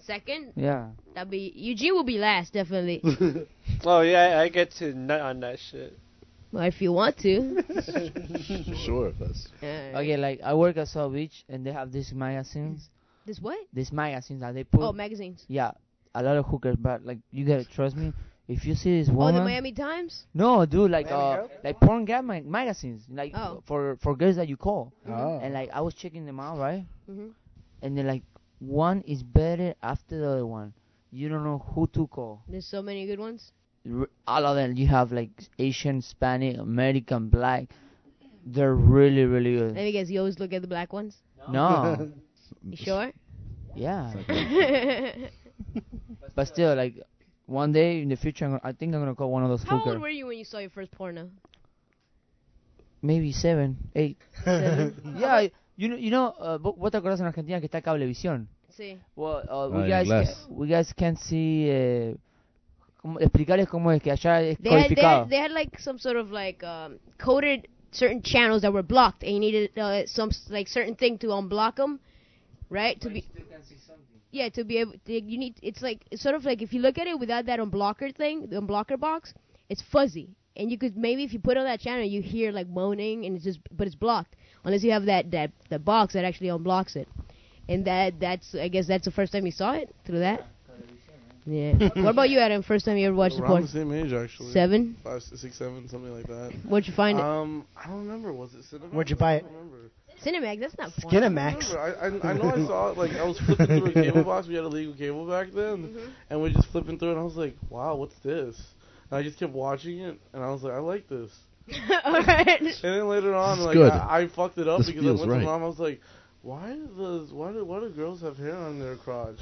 Speaker 7: Second,
Speaker 9: Yeah.
Speaker 7: that'd be Eugene will be last definitely.
Speaker 2: Oh yeah, I get to nut on that shit.
Speaker 7: well, if you want to.
Speaker 6: Sure, if that's
Speaker 7: Uh,
Speaker 9: Okay, like I work at South Beach, and they have these magazines.
Speaker 7: This what?
Speaker 9: These magazines that they put.
Speaker 7: oh, magazines.
Speaker 9: yeah, a lot of hookers, but like you gotta trust me. If you see this
Speaker 7: Oh,
Speaker 9: woman,
Speaker 7: the Miami Times.
Speaker 9: no, dude, like
Speaker 5: Miami
Speaker 9: uh,
Speaker 5: Herald?
Speaker 9: like porn guy mag- magazines, like
Speaker 7: Oh.
Speaker 9: for for girls that you call,
Speaker 5: Ah.
Speaker 6: oh.
Speaker 9: and like I was checking them out, right?
Speaker 7: hmm
Speaker 9: And then like one is better after the other one. You don't know who to call.
Speaker 7: There's so many good ones.
Speaker 9: r- all of them you have like Asian, Hispanic, American, black. They're really, really
Speaker 7: Let
Speaker 9: good.
Speaker 7: me guess. You always look at the black ones.
Speaker 9: No,
Speaker 7: You sure?
Speaker 9: yeah,
Speaker 7: How
Speaker 9: but still, like one day in the future, I'm gonna, I think I'm gonna call one of those
Speaker 7: old
Speaker 9: hookers.
Speaker 7: were you when you saw your first porno?
Speaker 9: Maybe seven, eight.
Speaker 7: Seven?
Speaker 9: yeah, I- you know, you know, uh, vo- vos te acordás en Argentina que está Cablevisión.
Speaker 7: Sí.
Speaker 9: Well, uh,
Speaker 6: Ah,
Speaker 9: we
Speaker 6: en
Speaker 9: guys,
Speaker 6: inglés.
Speaker 9: ca- we guys can see. Eh, cómo- explicarles cómo es que allá es
Speaker 7: They had, they
Speaker 9: codificado.
Speaker 7: had they had like some sort of like um, coded certain channels that were blocked, and you needed uh, some s- like certain thing to unblock them, right? To be yeah, to be able to, you need it's like it's sort of like if you look at it without that unblocker thing, the unblocker box, it's fuzzy, and you could maybe if you put on that channel, you hear like moaning, and it's just but it's blocked unless you have that that the box that actually unblocks it, and that that's I guess that's the first time you saw it through that. Yeah. what about you, Adam? First time you ever watched the
Speaker 8: Around the
Speaker 7: porn?
Speaker 8: same age, actually.
Speaker 7: Seven.
Speaker 8: Five, six, seven, something like that.
Speaker 7: Where'd you find
Speaker 8: Um, I don't remember. Was it cinema?
Speaker 5: Where'd you buy
Speaker 8: I
Speaker 5: it?
Speaker 8: don't remember.
Speaker 7: it? Cinemax, that's not porn.
Speaker 5: Skinamax.
Speaker 8: remember. I, I, I know I saw it. Like I was flipping through a cable box. We had a legal cable back then,
Speaker 7: Mm-hmm.
Speaker 8: and we're just flipping through, it, and I was like, "Wow, what's this?" And I just kept watching it, and I was like, "I like this."
Speaker 7: Alright.
Speaker 8: And then later on,
Speaker 6: This is
Speaker 8: like
Speaker 6: good.
Speaker 8: I, I fucked it up
Speaker 6: This
Speaker 8: because I
Speaker 6: feels
Speaker 8: went
Speaker 6: right.
Speaker 8: to mom. I was like, "Why does why do why do girls have hair on their crotch?"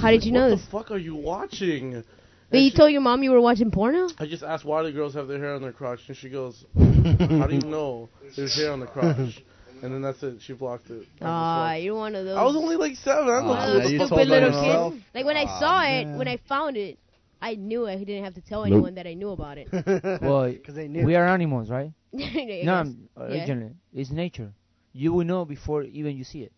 Speaker 7: How did you know
Speaker 8: what
Speaker 7: this?
Speaker 8: the fuck are you watching?
Speaker 7: But
Speaker 8: And
Speaker 7: you
Speaker 8: she-
Speaker 7: told your mom you were watching porno?
Speaker 8: I just asked why do girls have their hair on their crotch, and she goes, "How do you know there's hair on the crotch?" And then that's it. She blocked it. I
Speaker 7: Ah,
Speaker 8: was,
Speaker 7: you're one of those.
Speaker 8: like- I was only like seven. I'm
Speaker 6: Aw,
Speaker 8: not
Speaker 6: now
Speaker 7: those
Speaker 6: you
Speaker 7: stupid
Speaker 6: told on
Speaker 7: little
Speaker 6: yourself?
Speaker 7: kids. Like when I saw it, when I found it, I knew I didn't have to tell
Speaker 6: Nope.
Speaker 7: anyone that I knew about it.
Speaker 9: Well,
Speaker 5: Because they knew.
Speaker 9: we are animals, right?
Speaker 7: I
Speaker 9: no,
Speaker 7: guess.
Speaker 9: I'm- originally, it's nature. You will know before even you see it.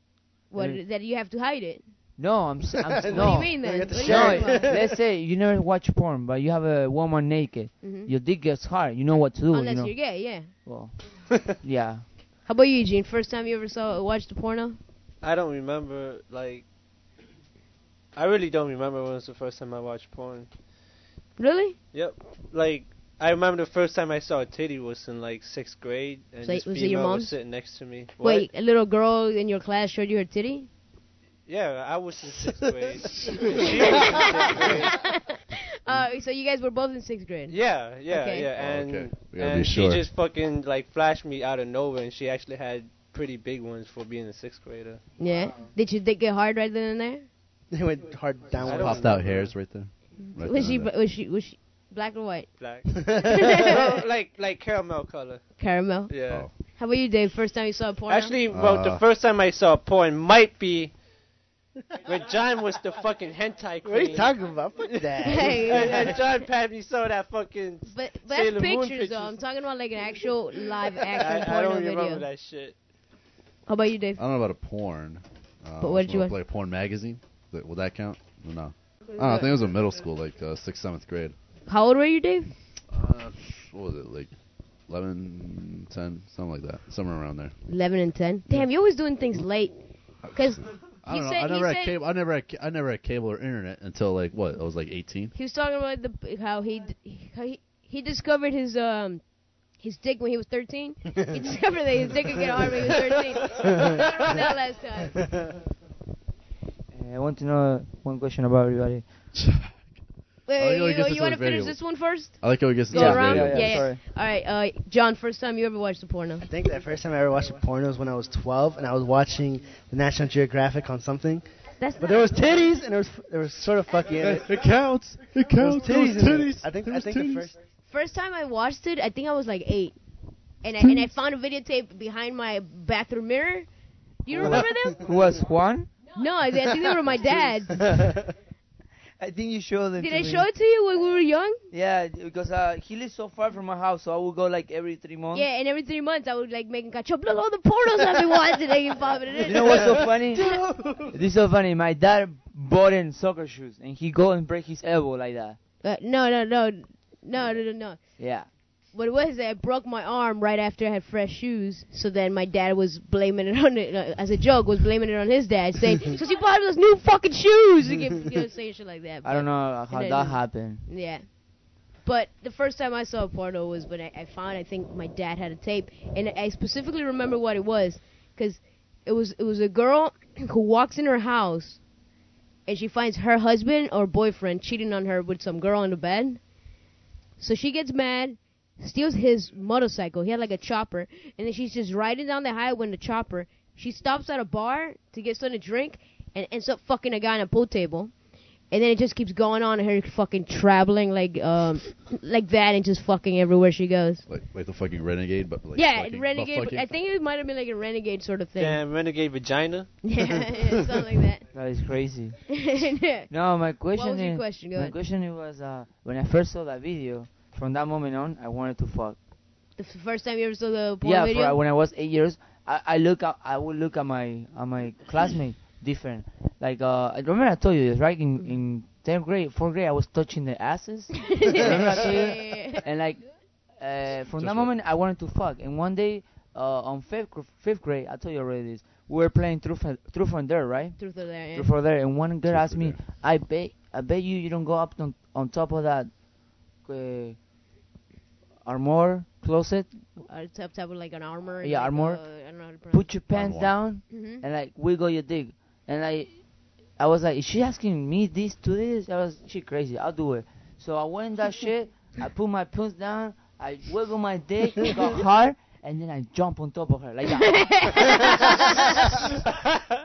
Speaker 7: What, that you have to hide it.
Speaker 9: No, I'm. s- I'm s-
Speaker 5: What do
Speaker 9: no.
Speaker 7: you mean then?
Speaker 5: you have to
Speaker 7: What do you
Speaker 9: No,
Speaker 7: mean?
Speaker 5: share it.
Speaker 9: let's say you never watch porn, but you have a woman naked.
Speaker 7: Mhm.
Speaker 9: Your dick gets hard. You know what to do.
Speaker 7: Unless
Speaker 9: you know.
Speaker 7: you're gay, yeah.
Speaker 9: Well, yeah.
Speaker 7: How about you, Eugene? First time you ever saw watched a porno?
Speaker 2: I don't remember like. I really don't remember when was the first time I watched porn.
Speaker 7: Really?
Speaker 2: Yep. Like I remember the first time I saw a titty was in like sixth grade, and
Speaker 7: So
Speaker 2: this
Speaker 7: was it your
Speaker 2: female
Speaker 7: mom's?
Speaker 2: was sitting next to me. What?
Speaker 7: Wait, a little girl in your class showed you her titty?
Speaker 2: Yeah, I was in sixth grade. She was in sixth grade.
Speaker 7: Uh, so you guys were both in sixth grade.
Speaker 2: Yeah, yeah,
Speaker 7: Okay.
Speaker 2: yeah,
Speaker 6: Oh,
Speaker 2: and
Speaker 6: okay. We gotta
Speaker 2: and
Speaker 6: be sure.
Speaker 2: she just fucking like flashed me out of nowhere, and she actually had pretty big ones for being a sixth grader.
Speaker 7: Yeah. Did your dick get hard right then and there?
Speaker 5: They went hard
Speaker 2: I
Speaker 5: downward.
Speaker 2: don't-
Speaker 6: Popped out hairs right there. Right
Speaker 7: was she
Speaker 6: there.
Speaker 7: bu- was she was she black or white?
Speaker 2: Like, No, like like caramel color.
Speaker 7: Caramel.
Speaker 2: Yeah.
Speaker 6: Oh.
Speaker 7: How about you, Dave? First time you saw a porno?
Speaker 2: Actually, well, the
Speaker 6: Uh.
Speaker 2: first time I saw porn might be when John was the fucking hentai queen.
Speaker 5: What are you talking about? Fuck that.
Speaker 7: Hey,
Speaker 2: and, and John Pat me saw that fucking.
Speaker 7: but but that's
Speaker 2: Sailor Moon
Speaker 7: pictures, though. I'm
Speaker 2: pictures.
Speaker 7: talking about like an actual live
Speaker 2: I,
Speaker 7: action
Speaker 2: I
Speaker 7: porno
Speaker 2: don't remember
Speaker 7: video.
Speaker 2: that shit.
Speaker 7: How about you, Dave?
Speaker 6: I don't know about a porn. Uh,
Speaker 7: But what did you
Speaker 6: Like porn magazine? Th- Will that count? No. I, don't know, I think it was in middle school, like uh, sixth, seventh grade.
Speaker 7: How old were you, Dave?
Speaker 6: Uh, what was it like? 11, 10, something like that, somewhere around there.
Speaker 7: 11 and 10. Damn, you're always doing things late. Cause
Speaker 6: I
Speaker 7: He
Speaker 6: don't know.
Speaker 7: said-
Speaker 6: I
Speaker 7: he
Speaker 6: never
Speaker 7: said-
Speaker 6: had cable. I never had, ca- I never had cable or internet until like what? I was like 18.
Speaker 7: he was talking about the how he d- how he, he discovered his um his dick when he was 13. he discovered that his dick could get hard when he was 13. that last time.
Speaker 9: Uh, I want to know one question about everybody.
Speaker 7: Wait,
Speaker 6: Oh,
Speaker 7: wait,
Speaker 6: you wanna
Speaker 7: you,
Speaker 6: get this
Speaker 7: want to
Speaker 6: one
Speaker 7: finish
Speaker 6: variable.
Speaker 7: this one first?
Speaker 6: I like how he gets
Speaker 7: Go
Speaker 6: into
Speaker 7: around?
Speaker 6: radio.
Speaker 7: Yeah, yeah.
Speaker 9: Sorry.
Speaker 7: All right, uh, John. First time you ever watched a porno?
Speaker 5: I think the first time I ever watched a porno was when I was 12, and I was watching the National Geographic on something.
Speaker 7: That's
Speaker 5: But there was titties, and there was there was sort of fucking. in it.
Speaker 6: counts. It
Speaker 5: There was
Speaker 6: counts.
Speaker 5: titties. in it.
Speaker 6: Those titties.
Speaker 5: I think I
Speaker 6: Those
Speaker 5: think
Speaker 6: titties.
Speaker 5: the first.
Speaker 7: First time I watched it, I think I was like eight, and I, and I found a videotape behind my bathroom mirror. Do you remember them?
Speaker 9: Who was Juan?
Speaker 7: No, I, I think they were my dad's.
Speaker 9: I think you showed them.
Speaker 7: Did
Speaker 9: to
Speaker 7: I
Speaker 9: me.
Speaker 7: show it to you when we were young?
Speaker 9: Yeah, d- because uh, he lives so far from my house, so I would go like every three months.
Speaker 7: Yeah, and every three months I would like make a catch up. Look, all the pornos I've been watching. I can pop it in.
Speaker 9: You know what's so funny? this is so funny. My dad bought in soccer shoes, and he go and break his elbow like that.
Speaker 7: Uh, no, no, no, no, no, no, no.
Speaker 9: Yeah.
Speaker 7: What it was is that I broke my arm right after I had fresh shoes. So then my dad was blaming it on it uh, as a joke, was blaming it on his dad, saying, "So you bought those new fucking shoes." You get- you know, saying shit like that.
Speaker 9: I don't know how
Speaker 7: And then-
Speaker 9: that happened.
Speaker 7: Yeah. But the first time I saw a porno was when I, I found I think my dad had a tape, and I specifically remember what it was, because it was it was a girl who walks in her house, and she finds her husband or boyfriend cheating on her with some girl in the bed, so she gets mad, steals his motorcycle. He had like a chopper, and then she's just riding down the highway in the chopper. She stops at a bar to get something to drink, and ends up fucking a guy on a pool table and then it just keeps going on and her fucking traveling like um like that and just fucking everywhere she goes.
Speaker 6: Like, like the fucking renegade, but like
Speaker 7: yeah,
Speaker 6: fucking, but
Speaker 7: renegade.
Speaker 6: fucking-
Speaker 7: I think it might have been like a renegade sort of thing.
Speaker 2: Damn, renegade vagina.
Speaker 7: Yeah, yeah something like
Speaker 9: That is crazy.
Speaker 7: that. Yeah.
Speaker 9: No, my question
Speaker 7: What was
Speaker 9: is.
Speaker 7: your question? Go
Speaker 9: my
Speaker 7: ahead.
Speaker 9: question it was uh, when I first saw that video. From that moment on, I wanted to fuck.
Speaker 7: The f- first time you ever saw the porn
Speaker 9: yeah,
Speaker 7: video.
Speaker 9: For, when I was eight years, I, I look at, I would look at my at my classmate different. Like uh, I remember I told you this right in in tenth grade, fourth grade, I was touching the asses. remember I told you?
Speaker 7: Yeah.
Speaker 9: and like uh, from
Speaker 6: Just
Speaker 9: that
Speaker 6: what-
Speaker 9: moment I wanted to fuck. And one day uh, on fifth gr- fifth grade, I told you already this. We were playing truth and, truth and dare, right?
Speaker 7: Truth or dare. Yeah.
Speaker 9: Truth or dare. And one girl
Speaker 6: Truth
Speaker 9: asked
Speaker 6: or
Speaker 9: me,
Speaker 6: Dare.
Speaker 9: "I bet I bet you you don't go up on on top of that uh, armor closet.
Speaker 7: Or type type of like an armor.
Speaker 9: Yeah,
Speaker 7: like,
Speaker 9: armor. Mm-hmm.
Speaker 7: Uh, I don't know how to pronounce.
Speaker 9: Put your pants
Speaker 6: Armor.
Speaker 9: down
Speaker 7: Mhm.
Speaker 9: and like wiggle your dick." And I I was like, "Is she asking me this to this?" I was she crazy. I'll do it. So I went in that shit. I put my pants down. I wiggle my dick, it got hard, and then I jump on top of her like that.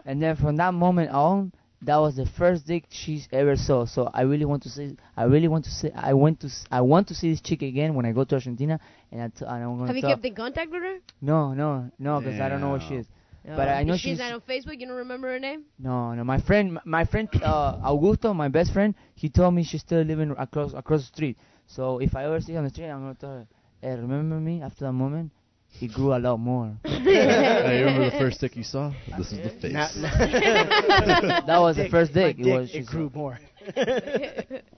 Speaker 9: and then from that moment on, that was the first dick she's ever saw. So I really want to see. I really want to see. I went to. s- I want to see this chick again when I go to Argentina, and I t- and I'm gonna
Speaker 7: Have you
Speaker 9: tell-
Speaker 7: kept in contact with her?
Speaker 9: No, no, no, because I don't know what she
Speaker 6: Damn.
Speaker 9: is. But I know
Speaker 7: she's,
Speaker 9: she's-
Speaker 7: not on Facebook. You don't remember her name?
Speaker 9: No, no, my friend, my friend uh, Augusto, my best friend, he told me she's still living across across the street. So if I ever see her on the street, I'm gonna tell her, hey, remember me? After that moment, he grew a lot more.
Speaker 6: Hey, you remember the the first dick you saw? This is the face.
Speaker 9: that was the first dick.
Speaker 5: My dick,
Speaker 9: was
Speaker 5: it
Speaker 9: she
Speaker 5: grew
Speaker 9: saw.
Speaker 5: more.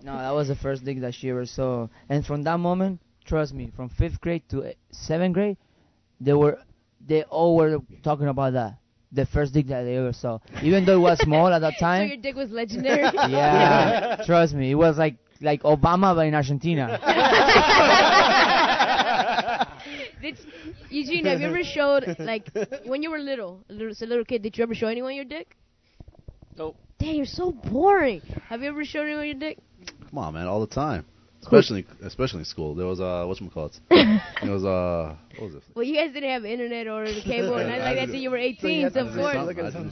Speaker 9: No, that was the first dick that she ever saw. And from that moment, trust me, from fifth grade to eh, seventh grade, they were, they all were talking about that. The first dick that they ever saw, even though it was small at that
Speaker 7: So
Speaker 9: time.
Speaker 7: your dick was legendary.
Speaker 9: Yeah, trust me, it was like like Obama but in Argentina.
Speaker 7: Did, Eugene, have you ever showed like when you were little, little, as a little kid? Did you ever show anyone your dick?
Speaker 2: Nope.
Speaker 7: Dang, you're so boring. Have you ever shown anyone your dick?
Speaker 6: Come on, man, all the time. Especially, especially in school. There was uh, what's call it? It was uh, what was it?
Speaker 7: Well, you guys didn't have internet or the cable or nothing like that until you were 18, so
Speaker 6: I
Speaker 7: of
Speaker 6: did
Speaker 7: course.
Speaker 6: something. I did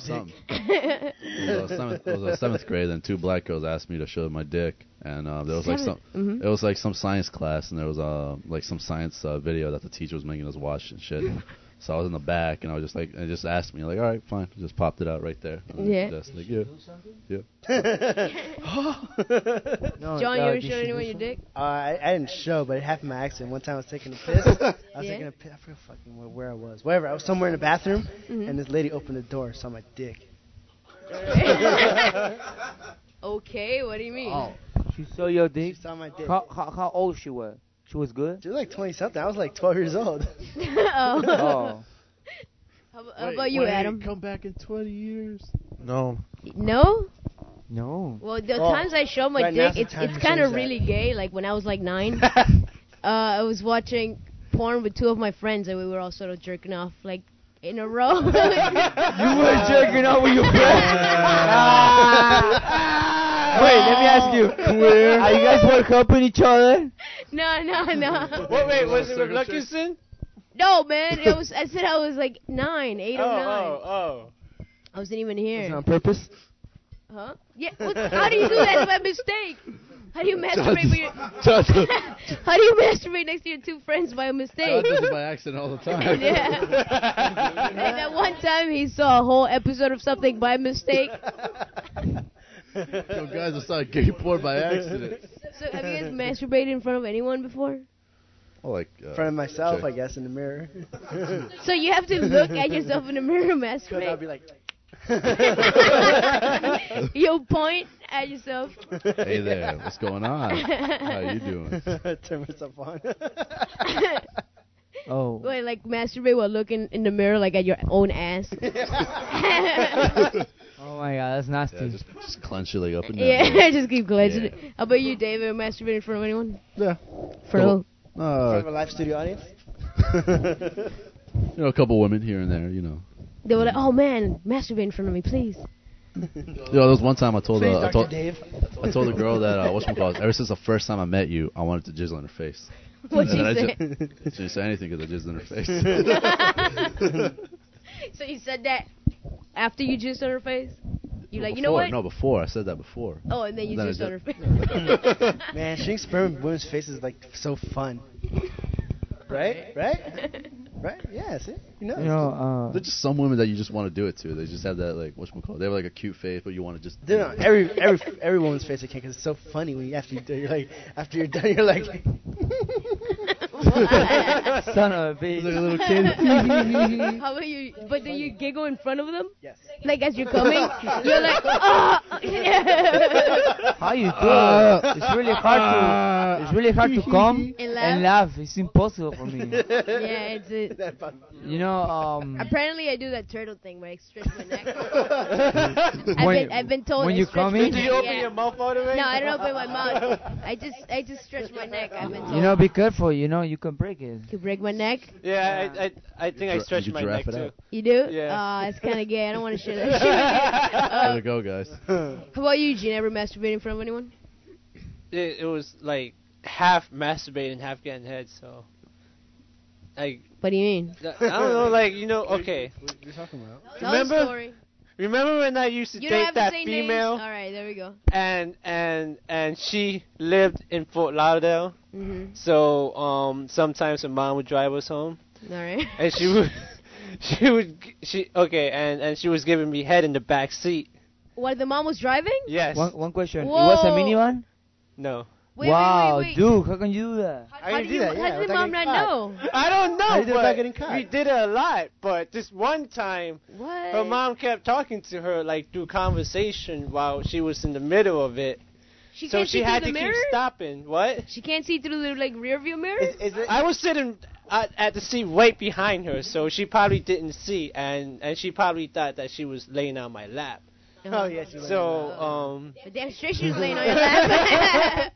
Speaker 6: something. It was, uh, seventh, it was uh, seventh grade, and two black girls asked me to show my dick, and uh, there was like some,
Speaker 7: Seventh- mhm.
Speaker 6: it was like some science class, and there was uh, like some science uh, video that the teacher was making us watch and shit. so I was in the back, and I was just like, and it just asked me like, all right, fine, just popped it out right there. And
Speaker 7: Yeah.
Speaker 6: Just like yeah.
Speaker 9: no,
Speaker 7: John, you
Speaker 9: uh,
Speaker 7: ever
Speaker 9: did she
Speaker 7: showed
Speaker 9: do
Speaker 7: anyone your
Speaker 9: something?
Speaker 7: dick?
Speaker 5: Uh, I, I didn't show, but it happened by accident. One time I was taking a piss. I was
Speaker 7: Yeah.
Speaker 5: taking a piss. I forgot fucking where, where I was. Wherever. I was somewhere in the bathroom,
Speaker 2: Mm-hmm.
Speaker 7: Mhm.
Speaker 5: and this lady opened the door and saw my dick.
Speaker 7: Okay, what do you mean?
Speaker 9: Oh, she saw your
Speaker 5: She
Speaker 9: dick.
Speaker 5: saw my dick.
Speaker 9: How, how, how old she was? She was good.
Speaker 5: She was like 20 something. I was like 12 years old.
Speaker 7: Oh.
Speaker 9: Oh,
Speaker 7: How, ab- how about you, Adam?
Speaker 6: Come back in 20 years.
Speaker 8: No.
Speaker 7: No?
Speaker 9: no.
Speaker 7: Well, the
Speaker 5: Oh,
Speaker 7: times I show my
Speaker 5: right now's
Speaker 7: dick,
Speaker 5: the
Speaker 7: it's,
Speaker 5: time
Speaker 7: it's
Speaker 5: to
Speaker 7: kind
Speaker 5: change
Speaker 7: of
Speaker 5: that.
Speaker 7: really gay. Like when I was like nine, uh, I was watching porn with two of my friends, and we were all sort of jerking off like in a row.
Speaker 9: You were jerking off with your friends. Wait, let me ask you. Are you guys were helping each other?
Speaker 7: no, no, no,
Speaker 2: Wait, wait, was it Luckinson?
Speaker 7: no, man. It was. I said I was like nine, eight
Speaker 2: Oh,
Speaker 7: or nine.
Speaker 2: oh,
Speaker 7: I wasn't even here.
Speaker 5: on purpose?
Speaker 7: Huh? Yeah. What, how do you do that by mistake? How do you masturbate? with your, how do you masturbate next to your two friends by
Speaker 6: I
Speaker 7: mistake?
Speaker 5: Uh,
Speaker 6: do this by accident all the time.
Speaker 7: Yeah. and that one time he saw a whole episode of something by mistake.
Speaker 6: Yo, guys, I saw a gay porn by accident.
Speaker 7: So have you guys masturbated in front of anyone before?
Speaker 6: Oh, like uh,
Speaker 5: In front of myself,
Speaker 6: check.
Speaker 5: I guess, in the mirror.
Speaker 7: So you have to look at yourself in the mirror and
Speaker 5: Because I'd
Speaker 7: masturbate.
Speaker 5: be like,
Speaker 7: you point at yourself.
Speaker 6: Hey there, what's going on? How you doing?
Speaker 5: turn myself on.
Speaker 9: Oh.
Speaker 7: Wait, like masturbate while looking in the mirror, like at your own ass.
Speaker 9: Oh my god, that's nasty.
Speaker 6: Yeah, just, just clench your leg up and down.
Speaker 7: yeah, just keep glitching. How about you, David? Masturbate in front of anyone?
Speaker 6: Yeah.
Speaker 7: For who?
Speaker 6: Cool.
Speaker 5: In front
Speaker 6: Uh,
Speaker 5: of a live studio audience.
Speaker 6: you know, a couple women here and there. You know.
Speaker 7: They were like, "Oh man, masturbate in front of me, please."
Speaker 6: You know, there was one time I told
Speaker 5: Please,
Speaker 6: uh,
Speaker 5: Dr.
Speaker 6: I told
Speaker 5: Dave.
Speaker 6: I told a girl that uh, what's Ever since the first time I met you, I wanted to jizzle in her face.
Speaker 7: What you
Speaker 6: And I
Speaker 7: say?
Speaker 6: ju- She didn't say anything because I jizzed in her face.
Speaker 7: So you said that after you juiced on her face. You like, you know
Speaker 6: Before-
Speaker 7: what?
Speaker 6: No, before I said that before.
Speaker 7: Oh, and then you
Speaker 6: Then I
Speaker 7: juiced on her
Speaker 6: did-
Speaker 7: face.
Speaker 5: Man, shooting sperm in women's faces is like so fun. Right? Right? Right? Yeah, see? You know.
Speaker 9: you know, uh,
Speaker 6: There's just some women that you just want to do it to. They just have that like what's called. They have like a cute face, but you want to just.
Speaker 5: Dude, no, every every every woman's face I can because it's so funny when you after you do, you're like after you're done you're like
Speaker 9: son of a bitch.
Speaker 6: little kid.
Speaker 7: How about you? But do you giggle in front of them?
Speaker 5: yes
Speaker 7: Like as you're coming, you're like, oh.
Speaker 9: How you do it? It's really hard to. It's really hard to come
Speaker 7: And
Speaker 9: and
Speaker 7: laugh.
Speaker 9: laugh. It's impossible for me.
Speaker 7: yeah, it's it.
Speaker 9: You know, um,
Speaker 7: Apparently, I do that turtle thing where I stretch my neck. I've
Speaker 9: When-
Speaker 7: been, I've been told.
Speaker 9: when
Speaker 7: I
Speaker 9: you
Speaker 7: stretch
Speaker 9: come
Speaker 7: my
Speaker 9: in-
Speaker 2: Do
Speaker 7: neck,
Speaker 2: you open
Speaker 7: yeah.
Speaker 2: your mouth all the way?
Speaker 7: No, I don't open my mouth. I just, I just stretch my neck. I've been told.
Speaker 9: you know, be careful. You know, you can break it.
Speaker 7: you break my neck.
Speaker 2: Yeah, I, I, I think I
Speaker 6: dra-
Speaker 2: stretched
Speaker 6: you
Speaker 2: my neck
Speaker 6: giraffe it
Speaker 2: too.
Speaker 6: out.
Speaker 7: You do?
Speaker 2: Yeah.
Speaker 7: Aw, it's kind of gay. I don't want to share that shit. with you.
Speaker 6: There
Speaker 7: Uh,
Speaker 6: we go, guys.
Speaker 7: how about you, Gene? Ever masturbate in front of anyone?
Speaker 2: It, it was like half masturbating, half getting head. So, like,
Speaker 7: What do you mean?
Speaker 2: I don't know, like you know, okay.
Speaker 5: you're talking about
Speaker 7: Tell
Speaker 2: Remember-
Speaker 7: a story.
Speaker 2: Remember when I used to
Speaker 7: You don't
Speaker 2: date
Speaker 7: have to
Speaker 2: that
Speaker 7: say
Speaker 2: female,
Speaker 7: names. All right, there we go.
Speaker 2: and and and she lived in Fort Lauderdale.
Speaker 7: hmm
Speaker 2: So um, sometimes her mom would drive us home,
Speaker 7: All right.
Speaker 2: and she would, she would, g- she okay, and and she was giving me head in the back seat.
Speaker 7: What? The mom was driving?
Speaker 2: Yes.
Speaker 9: One, one question. It was a
Speaker 7: Whoa.
Speaker 9: minivan.
Speaker 2: No.
Speaker 7: Wait,
Speaker 9: wow,
Speaker 7: wait, wait, wait.
Speaker 9: Duke, how can you do that?
Speaker 7: How,
Speaker 8: I
Speaker 7: how
Speaker 8: didn't
Speaker 7: did
Speaker 8: do
Speaker 7: you,
Speaker 8: that, yeah,
Speaker 7: how did
Speaker 8: without
Speaker 7: your mom not
Speaker 8: getting
Speaker 7: know?
Speaker 5: I don't
Speaker 8: How
Speaker 5: know,
Speaker 8: you do it without getting
Speaker 5: but
Speaker 8: caught?
Speaker 5: we did it a lot. But this one time,
Speaker 7: What?
Speaker 5: her mom kept talking to her like through conversation while she was in the middle of it.
Speaker 7: She
Speaker 5: so
Speaker 7: can't
Speaker 5: she
Speaker 7: see
Speaker 5: had
Speaker 7: through the
Speaker 5: to
Speaker 7: mirror.
Speaker 5: keep stopping. What?
Speaker 7: She can't see through the like rear view mirror.
Speaker 8: Is, is it,
Speaker 5: I was sitting at, at the seat right behind her, so she probably didn't see, and and she probably thought that she was laying on my lap.
Speaker 8: oh yeah, she's
Speaker 5: So um,
Speaker 7: But damn straight she was laying on your lap.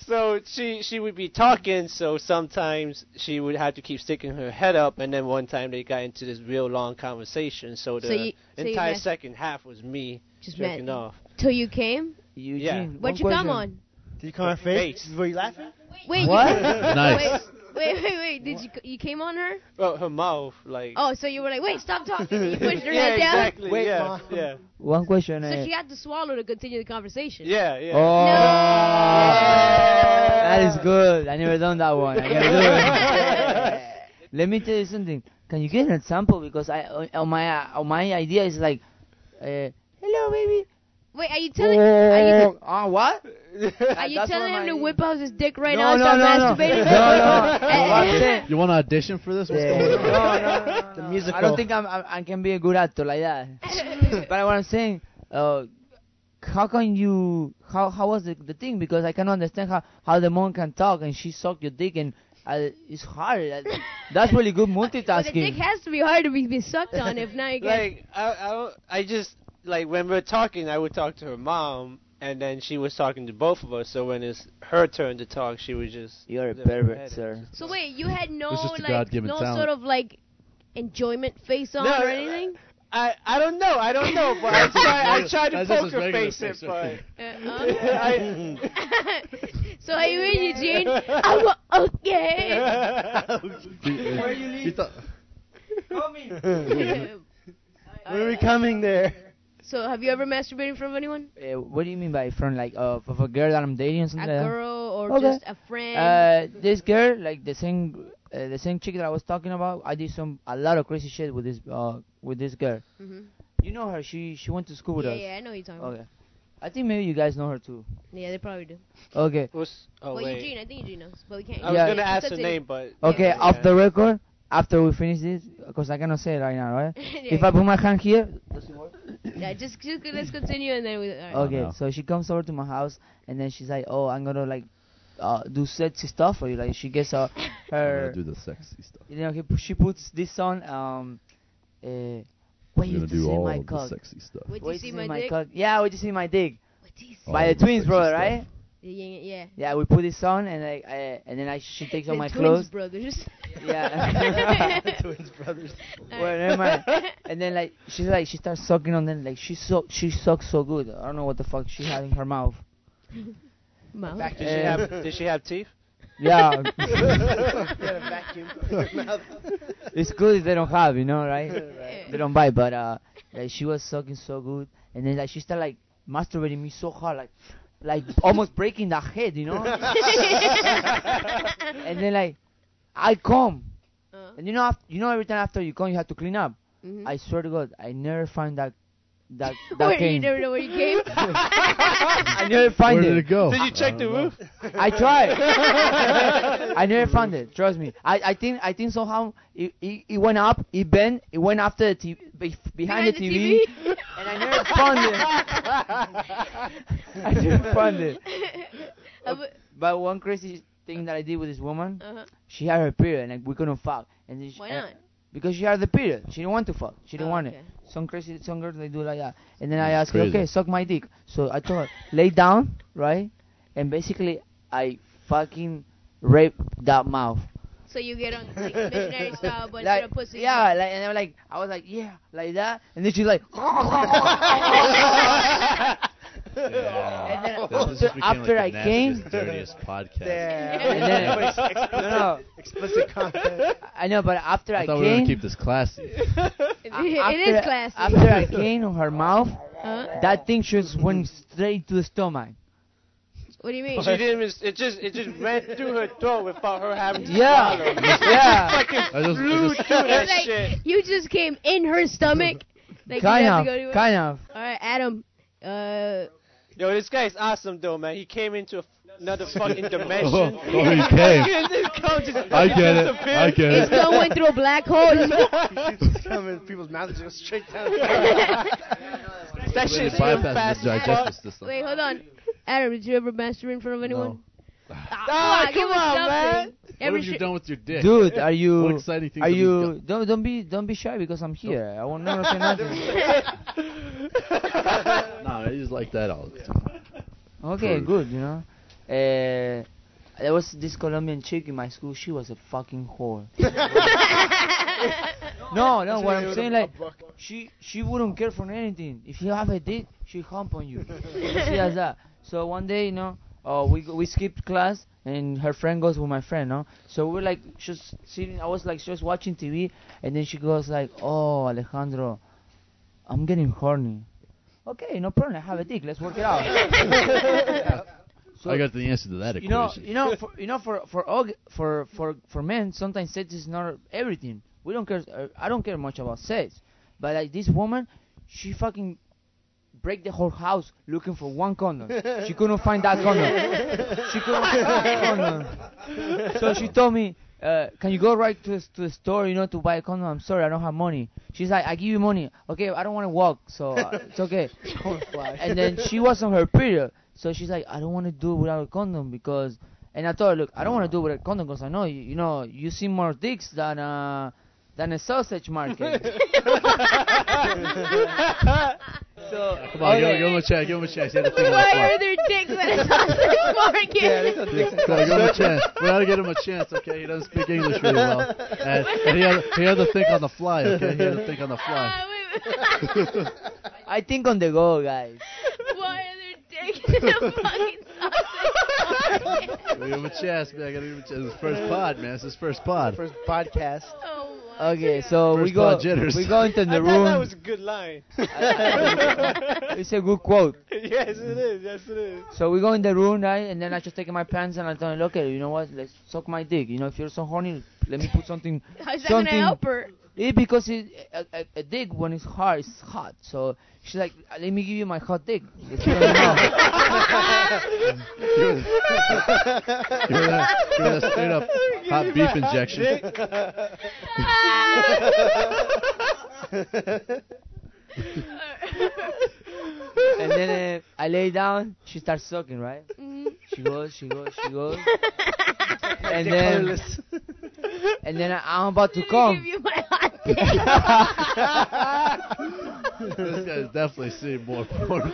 Speaker 5: so she she would be talking, so sometimes she would have to keep sticking her head up, and then one time they got into this real long conversation, so the
Speaker 7: So you- so you
Speaker 5: uh, entire
Speaker 7: guys-
Speaker 5: second half was me
Speaker 7: Just
Speaker 5: jerking
Speaker 7: met
Speaker 5: off.
Speaker 7: till you came.
Speaker 9: Eugene,
Speaker 5: Yeah.
Speaker 9: one
Speaker 7: What you
Speaker 9: question.
Speaker 7: come on?
Speaker 8: Did you come on face? Were you laughing?
Speaker 7: Wait, you-
Speaker 9: What?
Speaker 6: Nice.
Speaker 7: Wait, wait, wait, wait. Did you you came on her?
Speaker 5: Well, her mouth, like
Speaker 7: Oh, so you were like, wait, stop talking. and You pushed her
Speaker 5: yeah,
Speaker 7: head down.
Speaker 5: exactly,
Speaker 8: Wait,
Speaker 5: yeah,
Speaker 8: Mom.
Speaker 5: yeah,
Speaker 9: One question.
Speaker 7: So
Speaker 9: eh.
Speaker 7: she had to swallow to continue the conversation.
Speaker 5: yeah, yeah.
Speaker 9: Oh,
Speaker 7: No.
Speaker 9: that is good. I never done that one. I gotta do it. Let me tell you something. Can you get an example? Because I, on- on my, uh, on my idea is like, uh, hello, baby.
Speaker 7: Wait, are you telling? Are you,
Speaker 9: Ah, what?
Speaker 7: are you
Speaker 9: That's
Speaker 7: telling
Speaker 9: one
Speaker 7: him
Speaker 9: of
Speaker 7: to
Speaker 9: my-
Speaker 7: whip out his dick right
Speaker 9: no,
Speaker 7: now and
Speaker 9: no,
Speaker 7: start
Speaker 9: no, no,
Speaker 7: masturbating?
Speaker 9: no, no.
Speaker 7: Eh,
Speaker 9: What I'm
Speaker 7: eh.
Speaker 9: saying-
Speaker 6: You want to audition for this? What's going on?
Speaker 9: no, no, no,
Speaker 8: The
Speaker 9: no.
Speaker 8: musical.
Speaker 9: I don't think I'm, I'm, I can be a good actor like that. but what I'm saying, uh, how can you? How how was the, the thing? Because I cannot understand how how the mom can talk and she sucked your dick and uh, it's hard. That- That's really good
Speaker 7: But the dick
Speaker 9: multitasking.
Speaker 7: has to be hard to be, be sucked on. If not, you get
Speaker 5: like I, I don't I just like when we're talking I would talk to her mom and then she was talking to both of us so when it's her turn to talk she was just
Speaker 9: You're a
Speaker 5: lift her
Speaker 9: pervert,
Speaker 5: head
Speaker 9: sir.
Speaker 5: and just-
Speaker 7: So wait, you had no
Speaker 6: It's just a
Speaker 7: like
Speaker 6: God-given
Speaker 7: no
Speaker 6: talent.
Speaker 7: sort of like enjoyment face on
Speaker 5: No,
Speaker 7: or
Speaker 5: uh,
Speaker 7: anything.
Speaker 5: I I don't know I don't know but I try I try to
Speaker 6: That's just
Speaker 5: poker
Speaker 6: his regular
Speaker 5: face it
Speaker 6: sex,
Speaker 5: but
Speaker 6: right?
Speaker 7: Uh,
Speaker 5: I,
Speaker 7: uh. so are you in Eugene? I wa- okay.
Speaker 6: Where you leave?
Speaker 8: Where are we coming there?
Speaker 7: So have you ever masturbated in front of anyone?
Speaker 9: Uh, what do you mean by from like uh, of a girl that I'm dating or
Speaker 7: A
Speaker 9: something? like that?
Speaker 7: girl or
Speaker 9: Okay.
Speaker 7: just a friend?
Speaker 9: Uh, this girl, like the same, uh, the same chick that I was talking about, I did some a lot of crazy shit with this, uh, with this girl.
Speaker 7: hmm
Speaker 9: You know her. She she went to school with
Speaker 7: Yeah,
Speaker 9: us.
Speaker 7: yeah, I know who you're talking about.
Speaker 9: Okay. I think maybe you guys know her too.
Speaker 7: Yeah, they probably do.
Speaker 9: Okay.
Speaker 5: was oh
Speaker 7: well,
Speaker 5: wait
Speaker 7: Eugene, I think Eugene knows, but we can't.
Speaker 5: I was
Speaker 9: Yeah.
Speaker 5: gonna
Speaker 7: it's
Speaker 5: ask
Speaker 7: up
Speaker 5: her
Speaker 7: to-
Speaker 5: name but
Speaker 9: Okay,
Speaker 7: Yeah.
Speaker 9: off the record, after we finish this, because I cannot say it right now, right?
Speaker 7: Yeah,
Speaker 9: If I put my hand here,
Speaker 7: yeah, just, just let's continue and then we. All right.
Speaker 6: Oh,
Speaker 9: okay.
Speaker 6: no.
Speaker 9: So she comes over to my house, and then she's like, "Oh, I'm gonna like, uh, do sexy stuff for you." Like she gets uh, her,
Speaker 6: Do the sexy stuff.
Speaker 9: you know, he pu- she puts this on. Um, uh, wait,
Speaker 6: I'm
Speaker 9: you
Speaker 6: gonna
Speaker 9: to
Speaker 6: do
Speaker 9: see
Speaker 6: all
Speaker 9: my
Speaker 6: of the
Speaker 9: cock.
Speaker 6: sexy stuff.
Speaker 7: Wait, do you
Speaker 9: Wait, to
Speaker 7: see my, dick?
Speaker 9: cock. Yeah, wait, you see my dick.
Speaker 7: Wait, do you see-
Speaker 6: All
Speaker 9: By
Speaker 6: of
Speaker 9: the twins,
Speaker 6: sexy
Speaker 9: brother,
Speaker 6: stuff.
Speaker 9: right?
Speaker 7: Yeah, yeah.
Speaker 9: Yeah, we put this on, and like, I, and then I, she takes
Speaker 7: The
Speaker 9: off my
Speaker 7: twins
Speaker 9: clothes.
Speaker 7: brothers.
Speaker 9: Yeah.
Speaker 8: Twins brothers.
Speaker 9: Well, never mind. And then like she's like she starts sucking on them like she so she sucks so good. I don't know what the fuck she had in her mouth.
Speaker 7: Mouth.
Speaker 5: did she
Speaker 9: Um,
Speaker 5: have did she have teeth
Speaker 9: Yeah,
Speaker 8: vacuum.
Speaker 9: it's good if they don't have, you know, right?
Speaker 7: Yeah.
Speaker 9: They don't buy, but uh, like she was sucking so good, and then like she started like masturbating me so hard, like like almost breaking the head, you know. and then like I come,
Speaker 7: Uh,
Speaker 9: and you know af- you know every time after you come you have to clean up.
Speaker 7: mhm.
Speaker 9: I swear to God, I never find that that
Speaker 7: where
Speaker 9: that
Speaker 7: you
Speaker 9: cane.
Speaker 7: never know where you came.
Speaker 9: I never find
Speaker 6: Where
Speaker 9: it.
Speaker 6: did it go?
Speaker 5: did you check the roof
Speaker 9: I tried. I never found it. Trust me. I, I think I think somehow it, it, it went up, it bent, it went after the TV, be, behind, the, TV, and I never found it. I never found it.
Speaker 7: Uh, but-
Speaker 9: But one crazy thing that I did with this woman,
Speaker 7: uh-huh.
Speaker 9: she had her period and like, we couldn't fuck. And then she,
Speaker 7: Why
Speaker 9: and-
Speaker 7: not?
Speaker 9: because she had the period. She didn't want to fuck. She didn't
Speaker 7: Oh,
Speaker 9: want
Speaker 7: okay.
Speaker 9: it. Some crazy some girls they do like that. And then I asked
Speaker 6: That's
Speaker 9: her,
Speaker 6: crazy.
Speaker 9: okay, suck my dick. So I told her, lay down, right? And basically I fucking raped that mouth.
Speaker 7: So you get on like missionary style, but
Speaker 9: Like-
Speaker 7: instead of pussy.
Speaker 9: Yeah, like and I was like I was like, yeah, like that and then she's like
Speaker 6: Yeah.
Speaker 9: and then
Speaker 6: That just
Speaker 9: after,
Speaker 6: became, like,
Speaker 9: after
Speaker 6: the
Speaker 9: I came
Speaker 6: nastiest, dirtiest podcast.
Speaker 9: and then,
Speaker 8: Everybody's explicit,
Speaker 9: no, no,
Speaker 8: explicit content.
Speaker 9: I know, but after I,
Speaker 6: I thought we were
Speaker 9: came
Speaker 6: gonna keep this classy.
Speaker 7: it,
Speaker 9: a-
Speaker 7: it is
Speaker 9: after-
Speaker 7: classy.
Speaker 9: After I came on her mouth,
Speaker 7: Huh?
Speaker 9: that thing just went straight to the stomach.
Speaker 7: What do you
Speaker 5: she
Speaker 7: mean?
Speaker 5: didn't even, it just it just ran through her throat without her having to
Speaker 9: Yeah,
Speaker 5: swallow.
Speaker 9: yeah.
Speaker 6: I just, I
Speaker 5: Flew
Speaker 6: just-
Speaker 5: through that
Speaker 7: Like,
Speaker 5: shit
Speaker 7: You just came in her stomach. Like you
Speaker 9: kind
Speaker 7: have
Speaker 9: of,
Speaker 7: to go to
Speaker 9: kind of.
Speaker 7: All right, Adam. Uh,
Speaker 5: yo this guy's awesome though man he came into a
Speaker 2: another fucking dimension.
Speaker 6: Oh, okay.
Speaker 2: this comes just
Speaker 6: I get it.
Speaker 2: disappears.
Speaker 6: I get
Speaker 7: His
Speaker 6: it.
Speaker 7: gun went through a black hole.
Speaker 5: It's coming. People's mouths go straight down.
Speaker 2: That shit's
Speaker 6: It
Speaker 2: still fast.
Speaker 6: bypasses the digestive system.
Speaker 7: Wait, hold on. Adam, did you ever masturbate in front of anyone?
Speaker 2: Ah,
Speaker 7: fuck, give
Speaker 2: come
Speaker 7: us
Speaker 2: on,
Speaker 7: something.
Speaker 6: What
Speaker 7: Every
Speaker 6: have you
Speaker 7: shit-
Speaker 6: done with your dick?
Speaker 9: Dude, are
Speaker 6: What
Speaker 9: you
Speaker 6: exciting things
Speaker 9: are
Speaker 6: have
Speaker 9: you don't don't be don't be shy because I'm here. I won't never say nothing.
Speaker 6: done? No, I just like that all.
Speaker 9: Okay,
Speaker 6: True.
Speaker 9: good, you know. Uh, there was this Colombian chick in my school. She was a fucking whore. no, no. What I'm saying, like, she she wouldn't care for anything. If you have a dick, she hump on you. she has that. So one day, you know, uh, we go- we skipped class, and her friend goes with my friend, no. So we're like just sitting. I was like just watching TV, and then she goes like, "Oh, Alejandro, I'm getting horny." Okay, no problem. I have a dick. Let's work it out. So-
Speaker 6: I got the answer to that
Speaker 9: you
Speaker 6: equation.
Speaker 9: know, you know, for, you know, for for og- for for for men, sometimes sex is not everything. We don't care. Uh, I don't care much about sex, but like this woman, she fucking break the whole house looking for one condom. she couldn't find that condom. she couldn't find that condom. So she told me, uh, "Can you go right to the, to the store, you know, to buy a condom? I'm sorry, I don't have money." She's like, "I give you money. Okay, I don't want to walk, so uh, it's okay." and then she was on her period. So she's like, I don't want to do it without a condom because. And I told her, look, I don't want to do it without a condom because I know, you, you know, you see more dicks than uh, than a sausage market. so,
Speaker 6: Come on,
Speaker 9: okay.
Speaker 6: give, him a check. Give him a check. Say the
Speaker 7: We
Speaker 6: thing on
Speaker 7: want
Speaker 6: the
Speaker 7: to
Speaker 6: fly.
Speaker 7: their dicks at a sausage market.
Speaker 6: Come on, give him a chance. We gotta give him a chance, okay? He doesn't speak English really well. And, and he, had, he had to think on the fly, okay? He had to think on the fly.
Speaker 7: Ah, wait,
Speaker 9: I think on the go, guys.
Speaker 7: wait. Why are their dicks in a fucking sausage market?
Speaker 6: Give him a chance, man. I gotta give him a chance. It's his first pod, man. It's his first pod.
Speaker 5: First podcast.
Speaker 7: Oh my
Speaker 9: Okay,
Speaker 7: God.
Speaker 9: so we
Speaker 6: First
Speaker 9: go,
Speaker 6: thought, jitters.
Speaker 9: we go into
Speaker 2: I
Speaker 9: the
Speaker 2: thought
Speaker 9: room.
Speaker 2: that was a good line.
Speaker 9: it's a good quote.
Speaker 2: yes, it is. Yes, it is.
Speaker 9: So we go in the room, right? And then I just take my pants and I tell her, okay, you know what? Let's suck my dick. You know, if you're so horny, let me put something
Speaker 7: How's that gonna
Speaker 9: something-
Speaker 7: help her?
Speaker 9: Yeah, because it, a, a, a dick when it's hard, it's hot. So she's like, let me give you my hot dick. Let's put it in my mouth.
Speaker 6: Give him that, give him that straight up hot beef injection.
Speaker 7: Ah.
Speaker 9: and then uh, I lay down. She starts sucking, right? She goes, she goes, she goes. and then, and then I, I'm about to
Speaker 7: Let me give
Speaker 9: come.
Speaker 7: you my hot dick.
Speaker 6: This guy's definitely seen more porn.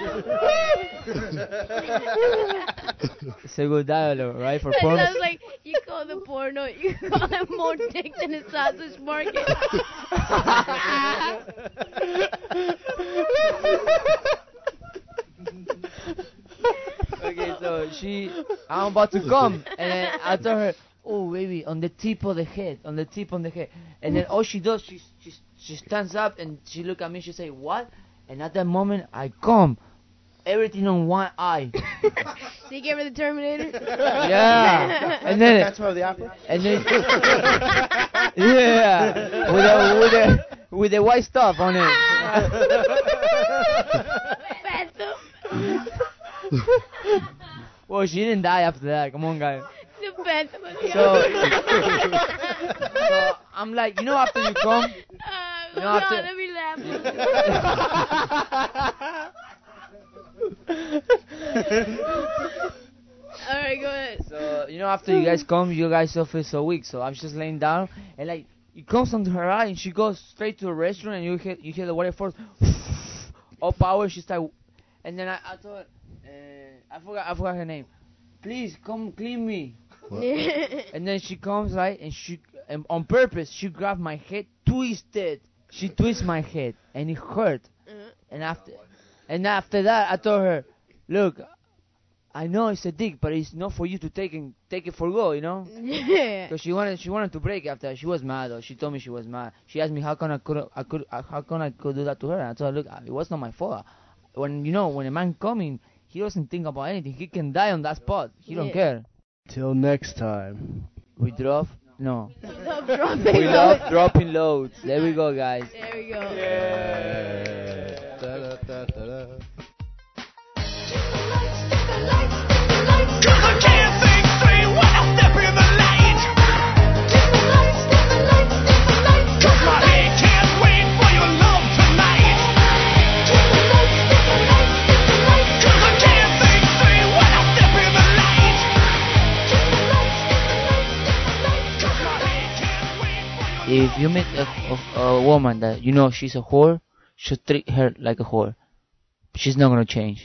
Speaker 9: It's a good dialogue, right? For
Speaker 7: That
Speaker 9: porn.
Speaker 7: sounds like you call the porno, you call it more dick than a sausage market.
Speaker 9: Okay, so she, I'm about to come, and then I tell her, oh baby, on the tip of the head, on the tip on the head, and then all she does, she she she stands up and she look at me, she say what, and at that moment I come, everything on one eye,
Speaker 7: so you gave her the Terminator?
Speaker 9: yeah, and then
Speaker 5: That's why the opera.
Speaker 9: and then yeah, with a with a with the white stuff on it.
Speaker 7: Phantom?
Speaker 9: Well, she didn't die after that. Come on, guys.
Speaker 7: The Phantom of the
Speaker 9: So,
Speaker 7: Opera.
Speaker 9: so I'm like, you know, after you come.
Speaker 7: Ah,
Speaker 9: You
Speaker 7: hold
Speaker 9: have
Speaker 7: on,
Speaker 9: to-
Speaker 7: let me laugh. Alright, go ahead.
Speaker 9: So uh, you know, after you guys come, you guys still feel so weak. So I'm just laying down, and like it comes onto her eye, and she goes straight to the restroom, and you hear you hear the water force, all power. She start, and then I, I thought, uh, I forgot I forgot her name. Please come clean me. And then she comes right, and she and on purpose she grabbed my head, twisted. She twisted my head, and it hurt.
Speaker 7: Mm-hmm.
Speaker 9: And after, and after that, I told her, look. I know it's a dick, but it's not for you to take and take it for go, you know.
Speaker 7: yeah.
Speaker 9: Because she wanted she wanted to break after that. she was mad though. She told me she was mad. She asked me how come I could I could I- how come I could do that to her. And I told her look uh, it was not my fault. When you know when a man coming he doesn't think about anything. He can die on that spot. He don't
Speaker 7: Yeah.
Speaker 9: care.
Speaker 5: Till next time.
Speaker 9: We drop no.
Speaker 7: We love dropping
Speaker 9: We
Speaker 7: loads.
Speaker 9: love dropping loads. There we go guys.
Speaker 7: There we go.
Speaker 6: Da-da-da-da-da.
Speaker 3: Cause I can't
Speaker 9: If you meet a, a, a woman that you know she's a whore, should treat her like a whore. She's not gonna change.